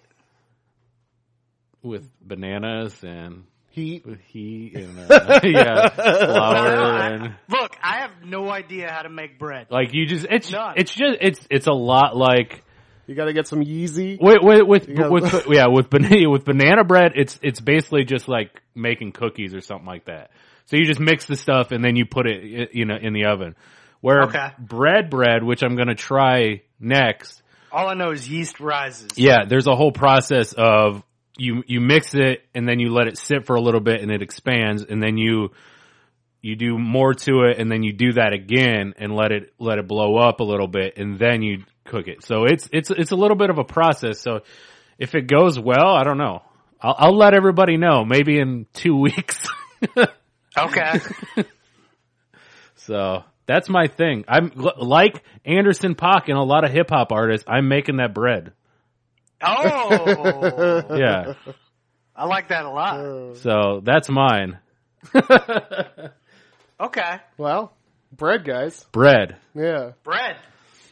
Speaker 3: with bananas and
Speaker 2: Heat.
Speaker 3: heat and uh, yeah flour and
Speaker 4: Look, I have no idea how to make bread.
Speaker 3: like you just it's
Speaker 4: None.
Speaker 3: it's just it's it's a lot like
Speaker 2: You got to get some Yeezy.
Speaker 3: with with with,
Speaker 2: gotta-
Speaker 3: with yeah with banana with banana bread it's it's basically just like making cookies or something like that. So you just mix the stuff and then you put it you know in the oven. Where
Speaker 4: Okay.
Speaker 3: bread bread, which I'm gonna try next,
Speaker 4: All I know is yeast rises.
Speaker 3: Yeah, there's a whole process of you you mix it and then you let it sit for a little bit and it expands and then you you do more to it and then you do that again and let it let it blow up a little bit and then you cook it. So it's it's it's a little bit of a process. So if it goes well, I don't know. I'll, I'll let everybody know maybe in two weeks.
Speaker 4: Okay.
Speaker 3: so that's my thing. I'm like Anderson Pock and a lot of hip hop artists. I'm making that bread.
Speaker 4: oh,
Speaker 3: Yeah.
Speaker 4: I like that a lot.
Speaker 3: So that's mine.
Speaker 4: Okay,
Speaker 2: Well, bread, guys.
Speaker 3: Bread.
Speaker 2: Yeah,
Speaker 4: bread.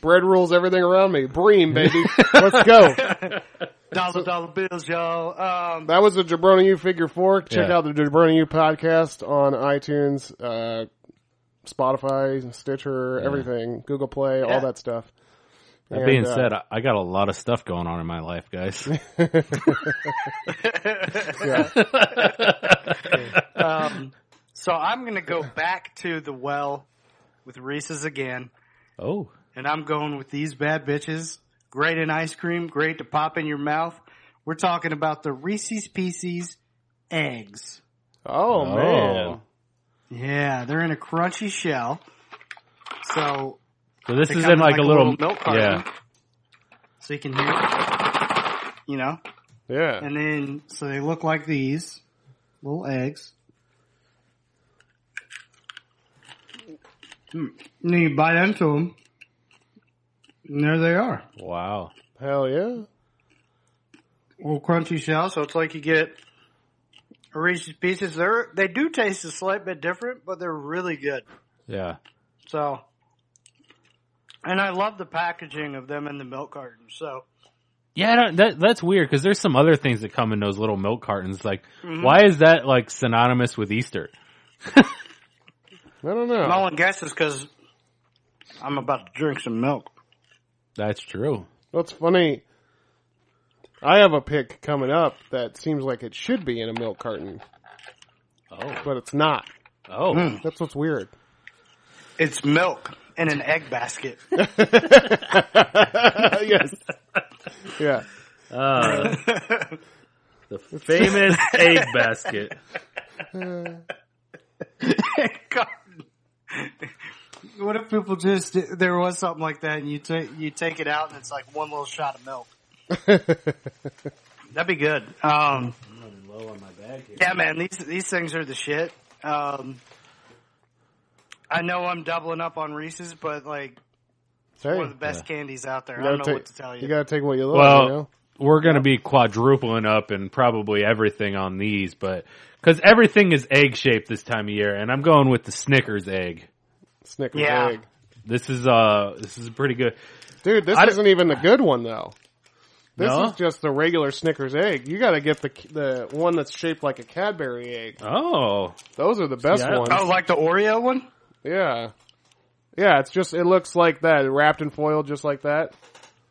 Speaker 2: bread rules everything around me. Bream, baby. Let's go.
Speaker 4: Dollar dollar bills, y'all. Um,
Speaker 2: That was the Jabroni U figure four. Check
Speaker 3: Yeah.
Speaker 2: out the Jabroni U podcast on iTunes, uh, Spotify, Stitcher, everything, Google Play,
Speaker 4: Yeah.
Speaker 2: all that stuff.
Speaker 3: That
Speaker 2: And,
Speaker 3: being
Speaker 2: uh,
Speaker 3: said, I, I got a lot of stuff going on in my life, guys.
Speaker 4: um, so I'm gonna go back to the well with Reese's again,
Speaker 3: oh,
Speaker 4: and I'm going with these bad bitches. Great in ice cream, great to pop in your mouth. We're talking about the Reese's Pieces eggs.
Speaker 2: oh, man,
Speaker 4: Yeah, they're in a crunchy shell. So
Speaker 3: So this
Speaker 4: They
Speaker 3: is
Speaker 4: come
Speaker 3: in like, a little,
Speaker 4: milk carton.
Speaker 3: yeah,
Speaker 4: so you can hear it. You know?
Speaker 2: yeah,
Speaker 4: And then so they look like these little eggs. Mm. And then you bite into them. And there they are.
Speaker 3: wow,
Speaker 2: hell yeah.
Speaker 4: little crunchy shell, so it's like you get Reese's pieces. They're they do taste a slight bit different, but they're really good.
Speaker 3: yeah,
Speaker 4: So, and I love the packaging of them in the milk carton. So,
Speaker 3: yeah. I don't, that that's weird because there's some other things that come in those little milk cartons. Like, why is that like synonymous with Easter?
Speaker 2: I don't know.
Speaker 4: my one guess is because I'm about to drink some milk.
Speaker 3: That's true.
Speaker 2: That's funny. I have a pick coming up that seems like it should be in a milk carton,
Speaker 3: Oh,
Speaker 2: but it's not.
Speaker 3: oh,
Speaker 2: That's what's weird.
Speaker 4: It's milk in an egg basket.
Speaker 2: yes. Yeah.
Speaker 3: uh, the famous egg basket.
Speaker 4: God. What if people just there was something like that, and you take you take it out, and it's like one little shot of milk. That'd be good. Um, Yeah, man, these these things are the shit. Um, I know I'm doubling up on Reese's, but like
Speaker 2: Hey,
Speaker 4: one of the best candies out there. I
Speaker 2: you
Speaker 4: don't
Speaker 2: gotta
Speaker 4: know
Speaker 2: take-
Speaker 4: what to tell you.
Speaker 2: you gotta take what you love.
Speaker 3: Well,
Speaker 2: you know?
Speaker 3: we're going to be quadrupling up and probably everything on these, but because everything is egg shaped this time of year, and I'm going with the Snickers egg.
Speaker 2: Snickers
Speaker 4: Yeah.
Speaker 2: egg.
Speaker 3: This is uh this is pretty good.
Speaker 2: Dude, this
Speaker 3: I don't-
Speaker 2: isn't even the good one though. This
Speaker 3: No?
Speaker 2: is just the regular Snickers egg. You got to get the the one that's shaped like a Cadbury egg.
Speaker 3: Oh.
Speaker 2: Those are the best
Speaker 3: Yeah.
Speaker 2: ones.
Speaker 4: Oh, like the Oreo one?
Speaker 2: Yeah, yeah. It's just it looks like that, wrapped in foil, just like that.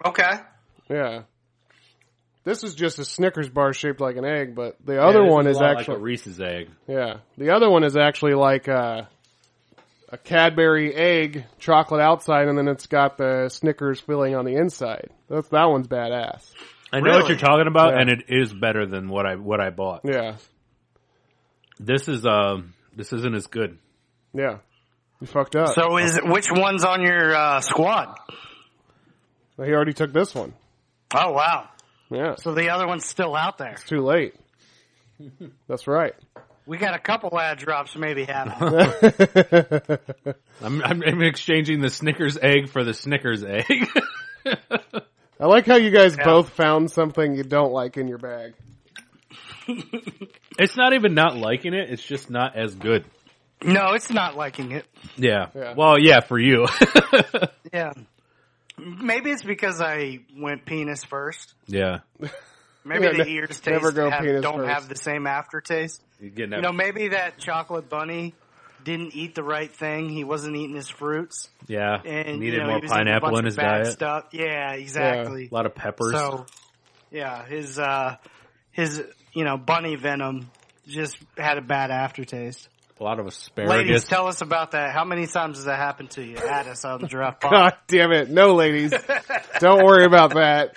Speaker 4: Okay.
Speaker 2: Yeah. This is just a Snickers bar shaped like an egg, but the other one is, actually
Speaker 3: like a Reese's egg.
Speaker 2: yeah. The other one is actually like uh, a Cadbury egg, chocolate outside, and then it's got the Snickers filling on the inside. That's that one's badass.
Speaker 3: I know what you're talking about,
Speaker 2: Yeah.
Speaker 3: and it is better than what I what I bought.
Speaker 2: Yeah,
Speaker 3: This is um this isn't as good.
Speaker 2: yeah. You fucked up.
Speaker 4: So is it, which one's on your uh, squad?
Speaker 2: he already took this one.
Speaker 4: Oh wow.
Speaker 2: Yeah, it's
Speaker 4: So the other one's still out there.
Speaker 2: too late. That's right.
Speaker 4: We got a couple ad drops maybe happening.
Speaker 3: I'm, I'm I'm exchanging the Snickers egg for the Snickers egg.
Speaker 2: I like how you guys
Speaker 4: Yeah.
Speaker 2: both found something you don't like in your bag.
Speaker 3: it's not even not liking it; it's just not as good.
Speaker 4: no, it's not liking it.
Speaker 3: Yeah.
Speaker 2: Yeah.
Speaker 3: Well, yeah, for you.
Speaker 4: Yeah. Maybe it's because I went penis first.
Speaker 3: yeah.
Speaker 4: Maybe
Speaker 2: Yeah,
Speaker 4: the
Speaker 2: ne-
Speaker 4: ears taste
Speaker 2: never go
Speaker 4: have-
Speaker 2: penis
Speaker 4: don't
Speaker 2: first.
Speaker 4: have the same aftertaste.
Speaker 3: You're getting
Speaker 4: You
Speaker 3: that-
Speaker 4: know, maybe that chocolate bunny didn't eat the right thing. He wasn't eating his fruits,
Speaker 3: yeah.
Speaker 4: and
Speaker 3: Needed
Speaker 4: you know,
Speaker 3: more
Speaker 4: he was eating a
Speaker 3: pineapple
Speaker 4: bunch
Speaker 3: in
Speaker 4: of
Speaker 3: his
Speaker 4: bad
Speaker 3: diet.
Speaker 4: Stuff. Yeah, exactly.
Speaker 3: A lot of peppers.
Speaker 4: so, yeah, his uh, his you know bunny venom just had a bad aftertaste.
Speaker 3: a lot of asparagus.
Speaker 4: Ladies, tell us about that. How many times has that happened to you? At us on the drop
Speaker 2: God damn it! No, ladies, don't worry about that.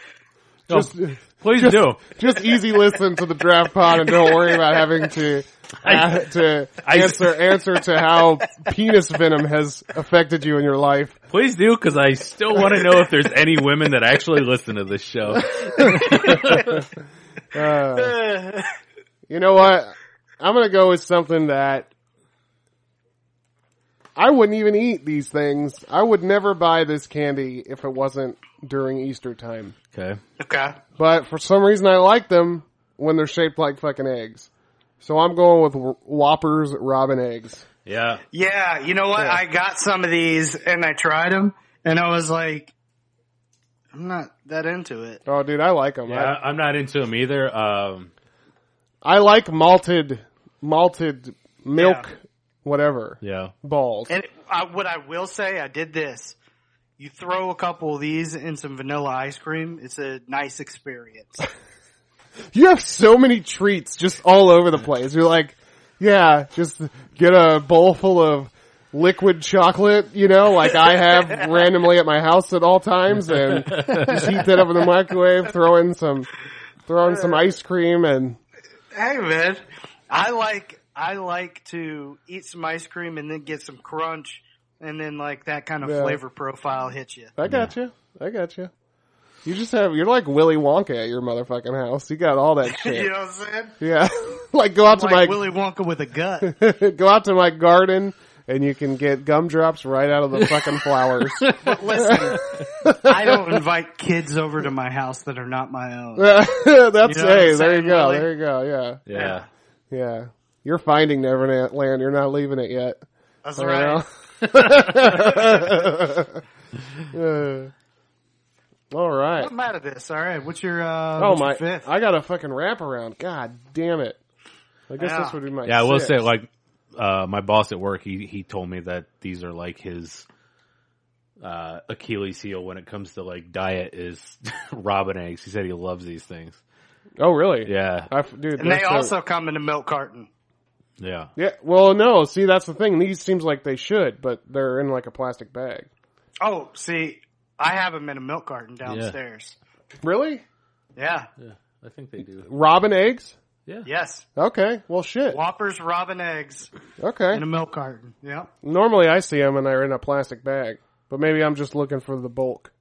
Speaker 3: No,
Speaker 2: Just,
Speaker 3: please do.
Speaker 2: just easy listen to the draft pod and don't worry about having to uh, to
Speaker 3: I-
Speaker 2: answer answer to how penis venom has affected you in your life.
Speaker 3: Please do, because I still want to know if there's any women that actually listen to this show.
Speaker 2: You know what? I'm gonna go with something that I wouldn't even eat these things. I would never buy this candy if it wasn't during Easter time.
Speaker 3: Okay.
Speaker 4: Okay.
Speaker 2: But for some reason, I like them when they're shaped like fucking eggs. So I'm going with Whoppers Robin eggs.
Speaker 3: Yeah.
Speaker 4: Yeah, you know what?
Speaker 2: Yeah.
Speaker 4: I got some of these and I tried them and I was like, I'm not that into it.
Speaker 2: Oh, dude, I like them.
Speaker 3: Yeah. I'm not into them either. Um,
Speaker 2: I, I like malted, malted milk, whatever
Speaker 3: yeah.
Speaker 2: balls.
Speaker 4: And I, what I will say, I did this. You throw a couple of these in some vanilla ice cream, it's a nice experience.
Speaker 2: you have so many treats just all over the place. You're like, yeah, just get a bowl full of liquid chocolate, you know, like I have randomly at my house at all times and just heat that up in the microwave, throw in some, throw in some ice cream and
Speaker 4: hey man, I like I like to eat some ice cream and then get some crunch and then like that kind of
Speaker 2: Yeah.
Speaker 4: flavor profile hits you.
Speaker 2: I got you. I got you. You just have you're like Willy Wonka at your motherfucking house. You got all that
Speaker 4: You
Speaker 2: shit.
Speaker 4: know what I'm saying?
Speaker 2: yeah. like go out to
Speaker 4: Like
Speaker 2: my
Speaker 4: Willy Wonka with a gut.
Speaker 2: go out to my garden and you can get gumdrops right out of the fucking flowers.
Speaker 4: Listen, I don't invite kids over to my house that are not my own.
Speaker 2: That's
Speaker 4: You know what
Speaker 2: hey,
Speaker 4: I'm
Speaker 2: there you
Speaker 4: saying,
Speaker 2: go.
Speaker 4: Willy?
Speaker 2: There you go.
Speaker 3: Yeah.
Speaker 2: Yeah. Yeah. You're finding Neverland. You're not leaving it yet.
Speaker 4: That's
Speaker 2: You
Speaker 4: right.
Speaker 2: know? Uh, all right.
Speaker 4: I'm out of this. All right. What's your uh,
Speaker 2: Oh
Speaker 4: what's your
Speaker 2: my!
Speaker 4: fifth?
Speaker 2: I got a fucking wraparound. God damn it! I guess
Speaker 4: Yeah.
Speaker 2: this would be my.
Speaker 3: Yeah. I will
Speaker 2: sixth.
Speaker 3: say, like, uh, my boss at work, he, he told me that these are like his, uh, Achilles heel when it comes to like diet is robin eggs. He said he loves these things.
Speaker 2: Oh really?
Speaker 3: Yeah.
Speaker 2: I f dude,
Speaker 4: and they
Speaker 2: they're so-
Speaker 4: also come in a milk carton.
Speaker 3: Yeah.
Speaker 2: Yeah, well, no. See, that's the thing. These seems like they should, but they're in like a plastic bag.
Speaker 4: Oh, see, I have them in a milk carton downstairs.
Speaker 2: Really?
Speaker 4: Yeah.
Speaker 3: Yeah. I think they do.
Speaker 2: Robin eggs?
Speaker 3: Yeah.
Speaker 4: Yes.
Speaker 2: Okay. Well, shit.
Speaker 4: Whoppers, robin eggs
Speaker 2: Okay.
Speaker 4: in a milk carton. Yep.
Speaker 2: Normally, I see them and they're in a plastic bag, but maybe I'm just looking for the bulk.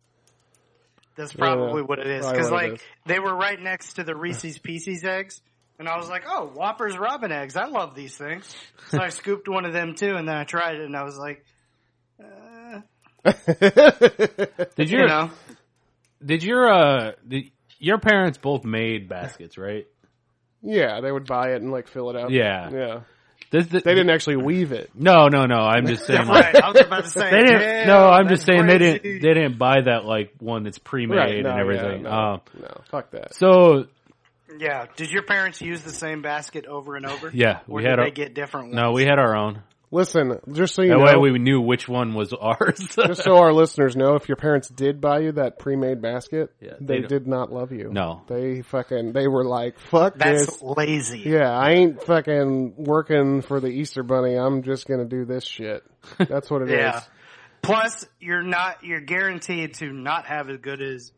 Speaker 4: That's probably
Speaker 2: Yeah,
Speaker 4: what it is.
Speaker 2: probably
Speaker 4: Because
Speaker 2: what it
Speaker 4: like
Speaker 2: is.
Speaker 4: they were right next to the Reese's Pieces eggs, and I was like, "Oh, Whoppers Robin eggs! I love these things." So I scooped one of them too, and then I tried it, and I was like,
Speaker 3: Did you,
Speaker 4: you know,
Speaker 3: did your, uh, did, your parents both made baskets, right?
Speaker 2: yeah, they would buy it and like fill it up.
Speaker 3: Yeah.
Speaker 2: Yeah.
Speaker 3: This, this,
Speaker 2: They didn't actually weave it.
Speaker 3: No, no, no. I'm just saying. Like,
Speaker 4: Right, I was about to say.
Speaker 3: they didn't.
Speaker 4: damn,
Speaker 3: no, I'm just
Speaker 4: that's
Speaker 3: saying they
Speaker 4: crazy.
Speaker 3: didn't. They didn't buy that like one that's pre-made and
Speaker 2: no,
Speaker 3: everything.
Speaker 2: yeah, no,
Speaker 3: Uh,
Speaker 2: no, fuck that.
Speaker 3: so
Speaker 4: Yeah. Did your parents use the same basket over and over?
Speaker 3: Yeah,
Speaker 4: Or
Speaker 3: we
Speaker 4: did
Speaker 3: had
Speaker 4: they
Speaker 3: our-
Speaker 4: get different ones?
Speaker 3: no, we had our own.
Speaker 2: Listen, just so you
Speaker 3: That
Speaker 2: know,
Speaker 3: way we knew which one was ours.
Speaker 2: just so our listeners know, if your parents did buy you that pre-made basket,
Speaker 3: Yeah, they
Speaker 2: they,
Speaker 3: don't-
Speaker 2: did not love you.
Speaker 3: No.
Speaker 2: they fucking they were like, fuck
Speaker 4: That's
Speaker 2: this.
Speaker 4: lazy.
Speaker 2: Yeah, I ain't fucking working for the Easter Bunny. I'm just gonna do this shit. That's what it is.
Speaker 4: Yeah. Plus, you're not you're guaranteed to not have as good as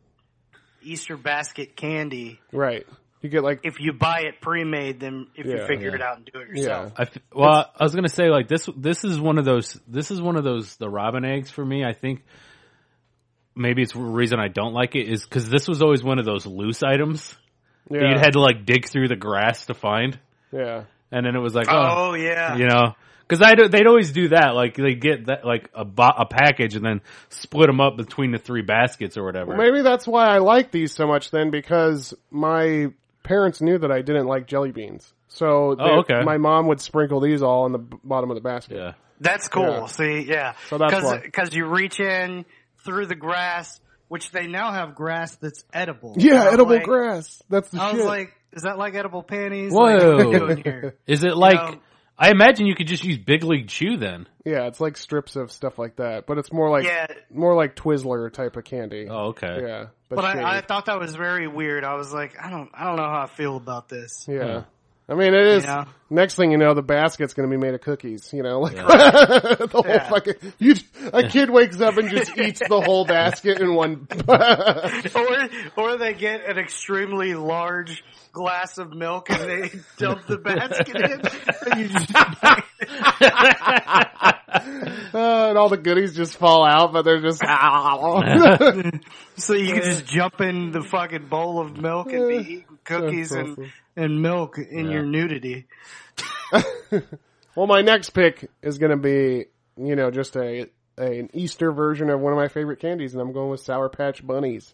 Speaker 4: Easter basket candy
Speaker 2: Right. You get like
Speaker 4: if you buy it pre-made than if
Speaker 2: Yeah.
Speaker 4: you figure it out and do it yourself.
Speaker 3: I f- well, I was gonna say like this. This is one of those. This is one of those. The robin eggs for me. I think maybe it's the reason I don't like it is because this was always one of those loose items
Speaker 2: yeah,
Speaker 3: that you had to like dig through the grass to find,
Speaker 2: yeah.
Speaker 3: and then it was like, oh,
Speaker 4: Oh, yeah.
Speaker 3: you know, because I do, they'd always do that. Like they get that like a bo- a package and then split them up between the three baskets or whatever.
Speaker 2: Maybe that's why I like these so much then because my parents knew that I didn't like jelly beans. So
Speaker 3: Oh,
Speaker 2: they-
Speaker 3: okay.
Speaker 2: my mom would sprinkle these all in the b- bottom of the basket.
Speaker 3: Yeah.
Speaker 4: That's cool.
Speaker 2: Yeah.
Speaker 4: See, yeah.
Speaker 2: So that's why.
Speaker 4: because you reach in through the grass, which they now have grass that's edible.
Speaker 2: Yeah,
Speaker 4: And I'm
Speaker 2: edible
Speaker 4: like-
Speaker 2: grass. That's the
Speaker 4: I
Speaker 2: shit.
Speaker 4: was like, is that like edible panties?
Speaker 3: Whoa.
Speaker 4: Like, what are you doing here?
Speaker 3: Is it like?
Speaker 4: know-
Speaker 3: I imagine you could just use Big League Chew then.
Speaker 2: yeah, it's like strips of stuff like that, but it's more like
Speaker 4: Yeah.
Speaker 2: more like Twizzler type of candy.
Speaker 3: Oh, okay.
Speaker 2: Yeah, but,
Speaker 4: But
Speaker 2: shitty.
Speaker 4: I, I thought that was very weird. I was like, I don't, I don't know how I feel about this.
Speaker 2: yeah. I mean, it is.
Speaker 4: Yeah.
Speaker 2: Next thing you know, the basket's going to be made of cookies. You know, like the whole
Speaker 4: Yeah.
Speaker 2: fucking. You, a kid wakes up and just eats the whole basket in one. Uh,
Speaker 4: or or they get an extremely large glass of milk and they dump the basket in. And you just,
Speaker 2: Uh, and all the goodies just fall out, but they're just
Speaker 4: so you can just jump in the fucking bowl of milk and be eating cookies and,
Speaker 2: awesome.
Speaker 4: and milk in your nudity.
Speaker 2: well. My next pick is going to be you know just a, a an Easter version of one of my favorite candies, and I'm going with Sour Patch Bunnies.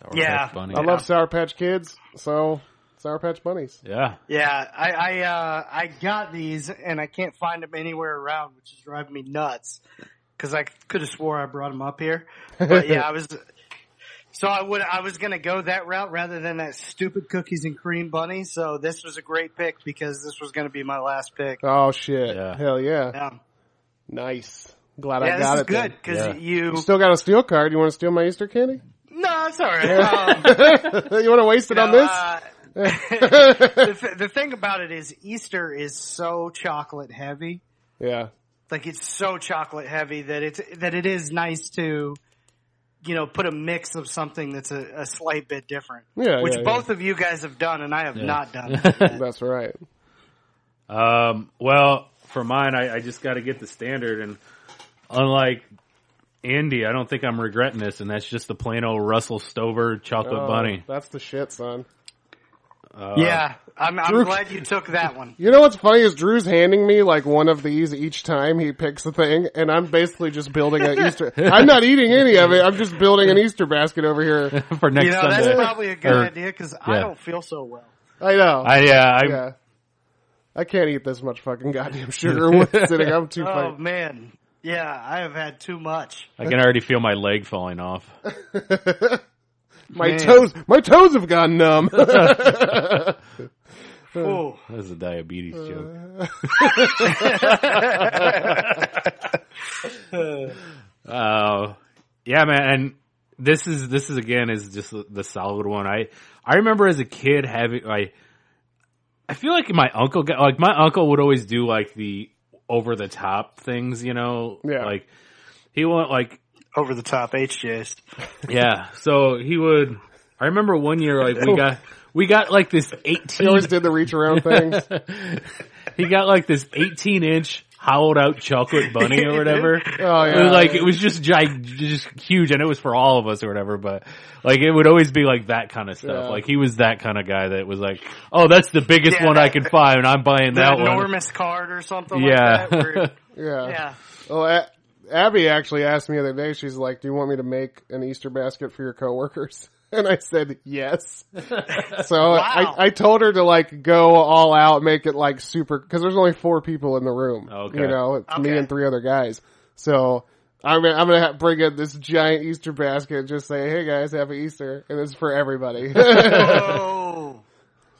Speaker 3: Sour
Speaker 4: Yeah.
Speaker 3: Patch Bunny.
Speaker 2: I love Sour Patch Kids, so Sour Patch Bunnies.
Speaker 3: Yeah.
Speaker 4: Yeah, I I, uh, I got these and I can't find them anywhere around, which is driving me nuts. Because I could have swore I brought them up here, but yeah, I was. So I would I was gonna go that route rather than that stupid cookies and cream bunny. So this was a great pick because this was gonna be my last pick.
Speaker 2: Oh shit!
Speaker 3: Yeah.
Speaker 2: Hell yeah!
Speaker 4: Yeah,
Speaker 2: Nice. Glad
Speaker 4: yeah
Speaker 2: I got
Speaker 4: this is
Speaker 2: it. then.
Speaker 4: good because
Speaker 3: Yeah.
Speaker 4: you.
Speaker 2: You still got a steal card. You want to steal my Easter candy?
Speaker 4: No, it's all right. Um,
Speaker 2: you want to waste it on
Speaker 4: no,
Speaker 2: this?
Speaker 4: uh, the, th- the thing about it is Easter is so chocolate heavy.
Speaker 2: yeah.
Speaker 4: like it's so chocolate heavy that it's that it is nice to you know put a mix of something that's a, a slight bit different
Speaker 2: Yeah,
Speaker 4: which
Speaker 2: yeah, yeah.
Speaker 4: both of you guys have done and i have not done that.
Speaker 2: That's right.
Speaker 3: Um, well, for mine, I, I just got to get the standard, and unlike Andy, I don't think I'm regretting this, and that's just the plain old Russell Stover chocolate
Speaker 2: Oh,
Speaker 3: bunny. uh,
Speaker 2: That's the shit, son. Uh,
Speaker 4: yeah i'm, I'm glad you took that one
Speaker 2: You know what's funny is Drew's handing me like one of these each time he picks a thing, and I'm basically just building an Easter. I'm not eating any of it. I'm just building an Easter basket over here.
Speaker 3: for next
Speaker 4: you know
Speaker 3: Sunday.
Speaker 4: that's probably a good
Speaker 3: Or-
Speaker 4: idea because i
Speaker 3: yeah.
Speaker 4: don't feel so well
Speaker 2: I know.
Speaker 3: I, uh, I,
Speaker 2: yeah. I can't eat this much fucking goddamn sugar when it's sitting. I'm too
Speaker 4: oh
Speaker 2: fine.
Speaker 4: man yeah i have had too much
Speaker 3: I can already feel my leg falling off.
Speaker 2: My toes, my toes have gone numb.
Speaker 4: Ooh.
Speaker 3: That's a diabetes joke. Uh, yeah, man. And this is this is again is just the- the solid one. I I remember as a kid having like I feel like my uncle got like my uncle would always do like the over the top things, you know.
Speaker 2: Yeah.
Speaker 3: Like he went like
Speaker 4: over the top hjs
Speaker 3: yeah. So he would. I remember one year like we got we got like this
Speaker 2: He
Speaker 3: eighteen.
Speaker 2: always did the reach around things.
Speaker 3: he got like this eighteen inch hollowed out chocolate bunny or whatever.
Speaker 2: Oh
Speaker 3: It
Speaker 2: yeah.
Speaker 3: was like it was just gig- just huge, and it was for all of us or whatever. But like it would always be like that kind of stuff.
Speaker 2: Yeah.
Speaker 3: Like he was that kind of guy that was like, "Oh, that's the biggest
Speaker 4: Yeah,
Speaker 3: one I
Speaker 4: that-
Speaker 3: can find, and I'm buying
Speaker 4: the
Speaker 3: that one."
Speaker 4: enormous card or something
Speaker 3: Yeah.
Speaker 4: like that where-
Speaker 2: yeah.
Speaker 4: yeah
Speaker 2: Well, Oh, a- Abby actually asked me the other day. She's like, "Do you want me to make an Easter basket for your coworkers?" And I said yes. So I, I told her to like go all out, make it like super, cause there's only four people in the room.
Speaker 3: Okay.
Speaker 2: You know, it's me
Speaker 4: Okay.
Speaker 2: and three other guys. So I'm gonna, I'm gonna ha- bring in this giant Easter basket and just say, hey guys, happy Easter. And it's for everybody.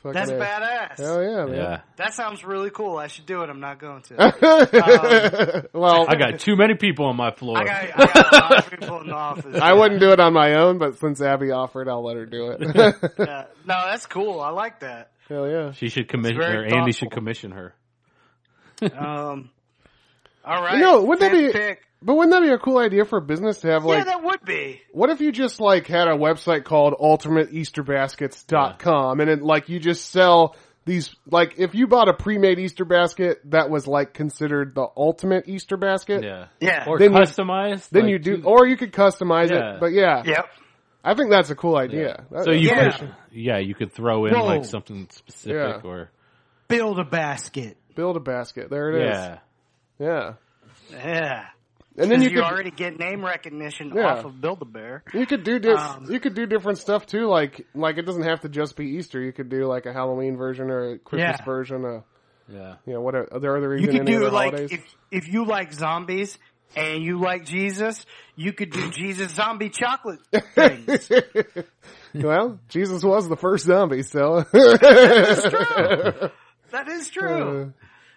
Speaker 4: Oh,
Speaker 2: Fucking
Speaker 4: that's
Speaker 2: A.
Speaker 4: badass.
Speaker 2: Hell yeah, man.
Speaker 3: Yeah.
Speaker 4: That sounds really cool. I should do it. I'm not going to.
Speaker 2: well,
Speaker 3: I got too many people on my floor.
Speaker 4: I got, I got a lot of people in the office.
Speaker 2: I wouldn't do it on my own, but since Abby offered, I'll let her do it.
Speaker 4: Yeah. No, that's cool. I like that.
Speaker 2: Hell yeah.
Speaker 3: she should commission
Speaker 4: It's very
Speaker 3: her. Andy
Speaker 4: thoughtful.
Speaker 3: should commission her.
Speaker 4: Um, all right.
Speaker 2: You know, wouldn't that
Speaker 4: Fifth
Speaker 2: be-
Speaker 4: pick.
Speaker 2: But wouldn't that be a cool idea for a business to have
Speaker 4: yeah,
Speaker 2: like,
Speaker 4: that would be.
Speaker 2: what if you just like had a website called ultimateeasterbaskets.com and it like you just sell these, like if you bought a pre-made Easter basket that was like considered the ultimate Easter basket,
Speaker 3: Yeah.
Speaker 4: Yeah.
Speaker 3: Or
Speaker 2: Then you-
Speaker 3: customized.
Speaker 2: then
Speaker 3: like,
Speaker 2: you do, or you could customize
Speaker 3: Yeah.
Speaker 2: it, but yeah,
Speaker 4: Yep.
Speaker 2: I think that's a cool idea. That-
Speaker 3: So you
Speaker 4: Yeah.
Speaker 3: could, yeah, you could throw in
Speaker 5: Whoa.
Speaker 3: like something specific
Speaker 2: Yeah.
Speaker 3: or
Speaker 5: Build a basket.
Speaker 2: build a basket. There it is.
Speaker 3: yeah.
Speaker 2: Yeah.
Speaker 4: Yeah.
Speaker 2: And then you
Speaker 4: you,
Speaker 2: could,
Speaker 4: already get name recognition
Speaker 2: Yeah.
Speaker 4: off of Build a Bear.
Speaker 2: You could do dis-
Speaker 4: Um,
Speaker 2: you could do different stuff too. Like like it doesn't have to just be Easter. You could do like a Halloween version or a Christmas
Speaker 4: Yeah.
Speaker 2: version. A
Speaker 3: Yeah.
Speaker 2: you know what are, are there other
Speaker 4: You
Speaker 2: even
Speaker 4: could
Speaker 2: any
Speaker 4: do
Speaker 2: other
Speaker 4: like
Speaker 2: holidays?
Speaker 4: if if you like zombies and you like Jesus, you could do Jesus zombie chocolate things.
Speaker 2: well, Jesus was the first zombie, so
Speaker 4: that
Speaker 2: Uh.
Speaker 4: is true.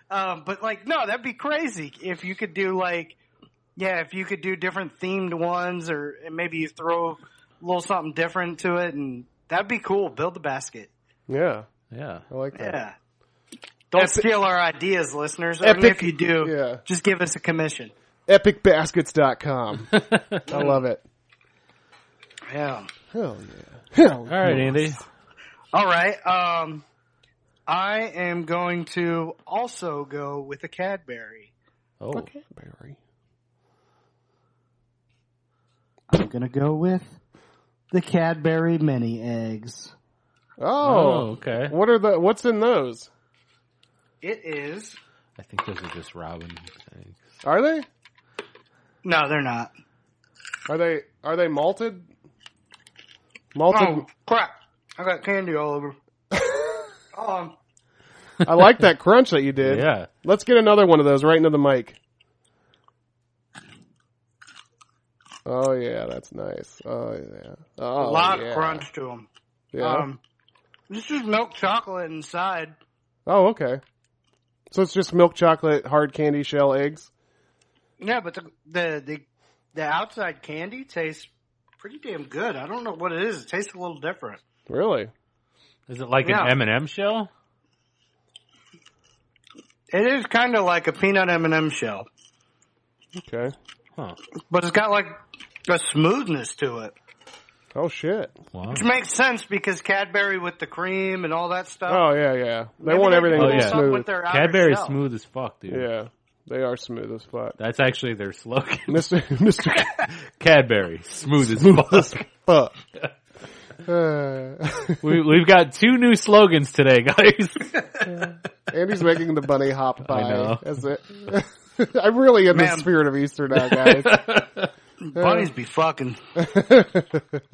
Speaker 4: Um, but like, no, that'd be crazy if you could do like, yeah, if you could do different themed ones, or and maybe you throw a little something different to it, and that'd be cool. Build the basket.
Speaker 2: yeah,
Speaker 3: Yeah.
Speaker 2: I like that.
Speaker 4: Yeah. Don't steal our ideas, listeners. Or
Speaker 2: Epic-
Speaker 4: if you do,
Speaker 2: yeah.
Speaker 4: just give us a commission.
Speaker 2: Epicbaskets.com. I love it.
Speaker 4: Yeah.
Speaker 2: Hell yeah. Hell
Speaker 3: All right, Andy.
Speaker 4: All right. Um, I am going to also go with a Cadbury.
Speaker 3: Oh,
Speaker 2: Barry.
Speaker 4: I'm gonna go with the Cadbury mini eggs.
Speaker 3: oh,
Speaker 2: Oh.
Speaker 3: okay.
Speaker 2: What are the what's in those?
Speaker 4: It is.
Speaker 3: I think those are just Robin things.
Speaker 2: Are they?
Speaker 4: No, they're not.
Speaker 2: Are they are they malted? Malted
Speaker 4: Oh crap! I got candy all over. um,
Speaker 2: I like that crunch that you did.
Speaker 3: Yeah.
Speaker 2: Let's get another one of those right into the mic. Oh yeah, that's nice. Oh yeah.
Speaker 4: a
Speaker 2: Oh,
Speaker 4: lot
Speaker 2: yeah.
Speaker 4: of crunch to them.
Speaker 2: Yeah.
Speaker 4: Um, this is milk chocolate inside.
Speaker 2: oh okay. So it's just milk chocolate, hard candy, shell, eggs.
Speaker 4: Yeah, but the the the, the outside candy tastes pretty damn good. I don't know what it is. It tastes a little different.
Speaker 2: Really?
Speaker 3: Is it like
Speaker 4: Yeah.
Speaker 3: an M and m shell?
Speaker 4: It is kind of like a peanut M and m shell,
Speaker 2: Okay.
Speaker 3: Huh.
Speaker 4: but it's got like a smoothness to it,
Speaker 2: Oh shit.
Speaker 3: Wow.
Speaker 4: which makes sense because Cadbury with the cream and all that stuff.
Speaker 2: Oh yeah, yeah. They
Speaker 4: Maybe
Speaker 2: want everything
Speaker 4: could
Speaker 2: to
Speaker 3: do
Speaker 2: be
Speaker 4: something
Speaker 2: smooth.
Speaker 4: With their outer
Speaker 3: Cadbury's
Speaker 4: shell.
Speaker 3: smooth as fuck, dude.
Speaker 2: yeah, they are smooth as fuck.
Speaker 3: That's actually their slogan.
Speaker 2: Mister Mister
Speaker 3: Cadbury, smooth as fuck.
Speaker 2: Fuck. Uh,
Speaker 3: we, we've got two new slogans today, guys.
Speaker 2: Andy's making the bunny hop by.
Speaker 3: know.
Speaker 2: As it, I'm really in
Speaker 4: Man.
Speaker 2: the spirit of Easter now, guys.
Speaker 4: Bunnies be fucking.
Speaker 3: they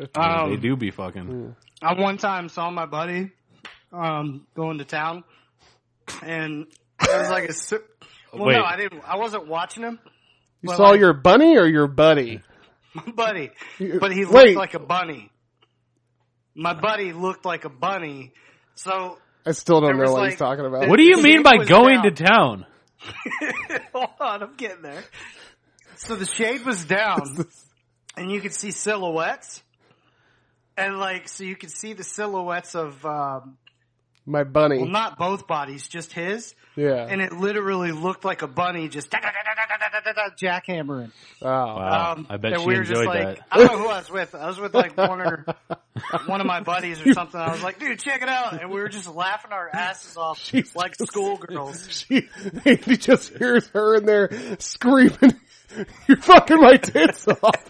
Speaker 4: um,
Speaker 3: do be fucking.
Speaker 4: I one time saw my buddy um, going to town, and it was like a. si- Well,
Speaker 3: Wait.
Speaker 4: no, I didn't. I wasn't watching him.
Speaker 2: You
Speaker 4: Well,
Speaker 2: saw
Speaker 4: like-
Speaker 2: your bunny or your buddy?
Speaker 4: My buddy, but he looked
Speaker 2: Wait.
Speaker 4: like a bunny. My buddy looked like a bunny, so
Speaker 2: I still don't
Speaker 4: There
Speaker 2: know
Speaker 4: was,
Speaker 2: what
Speaker 4: like,
Speaker 2: he's talking about.
Speaker 4: the-
Speaker 3: What do you
Speaker 4: the
Speaker 3: mean
Speaker 4: shape
Speaker 3: by
Speaker 4: was
Speaker 3: going
Speaker 4: down.
Speaker 3: to town?
Speaker 4: hold on, I'm getting there. So the shade was down, and you could see silhouettes, and like so you could see the silhouettes of um,
Speaker 2: My bunny.
Speaker 4: well, not both bodies, just his,
Speaker 2: yeah.
Speaker 4: and it literally looked like a bunny just jackhammering.
Speaker 2: oh.
Speaker 3: Wow, I bet
Speaker 4: Um, and
Speaker 3: she
Speaker 4: we were
Speaker 3: enjoyed
Speaker 4: just like,
Speaker 3: that.
Speaker 4: I don't know who I was with. I was with like one or one of my buddies or something. I was like, dude, check it out, and we were just laughing our asses off like schoolgirls.
Speaker 2: She, he just hears her in there screaming, "You're fucking my tits off!"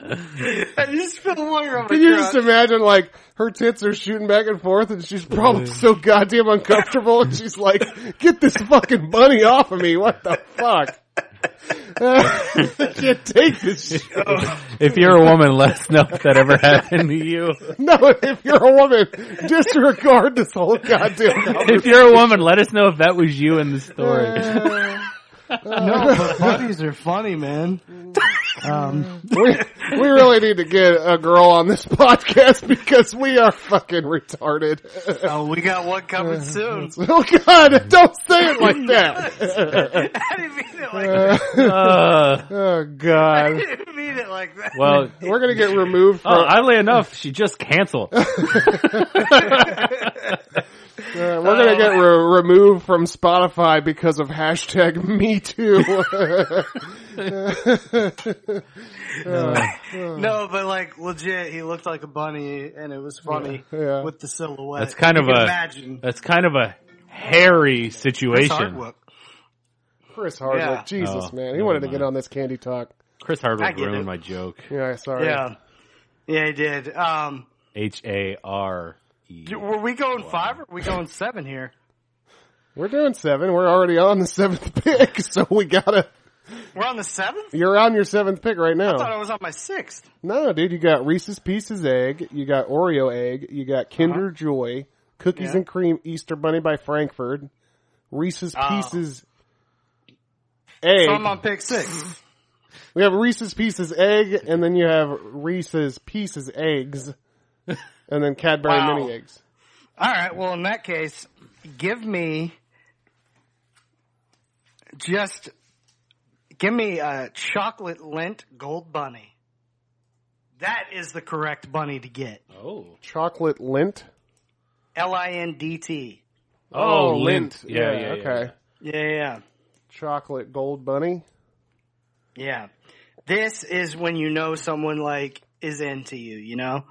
Speaker 4: I just feel like I'm
Speaker 2: Can you just imagine, like her tits are shooting back and forth, and she's probably so goddamn uncomfortable, and she's like, "Get this fucking bunny off of me! What the fuck?" I can't take this shit.
Speaker 3: If you're a woman, let us know if that ever happened to you.
Speaker 2: No, if you're a woman, disregard this whole goddamn
Speaker 3: If you're a woman, let us know if that was you in the story.
Speaker 5: No, Oh, but buddies are funny, man.
Speaker 2: we, we really need to get a girl on this podcast because we are fucking retarded.
Speaker 4: Oh, we got one coming soon.
Speaker 2: oh god, don't say it like that.
Speaker 4: I didn't mean it like that.
Speaker 3: Uh,
Speaker 2: oh
Speaker 4: I
Speaker 2: god.
Speaker 4: didn't mean it like that.
Speaker 3: well,
Speaker 2: We're gonna get removed
Speaker 3: oh,
Speaker 2: from,
Speaker 3: oddly enough, she just canceled.
Speaker 2: uh, we're gonna get re- removed from Spotify because of hashtag me too.
Speaker 4: No, but like legit, he looked like a bunny, and it was funny
Speaker 2: Yeah.
Speaker 4: with the silhouette.
Speaker 3: That's kind
Speaker 4: You
Speaker 3: of
Speaker 4: can
Speaker 3: a-
Speaker 4: imagine.
Speaker 3: That's kind of a hairy
Speaker 4: It's
Speaker 3: situation.
Speaker 4: artwork.
Speaker 2: Chris Hardwick,
Speaker 4: Yeah.
Speaker 2: Jesus
Speaker 3: Oh,
Speaker 2: man, he
Speaker 3: never
Speaker 2: wanted to get
Speaker 3: mind.
Speaker 2: on this candy talk.
Speaker 3: Chris
Speaker 4: I
Speaker 3: Hardwick
Speaker 4: get
Speaker 3: ruined
Speaker 4: it.
Speaker 3: my joke.
Speaker 2: Yeah, sorry.
Speaker 4: Yeah, yeah, he did. Um,
Speaker 3: H A R E.
Speaker 4: d- were we going five or were we going seven here?
Speaker 2: We're doing seven. We're already on the seventh pick, so we gotta.
Speaker 4: We're on the seventh.
Speaker 2: You're on your seventh pick right now.
Speaker 4: I thought I was on my sixth.
Speaker 2: No, dude, you got Reese's Pieces egg, you got Oreo egg, you got Kinder Joy, Cookies
Speaker 4: Uh-huh. Yeah.
Speaker 2: and Cream Easter Bunny by Frankfurt, Reese's
Speaker 4: Oh.
Speaker 2: Pieces egg.
Speaker 4: So I'm on pick six.
Speaker 2: we have Reese's Pieces egg, and then you have Reese's Pieces eggs, and then Cadbury
Speaker 4: Wow.
Speaker 2: mini eggs.
Speaker 4: All right. Well, in that case, give me just give me a chocolate lint gold bunny. That is the correct bunny to get.
Speaker 3: Oh.
Speaker 2: Chocolate lint.
Speaker 4: L I N D T.
Speaker 3: Oh, lint. Yeah, yeah, yeah,
Speaker 2: okay.
Speaker 3: yeah.
Speaker 4: Yeah, yeah,
Speaker 2: Chocolate gold bunny.
Speaker 4: yeah. This is when you know someone like is into you. You know,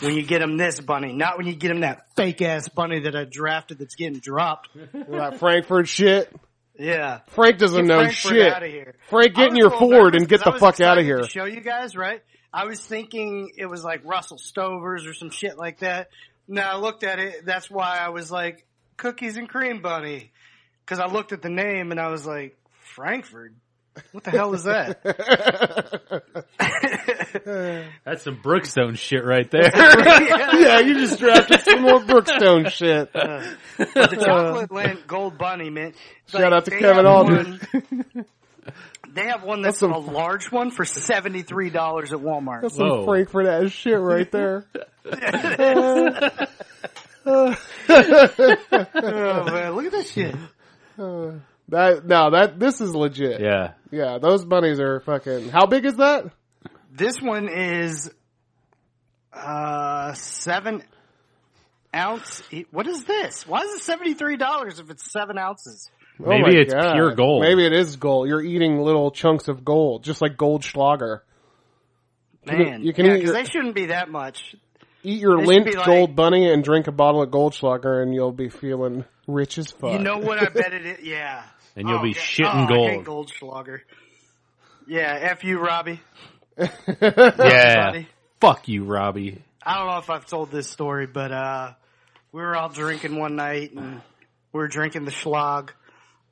Speaker 4: when you get them this bunny, not when you get them that fake ass bunny that I drafted that's getting dropped.
Speaker 2: That Frankfurt shit.
Speaker 4: Yeah.
Speaker 2: Frank doesn't
Speaker 4: Get
Speaker 2: know
Speaker 4: Frankfurt
Speaker 2: shit.
Speaker 4: outta here.
Speaker 2: Frank,
Speaker 4: I
Speaker 2: get in
Speaker 4: was
Speaker 2: your
Speaker 4: a little
Speaker 2: Ford
Speaker 4: nervous
Speaker 2: and get
Speaker 4: 'cause
Speaker 2: the
Speaker 4: I was
Speaker 2: fuck out of
Speaker 4: excited
Speaker 2: here.
Speaker 4: to show you guys, right? I was thinking it was like Russell Stovers or some shit like that. Now I looked at it. That's why I was like cookies and cream bunny because I looked at the name and I was like Frankfurt. What the hell is that?
Speaker 3: That's some Brookstone shit right there.
Speaker 2: yeah, you just drafted some more Brookstone shit.
Speaker 4: the chocolate lint gold bunny, man. It's
Speaker 2: Shout out to
Speaker 4: they
Speaker 2: Kevin
Speaker 4: have
Speaker 2: Alden.
Speaker 4: one- They have one that's,
Speaker 2: That's some-
Speaker 4: a large one for seventy three dollars at Walmart.
Speaker 2: That's some
Speaker 3: Whoa.
Speaker 2: Frankfurt ass shit right there.
Speaker 4: Oh, man, look at that shit.
Speaker 2: That no, that this is legit.
Speaker 3: yeah.
Speaker 2: Yeah, those bunnies are fucking. How big is that? Oh
Speaker 4: This one is uh seven ounce. e, What is this? Why is it seventy three dollars if it's seven ounces?
Speaker 2: Oh
Speaker 3: Maybe
Speaker 2: my
Speaker 3: it's
Speaker 2: God.
Speaker 3: pure gold.
Speaker 2: Maybe it is gold. You're eating little chunks of gold, just like gold schlager. can-
Speaker 4: Man,
Speaker 2: you can
Speaker 4: yeah,
Speaker 2: eat
Speaker 4: 'cause
Speaker 2: your-
Speaker 4: they shouldn't be that much.
Speaker 2: Eat your
Speaker 4: They should
Speaker 2: lint
Speaker 4: be like-
Speaker 2: gold bunny and drink a bottle of gold schlager, and you'll be feeling rich as fuck.
Speaker 4: You know what? I bet it is. Yeah,
Speaker 3: And you'll be
Speaker 4: yeah.
Speaker 3: shitting
Speaker 4: Oh, I hate
Speaker 3: gold.
Speaker 4: Goldschlager. Yeah, f you, Robbie.
Speaker 3: Yeah.
Speaker 4: Buddy.
Speaker 3: Fuck you, Robbie.
Speaker 4: I don't know if I've told this story, but uh, we were all drinking one night and we were drinking the schlag.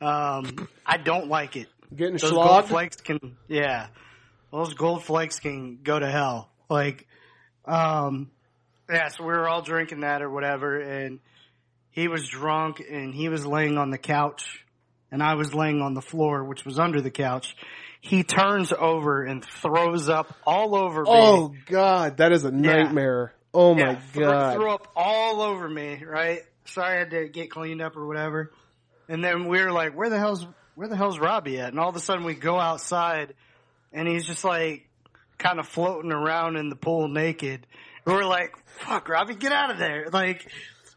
Speaker 4: Um, I don't like it.
Speaker 2: Getting
Speaker 4: Those gold
Speaker 2: schlogged.
Speaker 4: flakes can, yeah, those gold flakes can go to hell. Like, um, yeah, so we were all drinking that or whatever, and he was drunk and he was laying on the couch and I was laying on the floor, which was under the couch. He turns over and throws up all over me.
Speaker 2: Oh god, that is a nightmare. Oh my
Speaker 4: Yeah, threw-
Speaker 2: god.
Speaker 4: Threw up all over me, right? So I had to get cleaned up or whatever. And then we were like, where the hell's, where the hell's Robbie at? And all of a sudden we go outside and he's just like kind of floating around in the pool naked. And we're like, fuck Robbie, get out of there. Like,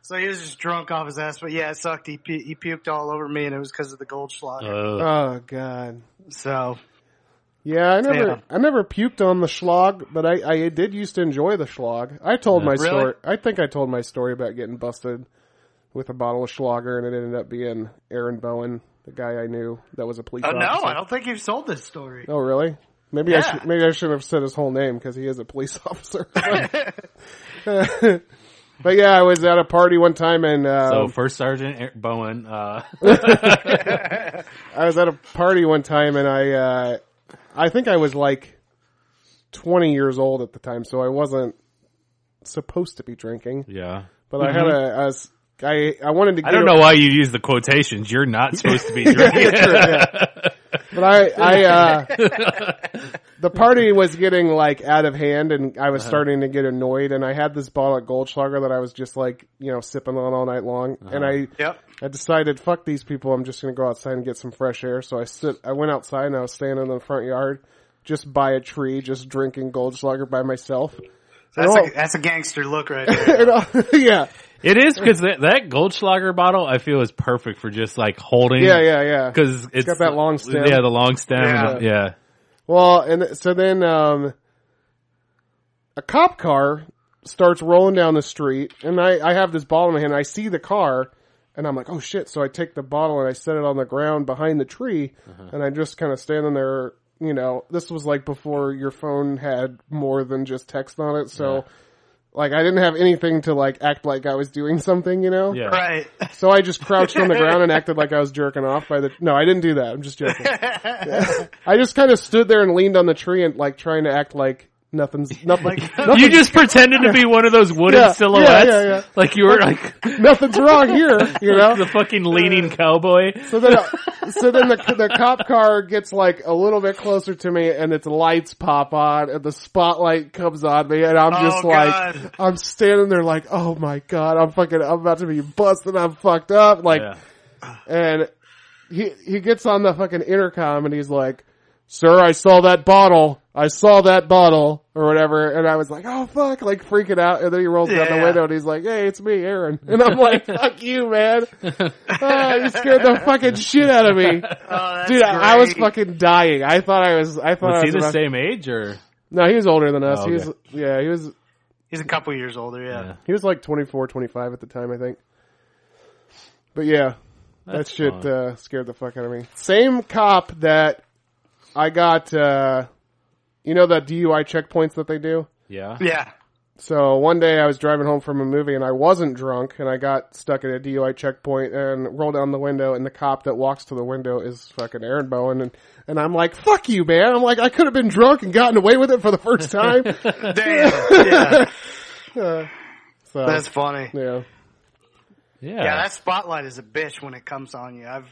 Speaker 4: so he was just drunk off his ass, but yeah, it sucked. He, pu- he puked all over me and it was because of the gold schlager.
Speaker 3: Uh,
Speaker 2: Oh god.
Speaker 4: so uh,
Speaker 2: Yeah, I never,
Speaker 4: Yeah.
Speaker 2: I never puked on the schlag, but I, I did used to enjoy the schlag. I told my
Speaker 4: Really?
Speaker 2: story. I think I told my story about getting busted with a bottle of schlager, and it ended up being Aaron Bowen, the guy I knew that was a police
Speaker 4: uh, no,
Speaker 2: officer.
Speaker 4: I don't think you've sold this story.
Speaker 2: Oh, really? Maybe I
Speaker 4: Yeah.
Speaker 2: should, maybe I should have said his whole name because he is a police officer. But yeah, I was at a party one time and uh,
Speaker 3: So first sergeant Eric Bowen, uh,
Speaker 2: I was at a party one time and I, uh, I think I was like 20 years old at the time, so I wasn't supposed to be drinking,
Speaker 3: yeah.
Speaker 2: but I had a, a s- I, I wanted to get,
Speaker 3: Mm-hmm. I don't
Speaker 2: a-
Speaker 3: know why you use the quotations. You're not supposed to be drinking.
Speaker 2: but I, I, uh, the party was getting like out of hand and I was
Speaker 3: Uh-huh.
Speaker 2: starting to get annoyed and I had this bottle of Goldschlager that I was just like, you know, sipping on all night long and
Speaker 3: Uh-huh.
Speaker 2: I,
Speaker 4: Yep.
Speaker 2: I decided, fuck these people. I'm just going to go outside and get some fresh air. So I stood, I went outside and I was standing in the front yard, just by a tree, just drinking Goldschlager by myself.
Speaker 4: That's,
Speaker 2: all-
Speaker 4: a, that's a gangster look right there.
Speaker 2: And all- yeah,
Speaker 3: it is because that, that Goldschlager bottle I feel is perfect for just like holding.
Speaker 2: yeah, yeah, yeah.
Speaker 3: Because it's,
Speaker 2: got that long stem.
Speaker 3: Yeah, the long stem. and the- yeah.
Speaker 2: Well, and so then, um, a cop car starts rolling down the street and I, I have this bottle in my hand. I see the car and I'm like, oh shit. So I take the bottle and I set it on the ground behind the tree and I just kind of standing there, you know, this was like before your phone had more than just text on it. So like I didn't have anything to like act like I was doing something, you know?
Speaker 3: Yeah.
Speaker 4: Right.
Speaker 2: So I just crouched on the ground and acted like I was jerking off by the. No, I didn't do that. I'm just joking. I just kind of stood there and leaned on the tree and like trying to act like nothing's nothing, nothing-
Speaker 3: You just pretended to be one of those wooden
Speaker 2: Yeah, yeah,
Speaker 3: silhouettes.
Speaker 2: yeah, yeah.
Speaker 3: Like you were like
Speaker 2: nothing's wrong here, you know.
Speaker 3: the fucking leaning cowboy.
Speaker 2: So then, so then the the cop car gets like a little bit closer to me, and its lights pop on, and the spotlight comes on me, and I'm
Speaker 4: Oh,
Speaker 2: just like,
Speaker 4: God.
Speaker 2: I'm standing there like, oh my god, I'm fucking, I'm about to be busted, I'm fucked up, like,
Speaker 3: Yeah.
Speaker 2: and he he gets on the fucking intercom and he's like, "Sir, I saw that bottle. I saw that bottle or whatever." And I was like, "Oh fuck!" Like freaking out. And then he rolls down
Speaker 4: Yeah.
Speaker 2: the window and he's like, "Hey, it's me, Aaron." And I'm like, "Fuck you, man! Ah, you scared the fucking shit out of me,
Speaker 4: Oh, that's
Speaker 2: dude. I, I was
Speaker 4: great.
Speaker 2: fucking dying. I thought I was. I thought
Speaker 3: Was
Speaker 2: I was.
Speaker 3: he the
Speaker 2: about-
Speaker 3: same age or?
Speaker 2: No, he was older than us.
Speaker 3: Oh,
Speaker 2: He was. Yeah, he was.
Speaker 4: He's a couple years older, yeah.
Speaker 3: Yeah.
Speaker 2: He was like 24, 25 at the time, I think. But yeah,
Speaker 3: That's
Speaker 2: that shit
Speaker 3: fun.
Speaker 2: uh, scared the fuck out of me. Same cop that I got, uh, you know, the DUI checkpoints that they do?
Speaker 3: Yeah.
Speaker 4: Yeah.
Speaker 2: So one day I was driving home from a movie and I wasn't drunk and I got stuck at a DUI checkpoint and rolled down the window and the cop that walks to the window is fucking Aaron Bowen and, and I'm like, fuck you, man. I'm like, I could have been drunk and gotten away with it for the first time.
Speaker 4: Damn. yeah.
Speaker 2: So,
Speaker 4: That's funny.
Speaker 2: yeah.
Speaker 3: Yeah.
Speaker 4: Yeah, that spotlight is a bitch when it comes on you. I've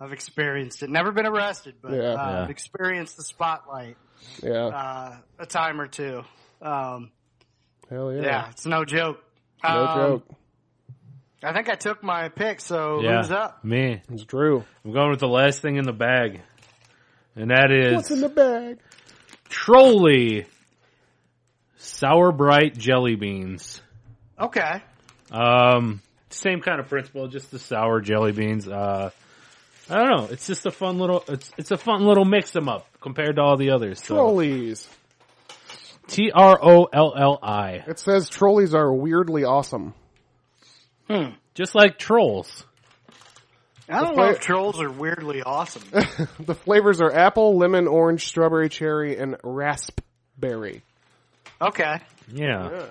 Speaker 4: I've experienced it. Never been arrested, but
Speaker 2: Yeah.
Speaker 4: uh,
Speaker 3: Yeah.
Speaker 4: I've experienced the spotlight
Speaker 2: Yeah.
Speaker 4: uh, a time or two. Um,
Speaker 2: Hell yeah.
Speaker 4: yeah. it's no joke.
Speaker 2: No
Speaker 4: Um,
Speaker 2: joke.
Speaker 4: I think I took my pick, so
Speaker 3: Yeah.
Speaker 4: who's up?
Speaker 3: Me.
Speaker 2: It's Drew.
Speaker 3: I'm going with the last thing in the bag. And that
Speaker 2: What's in
Speaker 3: is
Speaker 2: the bag?
Speaker 3: Trolley Sour Bright Jelly Beans.
Speaker 4: Okay.
Speaker 3: Um, same kind of principle, just the sour jelly beans. Uh, I don't know. It's just a fun little, it's, it's a fun little mix them up compared to all the others. So
Speaker 2: Trolleys.
Speaker 3: T-R-O-L-L-I.
Speaker 2: It says trolleys are weirdly awesome.
Speaker 3: Just like trolls.
Speaker 4: I don't
Speaker 2: The
Speaker 4: know
Speaker 2: fir-
Speaker 4: if trolls are weirdly awesome.
Speaker 2: The flavors are apple, lemon, orange, strawberry, cherry, and raspberry.
Speaker 4: Okay.
Speaker 3: Yeah.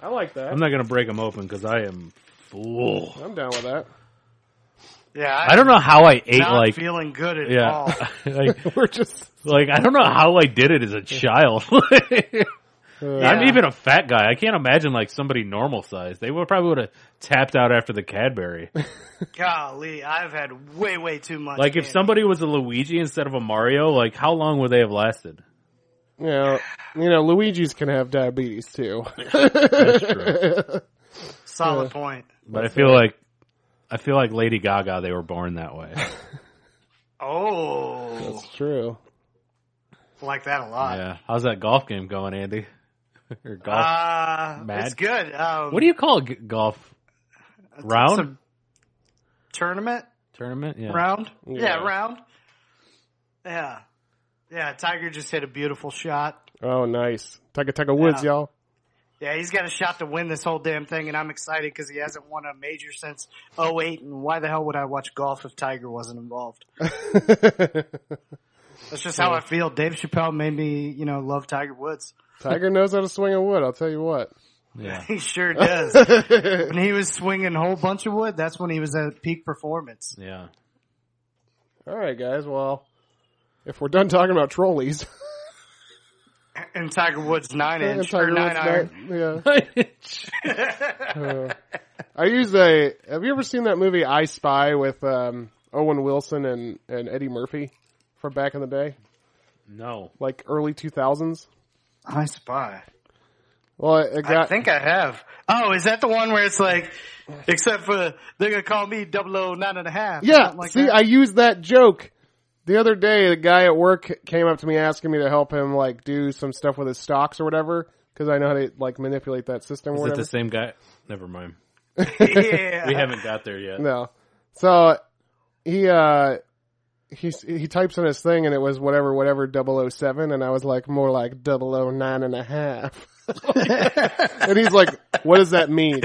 Speaker 2: I like that.
Speaker 3: I'm
Speaker 2: I'm,
Speaker 3: not going to break them open because I am full.
Speaker 2: down with that.
Speaker 4: Yeah,
Speaker 3: I don't know how I ate
Speaker 4: not
Speaker 3: like,
Speaker 4: feeling good at all.
Speaker 3: yeah, like,
Speaker 2: We're just.
Speaker 3: like, I don't know how I did it as a child. I'm
Speaker 4: Yeah.
Speaker 3: even a fat guy. I can't imagine like somebody normal size. They would probably would have tapped out after the Cadbury.
Speaker 4: Golly, I've had way, way too much.
Speaker 3: Like if
Speaker 4: candy.
Speaker 3: somebody was a Luigi instead of a Mario, like how long would they have lasted?
Speaker 2: You know, you know, Luigi's can have diabetes too.
Speaker 3: That's true.
Speaker 4: solid point.
Speaker 3: But I feel like I feel like Lady Gaga they were born that way.
Speaker 4: Oh,
Speaker 2: That's true.
Speaker 4: like that a lot.
Speaker 3: Yeah. How's that golf game going, Andy? or golf?
Speaker 4: Uh,
Speaker 3: Mad.
Speaker 4: it's good. Um,
Speaker 3: what do you call a g- golf round
Speaker 4: some tournament
Speaker 3: tournament? Yeah.
Speaker 4: round? Yeah.
Speaker 2: Yeah.
Speaker 4: round. Yeah, yeah. Tiger just hit a beautiful shot.
Speaker 2: Oh, nice. Taka Taka Woods,
Speaker 4: Yeah.
Speaker 2: y'all.
Speaker 4: Yeah, he's got a shot to win this whole damn thing, and I'm excited because he hasn't won a major since 08, And why the hell would I watch golf if Tiger wasn't involved? That's just how I feel. Dave Chappelle made me, you know, love Tiger Woods.
Speaker 2: Tiger knows how to swing a wood. I'll tell you what.
Speaker 3: Yeah.
Speaker 4: He sure does. when he was swinging a whole bunch of wood, that's when he was at peak performance.
Speaker 3: Yeah.
Speaker 2: All right, guys. Well, if we're done talking about trolleys,
Speaker 4: And Tiger Woods nine
Speaker 2: I'm
Speaker 4: inch
Speaker 2: talking
Speaker 4: or nine
Speaker 2: about-
Speaker 4: iron.
Speaker 2: yeah. I use a. Have you ever seen that movie I Spy with um, Owen Wilson and, and Eddie Murphy from back in the day,
Speaker 3: no.
Speaker 2: like early two thousands?
Speaker 4: I spy.
Speaker 2: Well, it
Speaker 4: I
Speaker 2: got
Speaker 4: think I have. Oh, is that the one where it's like, except for they're gonna call me 009 and a half? or
Speaker 2: yeah.
Speaker 4: something like
Speaker 2: see,
Speaker 4: that?
Speaker 2: I used that joke the other day. The guy at work came up to me asking me to help him like do some stuff with his stocks or whatever because I know how to like manipulate that system. or
Speaker 3: Is it
Speaker 2: whatever.
Speaker 3: the same guy? Never mind.
Speaker 4: yeah.
Speaker 3: We haven't got there yet.
Speaker 2: No. So he uh he he types in his thing and it was whatever whatever 007 and I was like more like 009 and a half. and he's like what does that mean?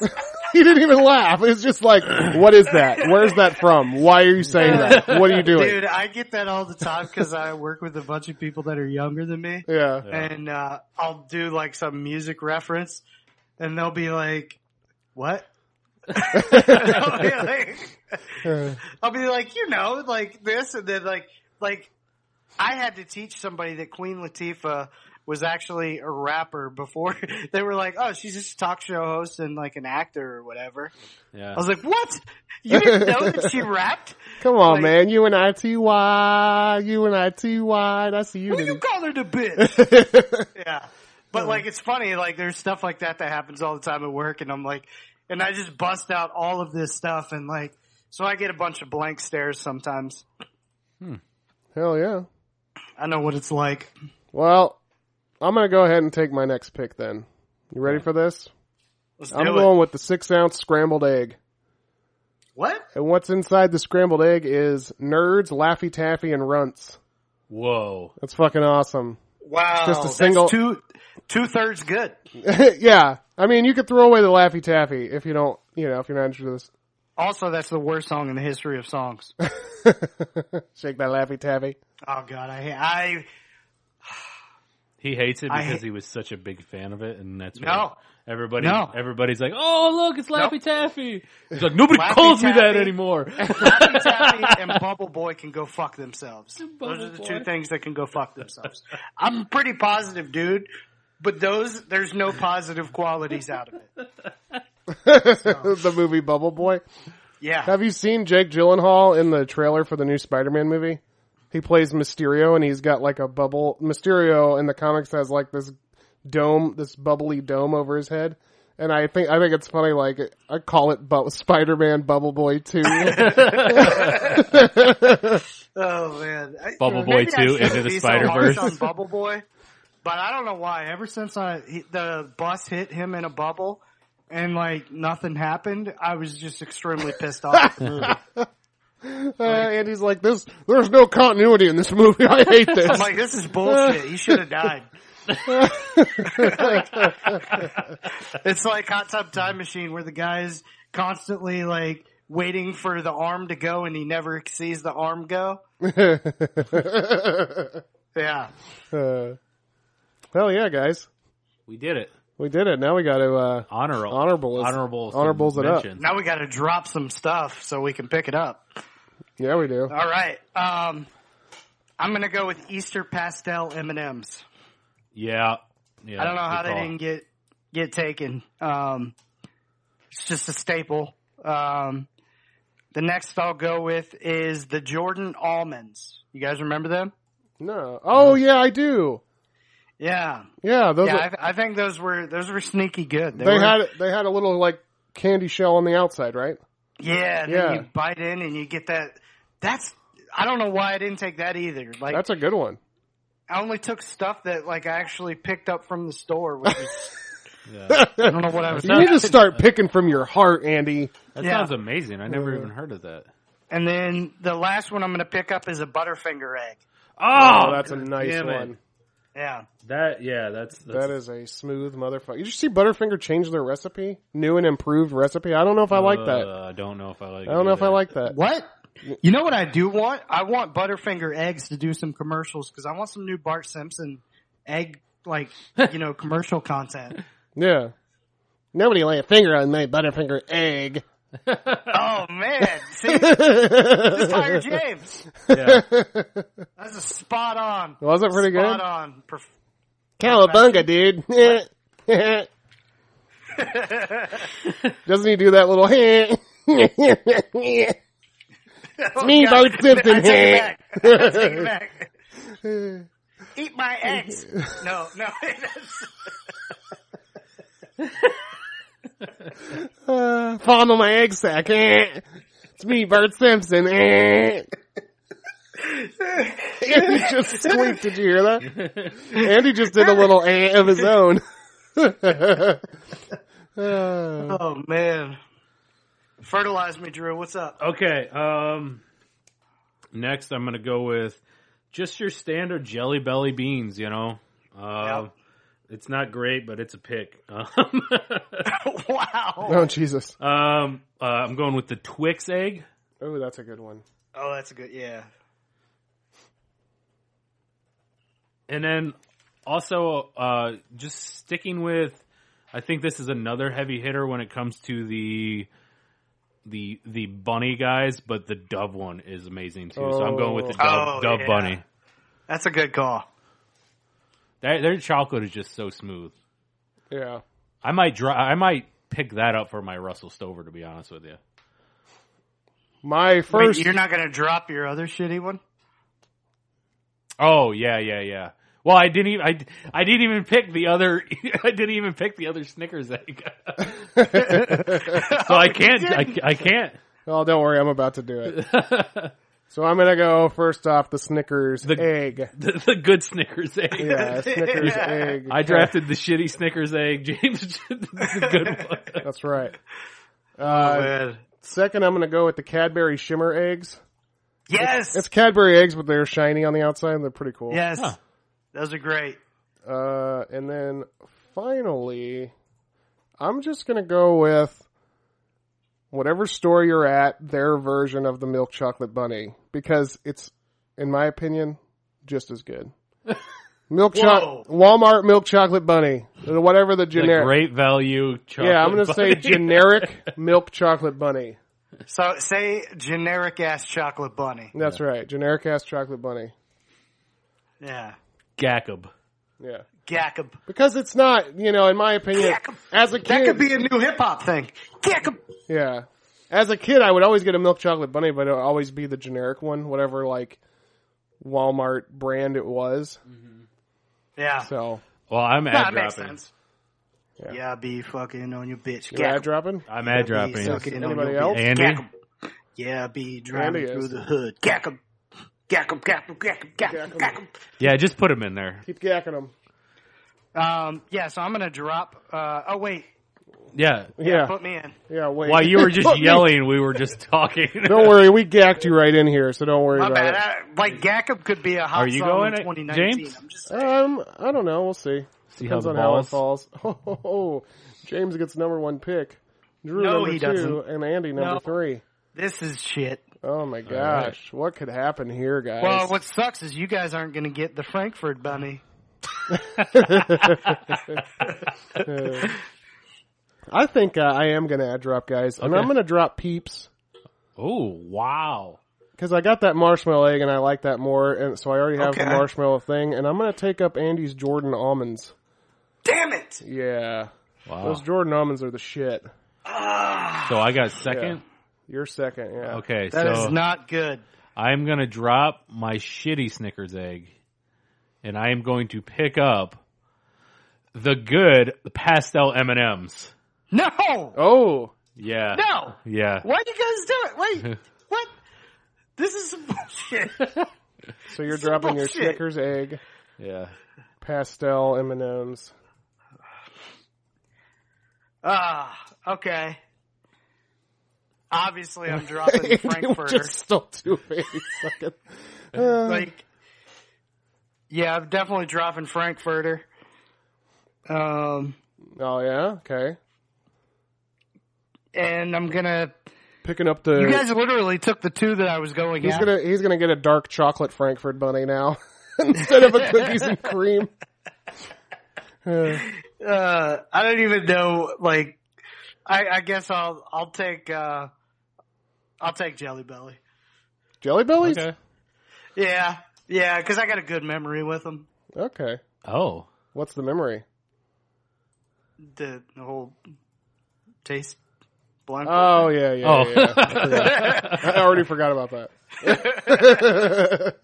Speaker 2: he didn't even laugh. It's just like what is that? Where's that from? Why are you saying that? What are you doing?
Speaker 4: Dude, I get that all the time because I work with a bunch of people that are younger than me,
Speaker 2: Yeah.
Speaker 4: and uh, I'll do like some music reference, and they'll be like, "What?" I'll, be like, I'll be like, you know, like this, and then like, like I had to teach somebody that Queen Latifah was actually a rapper before they were like, oh, she's just a talk show host and like an actor or whatever.
Speaker 3: Yeah.
Speaker 4: I was like, what? You didn't know that she rapped?
Speaker 2: Come on,
Speaker 4: like-
Speaker 2: man. You and I T Y. You and I T Y. That's the
Speaker 4: Who you
Speaker 2: unity.
Speaker 4: call her the bitch? yeah. But like, it's funny, like there's stuff like that that happens all the time at work and I'm like, and I just bust out all of this stuff and like, so I get a bunch of blank stares sometimes.
Speaker 2: Hell yeah.
Speaker 4: I know what it's like.
Speaker 2: Well, I'm gonna go ahead and take my next pick then. You ready for this?
Speaker 4: Let's
Speaker 2: I'm
Speaker 4: do it.
Speaker 2: going with the six ounce scrambled egg.
Speaker 4: What?
Speaker 2: And what's inside the scrambled egg is nerds, Laffy Taffy, and runts.
Speaker 3: Whoa.
Speaker 2: That's fucking awesome.
Speaker 4: Wow.
Speaker 2: Just a single-
Speaker 4: That's two, two thirds good.
Speaker 2: yeah. I mean, you could throw away the Laffy Taffy if you don't, you know, if you're not interested in this.
Speaker 4: Also, that's the worst song in the history of songs. oh
Speaker 2: Shake that Laffy Taffy.
Speaker 4: God. I, I,
Speaker 3: He hates it
Speaker 4: I
Speaker 3: because
Speaker 4: ha-
Speaker 3: he was such a big fan of it, and that's why
Speaker 4: No.
Speaker 3: everybody
Speaker 4: No.
Speaker 3: everybody's like, "Oh, look, it's Laffy Taffy." He's like, "Nobody
Speaker 4: Laffy
Speaker 3: calls me that
Speaker 4: Taffy.
Speaker 3: anymore."
Speaker 4: Laffy Taffy and Bubble Boy can go fuck themselves. those
Speaker 3: Bubble
Speaker 4: are the
Speaker 3: Boy.
Speaker 4: two things that can go fuck themselves. I'm a pretty positive, dude, but those there's no positive qualities out of it.
Speaker 2: the movie Bubble Boy.
Speaker 4: Yeah,
Speaker 2: Have you seen Jake Gyllenhaal in the trailer for the new Spider-Man movie? He plays Mysterio and he's got like a bubble. Mysterio in the comics has like this dome, this bubbly dome over his head. And I think, I think it's funny, like, I call it bu- Spider-Man Bubble Boy Uh, 2.
Speaker 4: oh man, I-
Speaker 3: Bubble
Speaker 4: maybe
Speaker 3: Boy
Speaker 4: I
Speaker 3: 2,
Speaker 4: shouldn't
Speaker 3: Into the
Speaker 4: be so harsh
Speaker 3: Spider-Verse.
Speaker 4: on Bubble Boy, but I don't know why. Ever since I he, the bus hit him in a bubble and like nothing happened, I was just extremely pissed off. at the movie.
Speaker 2: Uh, and he's like, this, there's no continuity in this movie. I hate
Speaker 4: I'm
Speaker 2: this.
Speaker 4: like, this is bullshit. You should have died. it's like Hot Tub Time Machine where the guy's constantly like waiting for the arm to go and he never sees the arm go. Yeah.
Speaker 2: uh, hell yeah, guys.
Speaker 3: we did it.
Speaker 2: We did it. Now we gotta, uh,
Speaker 3: Honorable,
Speaker 2: Honorables.
Speaker 3: honorables,
Speaker 2: Honorables it up.
Speaker 3: mentions.
Speaker 4: Now we got to drop some stuff so we can pick it up.
Speaker 2: yeah, we do.
Speaker 4: All right. Um, I'm going to go with Easter pastel M&Ms.
Speaker 3: Yeah, yeah.
Speaker 4: I don't know how they
Speaker 3: good
Speaker 4: didn't get get taken. Um, it's just a staple. Um, the next I'll go with is the Jordan almonds. You guys remember them?
Speaker 2: No. Oh yeah, I do.
Speaker 4: Yeah,
Speaker 2: Yeah, those
Speaker 4: yeah.
Speaker 2: are,
Speaker 4: I, th- I think those were those were sneaky good.
Speaker 2: they
Speaker 4: were,
Speaker 2: had, they had a little like candy shell on the outside, right?
Speaker 4: yeah. and
Speaker 2: yeah.
Speaker 4: Then you bite in and you get that. That's I don't know why I didn't take that either. Like
Speaker 2: That's a good one.
Speaker 4: I only took stuff that like I actually picked up from the store. Which was,
Speaker 3: Yeah.
Speaker 4: I don't know what I was.
Speaker 2: You need to start picking from your heart, Andy.
Speaker 3: That
Speaker 4: Yeah.
Speaker 3: sounds amazing. I never even heard of that.
Speaker 4: And then the last one I'm going to pick up is a Butterfinger egg.
Speaker 3: Oh,
Speaker 2: Oh, that's a nice
Speaker 3: damn it.
Speaker 2: one.
Speaker 4: Yeah.
Speaker 3: That yeah, that's, that's
Speaker 2: That is a smooth motherfucker. You just see Butterfinger change their recipe, new and improved recipe. I don't know if I like that.
Speaker 3: Uh, I don't know if I like.
Speaker 2: I don't know if I like that.
Speaker 4: What? You know what I do want? I want Butterfinger eggs to do some commercials because I want some new Bart Simpson egg, like, you know, commercial content.
Speaker 2: Yeah.
Speaker 6: Nobody lay a finger on my Butterfinger egg.
Speaker 4: Oh man, see, just hire James. Yeah, that's a spot on.
Speaker 2: Was it pretty
Speaker 4: spot
Speaker 2: good?
Speaker 4: on. Perf-
Speaker 6: Cowabunga, dude.
Speaker 2: Doesn't he do that little hand?
Speaker 6: it's
Speaker 4: Oh,
Speaker 6: me,
Speaker 4: God.
Speaker 6: Bo Simpson.
Speaker 4: I take it back. I take it back. Eat my eggs. No, no. that's-
Speaker 2: Uh,
Speaker 6: Fondle my egg sack.
Speaker 2: eh?
Speaker 6: it's me, Bert Simpson.
Speaker 2: Andy just squeaked. Did you hear that? Andy just did a little eh of his own.
Speaker 4: Oh man. Fertilize me, Drew. What's up?
Speaker 3: Okay. Um, next, I'm gonna go with just your standard Jelly Belly beans. You know, uh,
Speaker 4: Yep.
Speaker 3: it's not great, but it's a pick. Um,
Speaker 4: wow.
Speaker 2: Oh Jesus!
Speaker 3: um, uh, I'm going with the Twix egg.
Speaker 2: Oh, that's a good one.
Speaker 4: Oh, that's a good. Yeah.
Speaker 3: And then also uh, just sticking with, I think this is another heavy hitter when it comes to the the the bunny guys, but the dove one is amazing too. So I'm going with the dove,
Speaker 4: Oh,
Speaker 3: dove
Speaker 4: yeah.
Speaker 3: bunny.
Speaker 4: That's a good call.
Speaker 3: Their, their chocolate is just so smooth.
Speaker 2: Yeah.
Speaker 3: I might dry, I might pick that up for my Russell Stover. To be honest with you,
Speaker 2: My
Speaker 4: Wait,
Speaker 2: first.
Speaker 4: you're not gonna drop your other shitty one.
Speaker 3: oh yeah, yeah, yeah. Well, I didn't even I, I didn't even pick the other I didn't even pick the other Snickers egg. so I can't I, I can't
Speaker 2: oh, don't worry. I'm about to do it. so I'm gonna go first off the Snickers
Speaker 3: The-
Speaker 2: egg.
Speaker 3: the, the good Snickers egg.
Speaker 2: Yeah, Snickers egg.
Speaker 3: I drafted the shitty Snickers egg. James, did the good one.
Speaker 2: That's right. Uh,
Speaker 4: Good.
Speaker 2: second, I'm gonna go with the Cadbury Shimmer eggs.
Speaker 4: Yes.
Speaker 2: It's Cadbury eggs, but they're shiny on the outside. and They're pretty cool.
Speaker 4: yes.
Speaker 3: Huh.
Speaker 4: Those are great.
Speaker 2: Uh, and then finally, I'm just gonna go with whatever store you're at, their version of the milk chocolate bunny because it's, in my opinion, just as good. Milk
Speaker 4: Whoa.
Speaker 2: chocolate, Walmart milk chocolate bunny, whatever the
Speaker 3: The
Speaker 2: generic.
Speaker 3: great value chocolate.
Speaker 2: yeah, I'm gonna say
Speaker 3: bunny.
Speaker 2: generic milk chocolate bunny.
Speaker 4: So say generic ass chocolate bunny.
Speaker 2: That's right, generic ass chocolate bunny.
Speaker 4: Yeah.
Speaker 3: Gackab.
Speaker 2: Yeah,
Speaker 4: Gackab.
Speaker 2: because it's not, you know, in my opinion, as a kid,
Speaker 4: That could be a new hip hop thing. Gackab.
Speaker 2: Yeah. As a kid, I would always get a milk chocolate bunny, but it would always be the generic one, whatever like Walmart brand it was.
Speaker 4: Yeah.
Speaker 2: So,
Speaker 3: Well, I'm
Speaker 4: Nah,
Speaker 3: ad
Speaker 4: it makes
Speaker 3: dropping.
Speaker 4: sense.
Speaker 2: Yeah.
Speaker 4: Yeah. be fucking on your bitch.
Speaker 2: you ad dropping?
Speaker 3: I'm ad dropping.
Speaker 4: Sucking on
Speaker 2: Anybody
Speaker 4: your
Speaker 2: else?
Speaker 4: bitch.
Speaker 3: Andy?
Speaker 4: Gack 'em. Yeah, be driving
Speaker 2: Andy
Speaker 4: through
Speaker 2: is.
Speaker 4: the hood. Gack 'em. Gack 'em, gack 'em, gack 'em, gack 'em, gack 'em.
Speaker 3: Yeah, just put them in there.
Speaker 2: Keep yakking them.
Speaker 4: Um, yeah, so I'm gonna drop, uh, oh wait,
Speaker 3: Yeah.
Speaker 2: Yeah.
Speaker 4: put me in.
Speaker 2: Yeah, wait.
Speaker 3: While you were just
Speaker 2: Put me-
Speaker 3: yelling, we were just talking.
Speaker 2: Don't worry, we gacked you right in here, so don't worry
Speaker 4: My
Speaker 2: about
Speaker 4: bad. I, like, Gack'em could be a hot
Speaker 3: Are you
Speaker 4: song
Speaker 3: going, uh,
Speaker 4: in 2019.
Speaker 3: James?
Speaker 4: I'm just
Speaker 2: it. Um, I don't know. We'll see.
Speaker 3: See how
Speaker 2: Depends
Speaker 3: the
Speaker 2: on how it
Speaker 3: balls.
Speaker 2: falls. Oh, ho, ho. James gets number one pick. Drew
Speaker 4: No,
Speaker 2: number
Speaker 4: he
Speaker 2: 2
Speaker 4: doesn't.
Speaker 2: and Andy number
Speaker 4: No.
Speaker 2: three.
Speaker 4: this is shit.
Speaker 2: Oh my gosh, what could happen here, guys?
Speaker 4: Well, what sucks is you guys aren't gonna get the Frankfurt bunny.
Speaker 2: I think uh, I am going to add drop, guys, and
Speaker 3: Okay.
Speaker 2: I'm going to drop peeps.
Speaker 3: Oh wow!
Speaker 2: because I got that marshmallow egg and I like that more, and so I already have the
Speaker 4: Okay.
Speaker 2: marshmallow thing. And I'm gonna take up Andy's Jordan almonds.
Speaker 4: Damn it!
Speaker 2: Yeah,
Speaker 3: Wow.
Speaker 2: those Jordan almonds are the shit.
Speaker 3: So I got second.
Speaker 2: You're second, yeah.
Speaker 3: Okay,
Speaker 4: That is
Speaker 3: so
Speaker 4: not good.
Speaker 3: I'm gonna drop my shitty Snickers egg, and I am going to pick up the good pastel M and M's.
Speaker 4: No!
Speaker 2: Oh,
Speaker 3: Yeah,
Speaker 4: No!
Speaker 3: yeah.
Speaker 4: Why do you guys do it? Wait, what? This is some bullshit.
Speaker 2: so you're dropping your
Speaker 4: bullshit.
Speaker 2: Snickers egg,
Speaker 3: Yeah.
Speaker 2: pastel M and M's.
Speaker 4: Ah, okay. Obviously, I'm dropping the Frankfurter.
Speaker 2: Just uh, still two eggs.
Speaker 4: Like, yeah, I'm definitely dropping Frankfurter. Um,
Speaker 2: oh yeah, okay.
Speaker 4: and I'm gonna.
Speaker 2: Picking up the.
Speaker 4: You guys literally took the two that I was going
Speaker 2: he's
Speaker 4: after.
Speaker 2: gonna he's gonna get a dark chocolate Frankfurt bunny now instead of a cookies and cream.
Speaker 4: uh, I don't even know. Like, I, I guess I'll I'll take uh, I'll take Jelly Belly.
Speaker 2: Jelly bellies?
Speaker 3: Okay.
Speaker 4: Yeah, yeah, because I got a good memory with them.
Speaker 2: Okay.
Speaker 3: Oh.
Speaker 2: What's the memory?
Speaker 4: The, the whole taste blind.
Speaker 2: Oh yeah, yeah,
Speaker 3: Oh.
Speaker 2: yeah. I, forgot. I already forgot about that.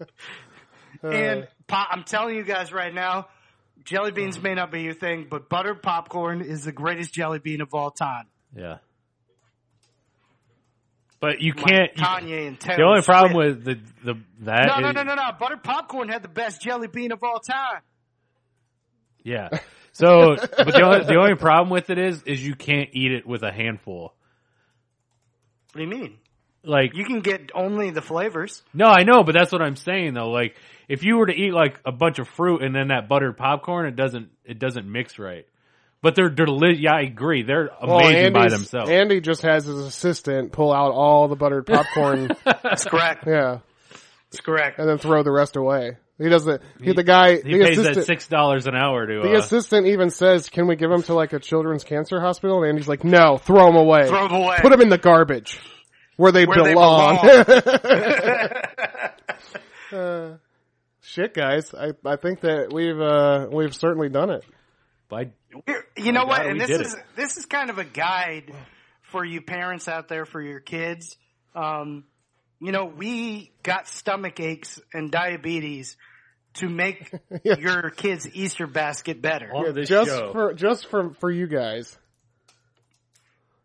Speaker 4: and pop, I'm telling you guys right now, jelly beans
Speaker 3: Mm.
Speaker 4: may not be your thing, but buttered popcorn is the greatest jelly bean of all time.
Speaker 3: Yeah. But you
Speaker 4: Like
Speaker 3: can't. you-
Speaker 4: Kanye and Taylor
Speaker 3: the only problem
Speaker 4: Swift.
Speaker 3: with the the that
Speaker 4: no, no,
Speaker 3: is-
Speaker 4: no, no, no. Buttered popcorn had the best jelly bean of all time.
Speaker 3: yeah. So, but the only, the only problem with it is is you can't eat it with a handful.
Speaker 4: What do you mean?
Speaker 3: Like
Speaker 4: You can get only the flavors.
Speaker 3: no, I know, but that's what I'm saying though. Like if you were to eat like a bunch of fruit and then that buttered popcorn, it doesn't it doesn't mix right. But they're delicious. Yeah, I agree. They're
Speaker 2: Oh,
Speaker 3: amazing by
Speaker 2: Andy's-
Speaker 3: themselves.
Speaker 2: Andy just has his assistant pull out all the buttered popcorn,
Speaker 4: That's correct.
Speaker 2: yeah,
Speaker 4: That's correct.
Speaker 2: and then throw the rest away. He doesn't. He, the guy,
Speaker 3: he
Speaker 2: the
Speaker 3: pays that
Speaker 2: assistant,
Speaker 3: six dollars an hour to.
Speaker 2: the
Speaker 3: Uh,
Speaker 2: assistant even says, "Can we give him to like a children's cancer hospital?" And Andy's like, "No, throw him away.
Speaker 4: Throw 'em away.
Speaker 2: Put him in the garbage where they
Speaker 4: Where they
Speaker 2: belong."
Speaker 4: belong.
Speaker 2: Shit, guys, I I think that we've uh we've certainly done it.
Speaker 3: by-
Speaker 4: Here- you know what?
Speaker 3: God,
Speaker 4: And
Speaker 3: we
Speaker 4: this
Speaker 3: did
Speaker 4: is
Speaker 3: it.
Speaker 4: this is kind of a guide for you parents out there for your kids. Um, you know, we got stomach aches and diabetes to make your kids' Easter basket better.
Speaker 3: on this
Speaker 2: just
Speaker 3: show.
Speaker 2: for just for for you guys.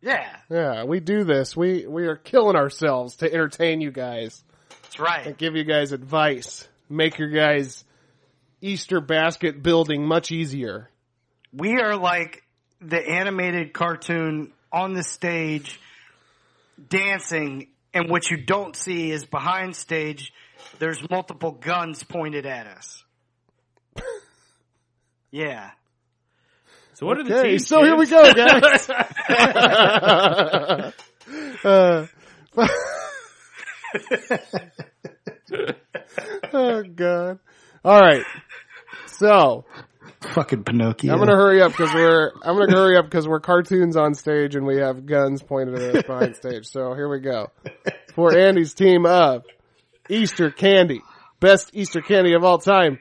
Speaker 4: Yeah,
Speaker 2: Yeah, we do this. We we are killing ourselves to entertain you guys.
Speaker 4: that's right.
Speaker 2: give you guys advice, make your guys Easter basket building much easier.
Speaker 4: We are like the animated cartoon on the stage dancing, and what you don't see is behind stage. There's multiple guns pointed at us. Yeah.
Speaker 3: so what are the
Speaker 2: Okay,
Speaker 3: teams?
Speaker 2: so here
Speaker 3: dude?
Speaker 2: we go, guys. Uh, oh god! All right, so
Speaker 7: Fucking Pinocchio.
Speaker 2: I'm gonna hurry up because we're I'm gonna hurry up because we're cartoons on stage and we have guns pointed at us behind stage. So here we go for Andy's team of Easter candy, best Easter candy of all time.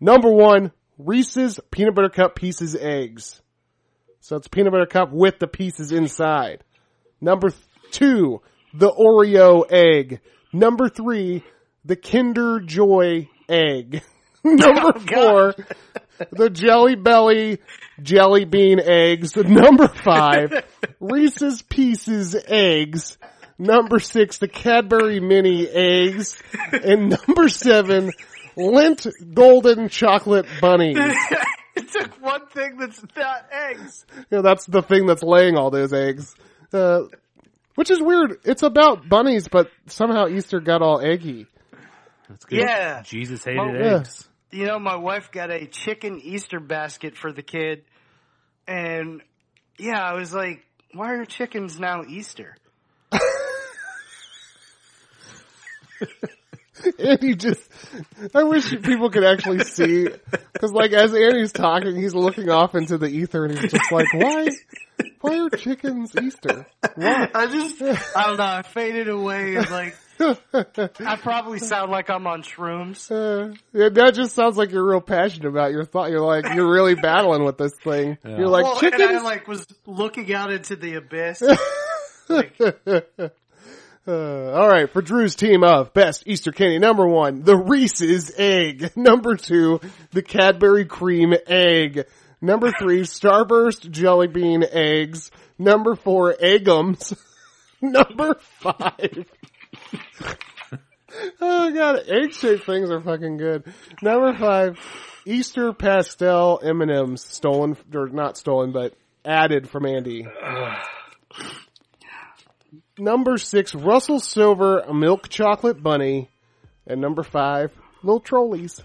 Speaker 2: Number one, Reese's peanut butter cup pieces eggs. So it's peanut butter cup with the pieces inside. Number th- two, the Oreo egg. Number three, the Kinder Joy egg. Number four, the Jelly Belly jelly bean eggs. Number five, Reese's Pieces eggs. Number six, the Cadbury mini eggs. And number seven, Lint golden chocolate bunnies.
Speaker 4: it took one thing that's not eggs.
Speaker 2: You know, that's the thing that's laying all those eggs. Uh, which is weird. It's about bunnies, but somehow Easter got all eggy.
Speaker 3: That's good.
Speaker 4: Yeah.
Speaker 3: Jesus hated
Speaker 4: Well,
Speaker 2: yeah.
Speaker 3: eggs.
Speaker 4: You know, my wife got a chicken Easter basket for the kid, and yeah, I was like, why are chickens now Easter?
Speaker 2: Andy just, I wish people could actually see, cause like as Andy's talking, he's looking off into the ether and he's just like, why, why are chickens Easter?
Speaker 4: I just, I don't know, I faded away. and, Like, I probably sound like I'm on shrooms.
Speaker 2: Uh, yeah, that just sounds like you're real passionate about your thought. You're like, you're really battling with this thing. You're like,
Speaker 4: Well, and I
Speaker 2: chickens?
Speaker 4: like was looking out into the abyss.
Speaker 2: Uh, all right, for Drew's team of best Easter candy, number one, the Reese's egg. Number two, the Cadbury cream egg. Number three, Starburst jelly bean eggs. Number four, Eggums. number five. oh god, egg shaped things are fucking good. Number five, Easter pastel M and M's stolen or not stolen, but added from Andy. Number six, Russell Silver milk chocolate bunny, and number five, little trolleys.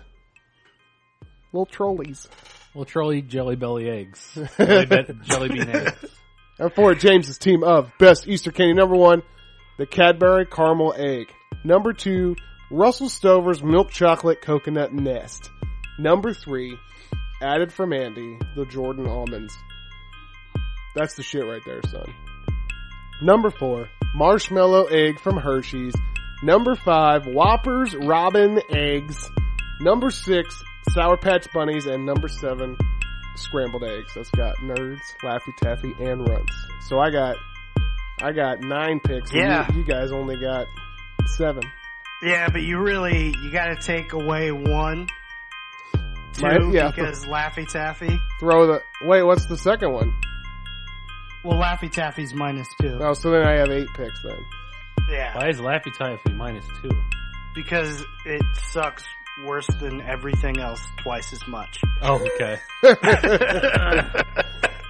Speaker 2: Little trolleys.
Speaker 3: Well, trolley jelly belly eggs. Jelly, be- jelly bean eggs.
Speaker 2: And for James's team of best Easter candy, number one, the Cadbury caramel egg. Number two, Russell Stover's milk chocolate coconut nest. Number three, Added from Andy, the Jordan almonds. That's the shit right there, son. Number four, marshmallow egg from Hershey's. Number five, Whoppers Robin eggs. Number six, Sour Patch Bunnies. And number seven, scrambled eggs. That's got nerds, Laffy Taffy, and runts. So I got, I got nine picks. and
Speaker 4: Yeah.
Speaker 2: You, you guys only got seven.
Speaker 4: Yeah, but you really you got to take away one, two
Speaker 2: My- yeah.
Speaker 4: because Laffy Taffy.
Speaker 2: Throw the, wait, what's the second one?
Speaker 4: Well, Laffy Taffy's minus two.
Speaker 2: Oh, so then I have eight picks then.
Speaker 4: Yeah,
Speaker 3: Why is Laffy Taffy minus two?
Speaker 4: because it sucks worse than everything else twice as much.
Speaker 3: Oh, okay.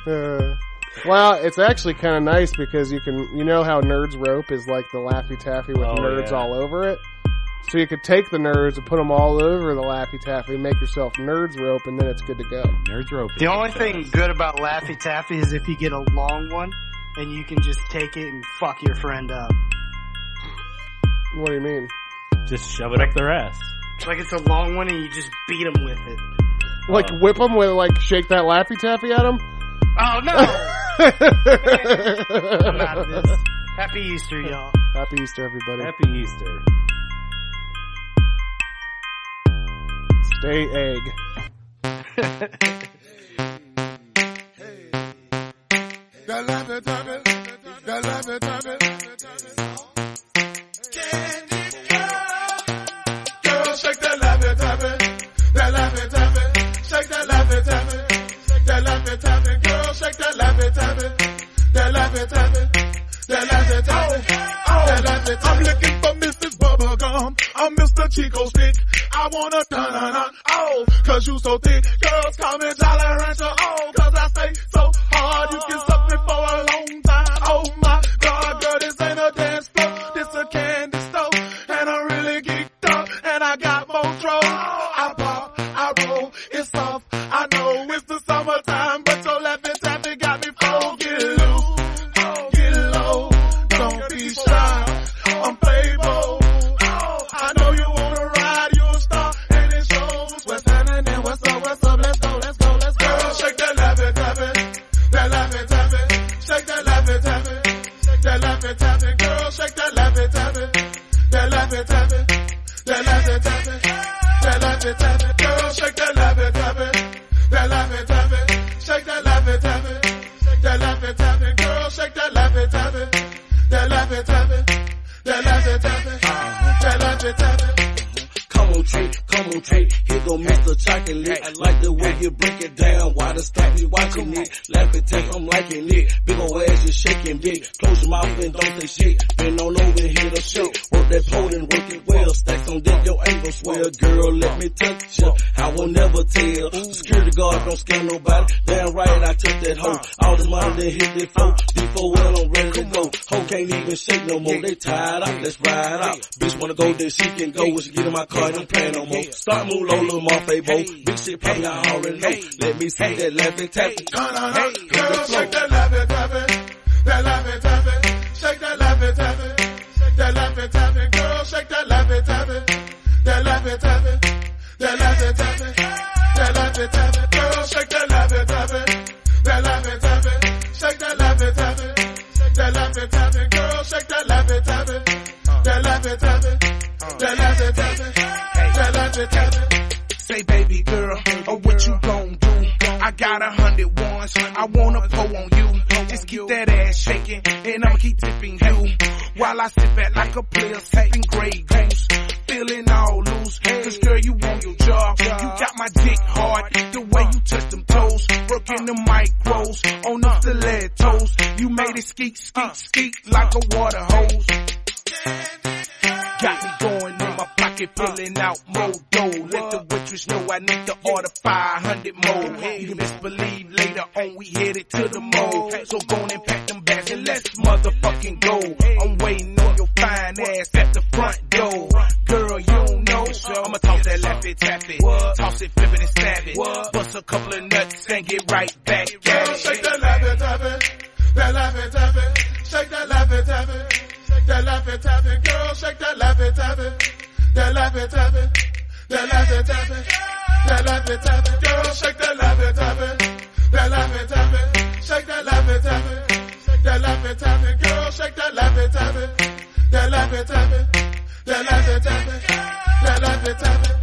Speaker 2: Uh, well, it's actually kind of nice because you can, you know how Nerds Rope is like the Laffy Taffy with
Speaker 3: Oh,
Speaker 2: nerds
Speaker 3: yeah.
Speaker 2: all over it? So you could take the nerds and put them all over the Laffy Taffy, make yourself Nerds Rope, and then it's good to go.
Speaker 3: Nerds rope.
Speaker 4: The only thing good about Laffy Taffy is if you get a long one and you can just take it and fuck your friend up.
Speaker 2: What do you mean?
Speaker 3: Just shove it up their ass.
Speaker 4: It's like it's a long one and you just beat him with it.
Speaker 2: Like
Speaker 4: Uh,
Speaker 2: whip them with, like, shake that Laffy Taffy at them?
Speaker 4: Oh no! I'm out of this. Happy Easter, y'all.
Speaker 2: Happy Easter, everybody.
Speaker 3: Happy Easter.
Speaker 2: Stay egg.
Speaker 8: oh, I'm looking for Mrs. Bubblegum. I'm Mr. Chico Stick. I wanna dun dun dun. Oh, cause you so thick. Girls call me Jolly Rancher. Oh, cause I stay so hard. You can suck me for a long time. Oh my god, girl, this ain't a dance floor. This a candy store. And I'm really geeked up. And I got more control. I pop, I roll. It's soft. I know it's the summertime, but your laughing tapping got me full. Get loose. Get low. Don't be shy. I'm playboy. I know you wanna ride. You a star. And it shows. What's happening and what's up, what's up. Let's go, let's go, let's go. Girl, shake that laughing, tapping. That laughing, tapping. Shake that laughing, tapping. That laughing, tapping. Girl, shake that laughing, tapping. That laughing, tapping. That laughing, tapping. That laughing, tapping. Girl, shake that laughing, tapping. That laughing, tapping. Shake that laughing, tapping. That laughing, tapping. Girl, shake that laughing, tapping. That laughing, tapping. That laughing, tapping. That laughing, tapping.
Speaker 9: Come on, Trey, come on, Trey. Here go Mr. Chocolate. I like the way you break it down. Why the stack be watching it? Laugh and take, I'm liking it. Big ol' ass is shaking big. Close your mouth and don't say shit. Bend on over and hit a shake. Work that pole and work it well. Stacks on deck, your angle swell. Girl, let me touch ya. I will never tell. Security guard don't scare nobody. Damn right, I took that hoe. All this money then hit that flow. Before well, I'm ready to go. Hoe can't even shake no more. They tired out, let's ride out. Bitch wanna go, then she can go. When she get in my car, don't plan no more. Start move low, little Marfay Bo. Big shit probably I already know. Let me see that laughing tapping.
Speaker 8: Dun, dun, dun. Girl, shake that laughing, tapping. That laughing, tapping. Shake that laughing, tapping. That laughing, tapping. Girl, shake that laughing, tapping. That laughing, tapping. That laughing, tapping. That laughing, tapping. Girl, shake that laughing, tapping. That laughing, tapping. Shake that laughing, tapping. That laughing, tapping. Girl, shake that laughing, tapping. That laughing, tapping. That laughing, tapping. That laughing, tapping. Say, baby girl, oh, what you gon' do? I got a hundred ones, I wanna pull on you. Just keep that ass shaking, and I'ma keep tipping you. While I sit back like a player sipping Grey Goose. Feeling all loose, cause girl, you want your job. You got my dick hard, the way you touch them toes. Working the micros, on the stilettos. You made it skeet, skeet, skeet, like a water hose. Got me going in my pocket, pulling out more dough. Let the waitress know I need to order 500 more. You can best believe later on we headed to the mall. So go on and pack them bags and let's motherfucking go. I'm waiting on your fine ass at the front door. Uh, Girl, you don't know. I'ma toss that laffy taffy. Toss it, flip it and stab it. Bust a couple of nuts and get right back at it. Shake that laffy taffy. That laffy taffy. Shake that laffy taffy. That laffy taffy. Girl, shake that laffy taffy. That laffy taffy. That laffy taffy. That laffy taffy, girl, shake that laffy taffy. That laffy taffy, shake that laffy taffy. That laffy taffy, girl, shake that laffy taffy. That laffy taffy, that laffy taffy, that laffy taffy.